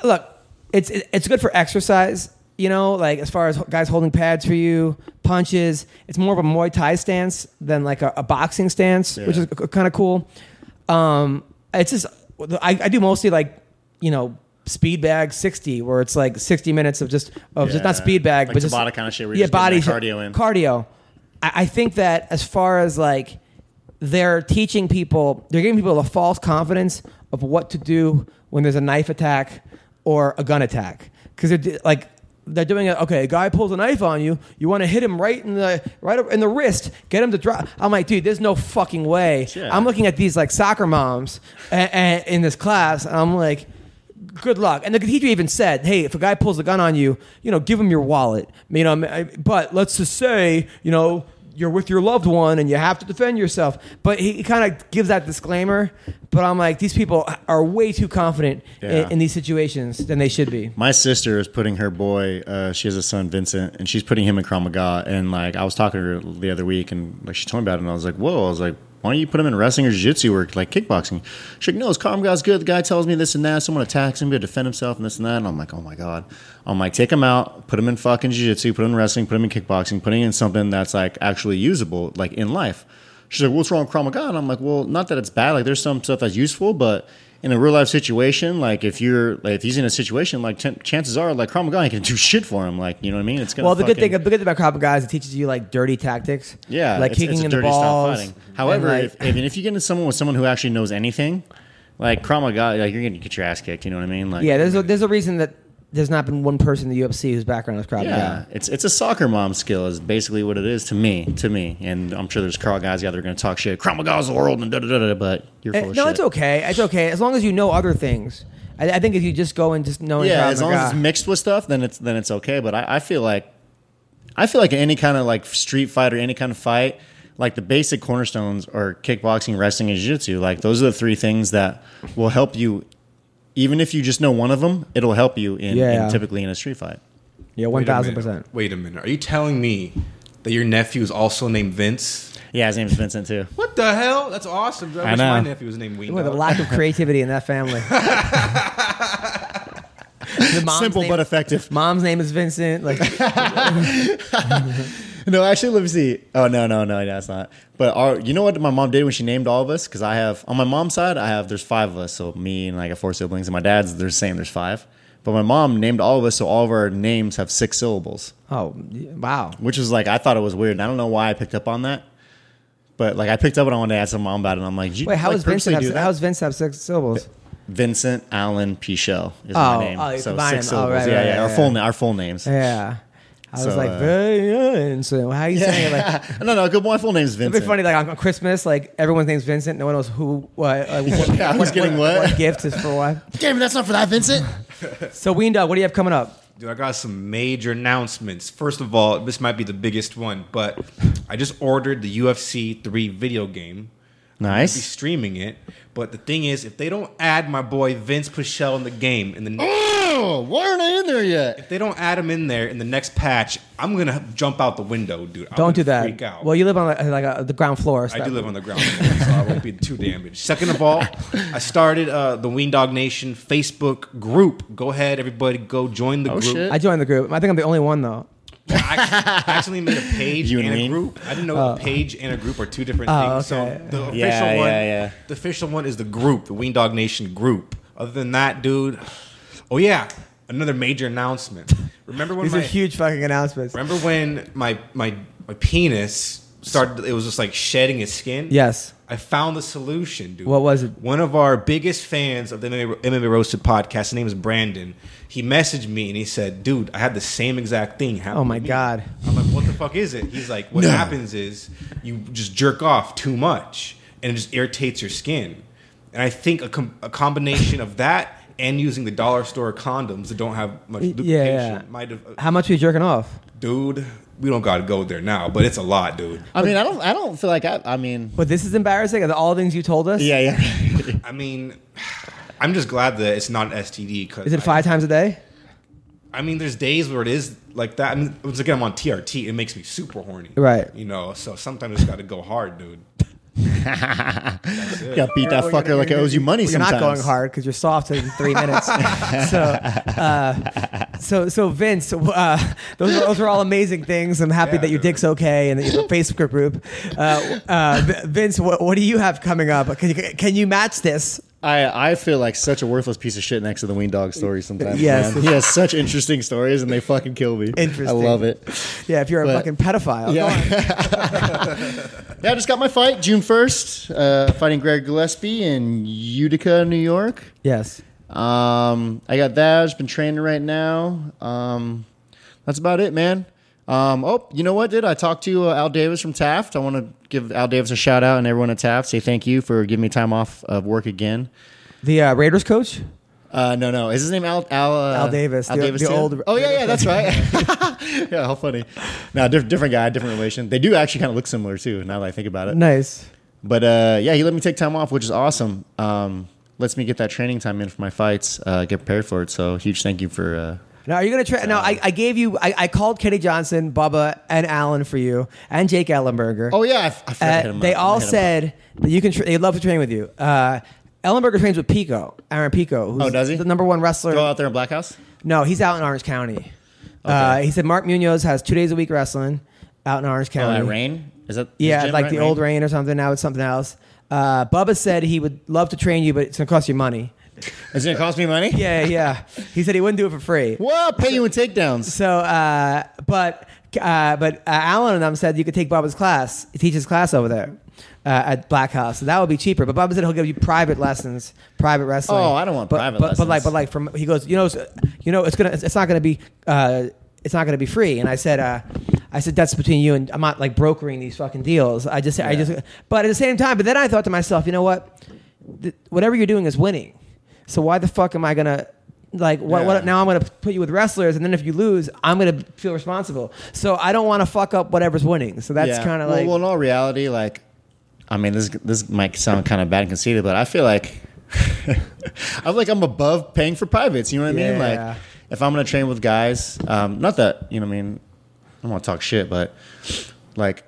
look, it's it- it's good for exercise. You know, like as far as guys holding pads for you, punches. It's more of a Muay Thai stance than like a, a boxing stance, which is kind of cool. Um, it's just I, I do mostly like you know speed bag 60 where it's like 60 minutes of just of just not
Yeah.
speed bag
Like
but just
Tabata kinda shit where
yeah
you're just
body
getting that
shit-
cardio in.
cardio I, I think that as far as like they're teaching people they're giving people a false confidence of what to do when there's a knife attack or a gun attack because they're d- like they're doing it okay a guy pulls a knife on you you want to hit him right in the right in the wrist get him to drop i'm like dude there's no fucking way
Yeah.
i'm looking at these like soccer moms a- a- in this class and i'm like good luck. And the teacher even said, hey, if a guy pulls a gun on you, you know, give him your wallet. You know, I- but let's just say, you know, you're with your loved one and you have to defend yourself. But he kind of gives that disclaimer. But I'm like, these people are way too confident
Yeah.
in, in these situations than they should be.
My sister is putting her boy. Uh, she has a son, Vincent, and she's putting him in Kramaga. And like I was talking to her the other week, and like she told me about it, and I was like, "Whoa!" I was like, "Why don't you put him in wrestling or jiu-jitsu or like kickboxing?" She's like, "No, his Kramaga's good. The guy tells me this and that. Someone attacks him, he to defend himself, and this and that." And I'm like, "Oh my god!" I'm like, "Take him out. Put him in fucking jiu-jitsu. Put him in wrestling. Put him in kickboxing. Put him in something that's like actually usable, like in life." She's like, "What's wrong with Kramaga?" And I'm like, "Well, not that it's bad. Like, there's some stuff that's useful, but." in a real life situation, like if you're like if he's in a situation, like ten chances are like Kramagan can do shit for him. Like you know what I mean? It's gonna
Well, the good thing,
fucking-
the good thing about Krav Maga is it teaches you like dirty tactics,
yeah,
like
it's-
kicking
it's a
in the
dirty style
balls.
fighting. However,
and, like-
if, if, and if you get into someone with someone who actually knows anything, like Kramagan, like you're gonna get your ass kicked. You know what I mean? Like
yeah, there's a, there's a reason that there's not been one person in the UFC whose background is Krav Maga.
yeah, it's it's a soccer mom skill is basically what it is to me, to me. And I'm sure there's Carl guys out there gonna talk shit. Kramagan's the world and da da da da. But you're
Eh,
full of
no,
shit.
it's okay. It's okay as long as you know other things. I, I think if you just go and just knowing,
yeah,
Krav
as long as
Maga-
it's mixed with stuff, then it's then it's okay. But I, I feel like I feel like any kind of like street fight or any kind of fight, like the basic cornerstones are kickboxing, wrestling, and jiu-jitsu. Like those are the three things that will help you Even if you just know one of them, it'll help you in,
Yeah,
in
yeah.
typically in a street fight.
Yeah, one thousand percent.
Wait a minute. Are you telling me that your nephew is also named Vince?
Yeah, his name's Vincent too.
What the hell? That's awesome. I,
I
wish
know.
my nephew was named Wing.
With a
Dog.
lack of creativity in that family. The mom's
Simple
name-
but effective.
Mom's name is Vincent. Like,
No, actually, let me see. Oh no, no, no, no, it's not. But our, you know what my mom did when she named all of us? Because I have on my mom's side, I have there's five of us, so me and like I have four siblings, and my dad's there's the same, there's five. But my mom named all of us, so all of our names have six syllables,
oh wow,
which was like I thought it was weird. And I don't know why I picked up on that, but like I picked up on it one day. I asked my mom about it, and I'm like, Did you,
wait, how
like,
does Vincent?
purposely
Have, how does Vincent have six syllables?
Vincent Allen Pichel is
Oh,
my name.
oh, you
so
combine
six
them. Oh,
syllables.
right,
yeah,
right,
yeah,
right,
Our
right.
full na- our full names.
Yeah, I was
So,
like
uh,
Vincent. How are you saying it? Like,
no, no, good. My full name's Vincent.
It'd be funny, like on Christmas, like everyone's name's Vincent. No one knows who, what, uh, what,
Yeah, who's getting what?
gift is for what.
Damn, that's not for that, Vincent.
So, Ween Dog, what do you have coming up?
Dude, I got some major announcements. First of all, this might be the biggest one, but I just ordered the UFC 3 video game. I'll be
Nice.
streaming it. But the thing is, if they don't add my boy Vince Pichel in the game, in the next,
Oh, why aren't I in there yet?
if they don't add him in there in the next patch, I'm gonna jump out the window, dude. I'm
Don't
gonna
do that.
Freak out.
Well, you live on like, like uh, the ground floor. so
I do
that-
live on the ground, floor, so I won't be too damaged. Second of all, I started uh, the Wean Dog Nation Facebook group. Go ahead, everybody, go join the
Oh,
group.
shit.
I joined the group. I think I'm the only one though.
I actually, I actually made a page
You
and,
and
a
me?
group. I didn't know a page and a group are two different
Uh, Oh,
things.
okay.
So the official
Yeah, yeah,
one,
yeah.
the official one is the group, the Wean Dog Nation group. Other than that, dude. Oh yeah, another major announcement. Remember when
These
my
are huge fucking announcements.
remember when my my my penis started? It was just like shedding its skin.
Yes.
I found the solution, dude.
What was it?
One of our biggest fans of the MMA, MMA Roasted podcast, his name is Brandon. He messaged me and he said, "Dude, I had the same exact thing happen."
Oh my
to me."
God.
I'm like, "What the fuck is it?" He's like, "What happens is you just jerk off too much and it just irritates your skin." And I think a, com- a combination of that and using the dollar store condoms that don't have much
Yeah,
lubrication
yeah.
might have.
How much are you jerking off?
dude, we don't gotta go there now, but it's a lot, dude.
I mean, I don't. I don't feel like I. I mean,
But this is embarrassing. Are the- all the things you told us?
yeah, yeah.
I mean, I'm just glad that it's not an STD. Cause
Is it
I-
five times a day?
I mean, there's days where it is like that. I mean, once again, I'm on TRT. It makes me super horny.
Right.
You know, so sometimes it's got to go hard, dude.
Gotta beat that fucker like it owes you money.
You're
sometimes.
not going hard because you're soft in three minutes. so, uh, so, so Vince, uh, those are, those are all amazing things. I'm happy
Yeah,
that your
dude.
dick's okay and that you're a Facebook group. Uh, uh, V- Vince, what, what do you have coming up? Can you, can you match this?
I I feel like such a worthless piece of shit next to the Ween Dog story sometimes.
Yes.
man. he has such interesting stories, and they fucking kill me. I
Interesting.
love it.
Yeah, if you're a
But-
fucking pedophile. Go on.
Yeah. yeah, I just got my fight June first, uh, fighting Greg Gillespie in Utica, New York.
Yes.
Um, I got that. I've just been training right now. Um, that's about it, man. Um, oh, you know what? Did I talked to uh, Al Davis from Taft? I want to give Al Davis a shout out and everyone at Taft. Say thank you for giving me time off of work again.
The uh, Raiders coach?
Uh, no, no, is his name Al Al, uh,
Al Davis,
Al
the-
Davis,
the
too?
old-
Oh yeah, yeah, that's right. yeah, how funny. Now, diff- different guy, different relation. They do actually kind of look similar too. Now that I think about it.
Nice.
But uh, yeah, he let me take time off, which is awesome. Um, lets me get that training time in for my fights, uh, get prepared for it. So huge thank you for. Uh,
Now, are you going to try? Now, I, I gave you, I, I called Kenny Johnson, Bubba, and Allen for you, and Jake Ellenberger.
oh yeah, I, f- I forgot to hit
Uh,
him
they
up.
all
I hit him up.
said that you can. Tra- they'd love to train with you. Uh, Ellenberger trains with Pico, Aaron Pico. Who's
Oh, does he?
The number one wrestler.
go out there in Black House.
No, he's out in Orange County. Uh, he said Mark Munoz has two days a week wrestling out in Orange
Oh,
County.
at Rain is that? his
Yeah,
gym,
like
right?
the old Rain or something. Now it's something else. Uh, Bubba said he would love to train you, but it's gonna cost you money.
Is it gonna cost me money?
Yeah, yeah. he said he wouldn't do it for free.
Well, I'll pay you in takedowns.
So, uh, but uh, but uh, Alan and them said you could take Bubba's class, teach his class over there uh, at Black House. So that would be cheaper. But Bubba said he'll give you private lessons, private wrestling.
Oh, I don't want
but,
private
but, But like,
lessons.
but like, from he goes, you know, it's- you know, it's gonna, it's not gonna be, uh, it's not gonna be free. And I said, uh, I said that's between you and I'm not like brokering these fucking deals. I just, I just, but at the same time, but then I thought to myself, you know what, Th- whatever you're doing is winning. So why the fuck am I gonna? Like what, what? Now I'm gonna put you with wrestlers, and then if you lose, I'm gonna feel responsible. So I don't want to fuck up whatever's winning. So that's
Yeah.
kind of
Well-
like
well, in all reality, like, I mean, this this might sound kind of bad and conceited, but I feel like I'm like I'm above paying for privates. You know what I mean?
Yeah.
Like if I'm gonna train with guys, um, not that you know what I mean. I don't want to talk shit, but like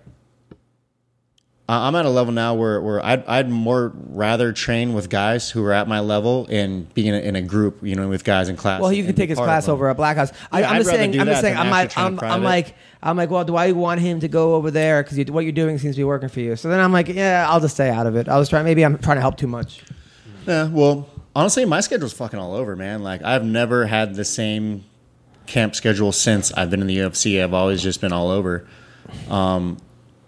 I- I'm at a level now where where I'd I'd more rather train with guys who are at my level and be in a, in a group, you know, with guys in class.
Well, you
and
can
be
take his
part of
class
one.
over at Black House. I,
Yeah,
I'm
I'd
just
rather
saying.
do
I'm just
that
saying.
than
I'm, like,
actually
I'm,
train
I'm
private.
like. I'm like. Well, do I want him to go over there? Because you, what you're doing seems to be working for you. So then I'm like, yeah, I'll just stay out of it. I was trying. Maybe I'm trying to help too much.
Yeah, well, honestly, my schedule's fucking all over, man. Like, I've never had the same camp schedule since I've been in the UFC. I've always just been all over. Um,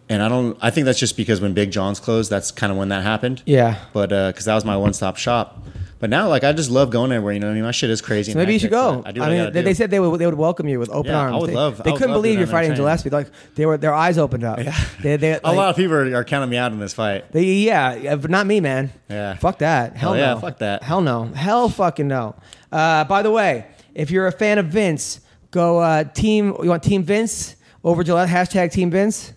and I don't, I think that's just because when Big John's closed, that's kind of when that happened.
Yeah.
But, uh, cause that was my one stop shop. But now, like, I just love going anywhere. You know what I mean? My shit is crazy.
So
and
maybe you should
hectic,
go.
but
I,
I do what I,
mean,
gotta
they,
do.
they said they would they would welcome you with open
Yeah, I
arms.
would
they,
love-
They
I would
couldn't
love
believe
doing
you're
that
fighting
on a train.
Gillespie. Like they were, their eyes opened up. Yeah. They, they,
a
like-
lot of people are, are counting me out in this fight.
They- yeah, yeah, but not me, man.
Yeah.
Fuck that. Hell
Hell yeah,
no.
fuck that.
Hell no. Hell fucking no. Uh, by the way, if you're a fan of Vince, go uh, team. You want Team Vince over Gillette? Hashtag Team Vince.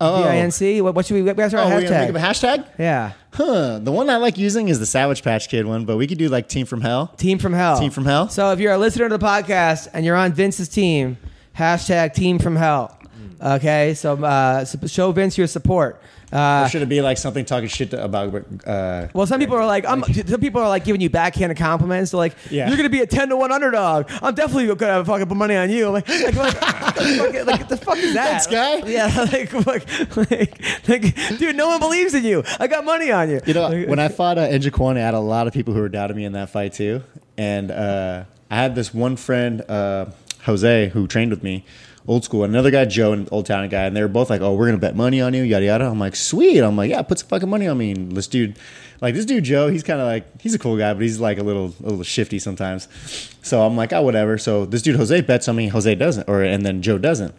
Oh.
V-I-N-C. What, what should we? That's our
Oh, we're gonna
hashtag.
make up a hashtag?
yeah.
Huh. The one I like using is the Savage Patch Kid one, but we could do like Team from Hell.
Team from hell.
Team from hell?
So if you're a listener to the podcast and you're on Vince's team, hashtag Team from Hell.
Mm.
Okay, so uh, s- show Vince your support. Uh,
Or should it be like something talking shit to, about uh,
Well, some people are like, I'm, some people are like giving you backhanded compliments. They're like,
Yeah.
you're going to be a 10 to 1 underdog. I'm definitely going to fucking put money on you. Like, like, like, fuck, like, the fuck is that?
Thanks, guy.
Yeah, like, fuck, like, like, dude, no one believes in you. I got money on you.
You know, when I fought uh, Enjikwan, I had a lot of people who were doubting me in that fight too, and uh, I had this one friend, uh, Jose, who trained with me, old school. Another guy, Joe, an old town guy, and they were both like, "Oh, we're gonna bet money on you, yada yada." I'm like, "Sweet." I'm like, "Yeah, put some fucking money on me." And this dude, like this dude Joe, he's kind of like he's a cool guy, but he's like a little a little shifty sometimes. So I'm like, "Ah, whatever." So this dude Jose bets on me, Jose doesn't, or and then Joe doesn't.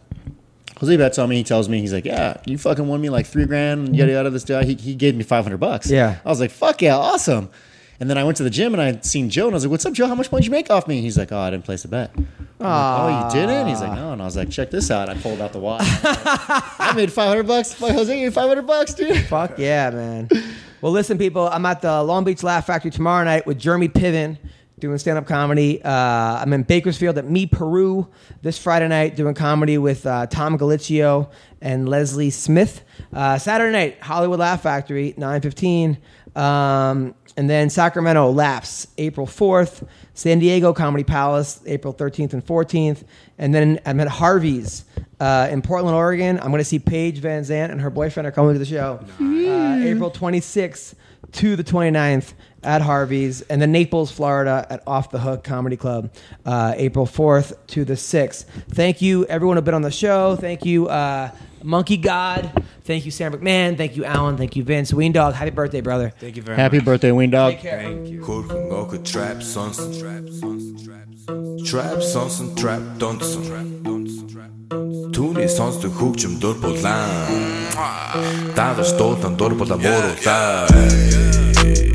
Jose bets on me. He tells me, he's like, "Yeah, you fucking won me like three grand, yada yada." This guy, he, he gave me five hundred bucks.
Yeah.
I was like, "Fuck yeah, awesome!" And then I went to the gym and I seen Joe, and I was like, "What's up, Joe? How much money did you make off me?" He's like, "Oh, I didn't place a bet." I'm Like, oh, you didn't? He's like, "No," and I was like, "Check this out." I pulled out the watch. I made five hundred bucks. Fuck, Jose gave me five hundred bucks, dude.
Fuck yeah, man. Well, listen, people, I'm at the Long Beach Laugh Factory tomorrow night with Jeremy Piven doing stand up comedy. Uh, I'm in Bakersfield at Me Peru this Friday night doing comedy with uh, Tom Galicchio and Leslie Smith. Uh, Saturday night, Hollywood Laugh Factory, 915. Um, and then Sacramento Laughs, April 4th. San Diego Comedy Palace, April 13th and 14th. And then I'm at Harvey's uh, in Portland, Oregon. I'm going to see Paige Van Zant and her boyfriend are coming to the show uh, April 26th to the 29th at Harvey's. And then Naples, Florida at Off the Hook Comedy Club, uh, April 4th to the 6th. Thank you, everyone who's been on the show. Thank you, uh, Monkey God. Thank you, Sam McMahon. Thank you, Alan. Thank you, Vince. Wean Dog, happy birthday, brother.
Thank you very
Happy birthday, Ween Dog.
Take care.
Хөрхөн охид trap sons trap sons trap sons trap sons trap don'ts trap don'ts trap Түүний сонсдог хөгжим дур булаан Даалгаш дуулан дур булаан мууруулаа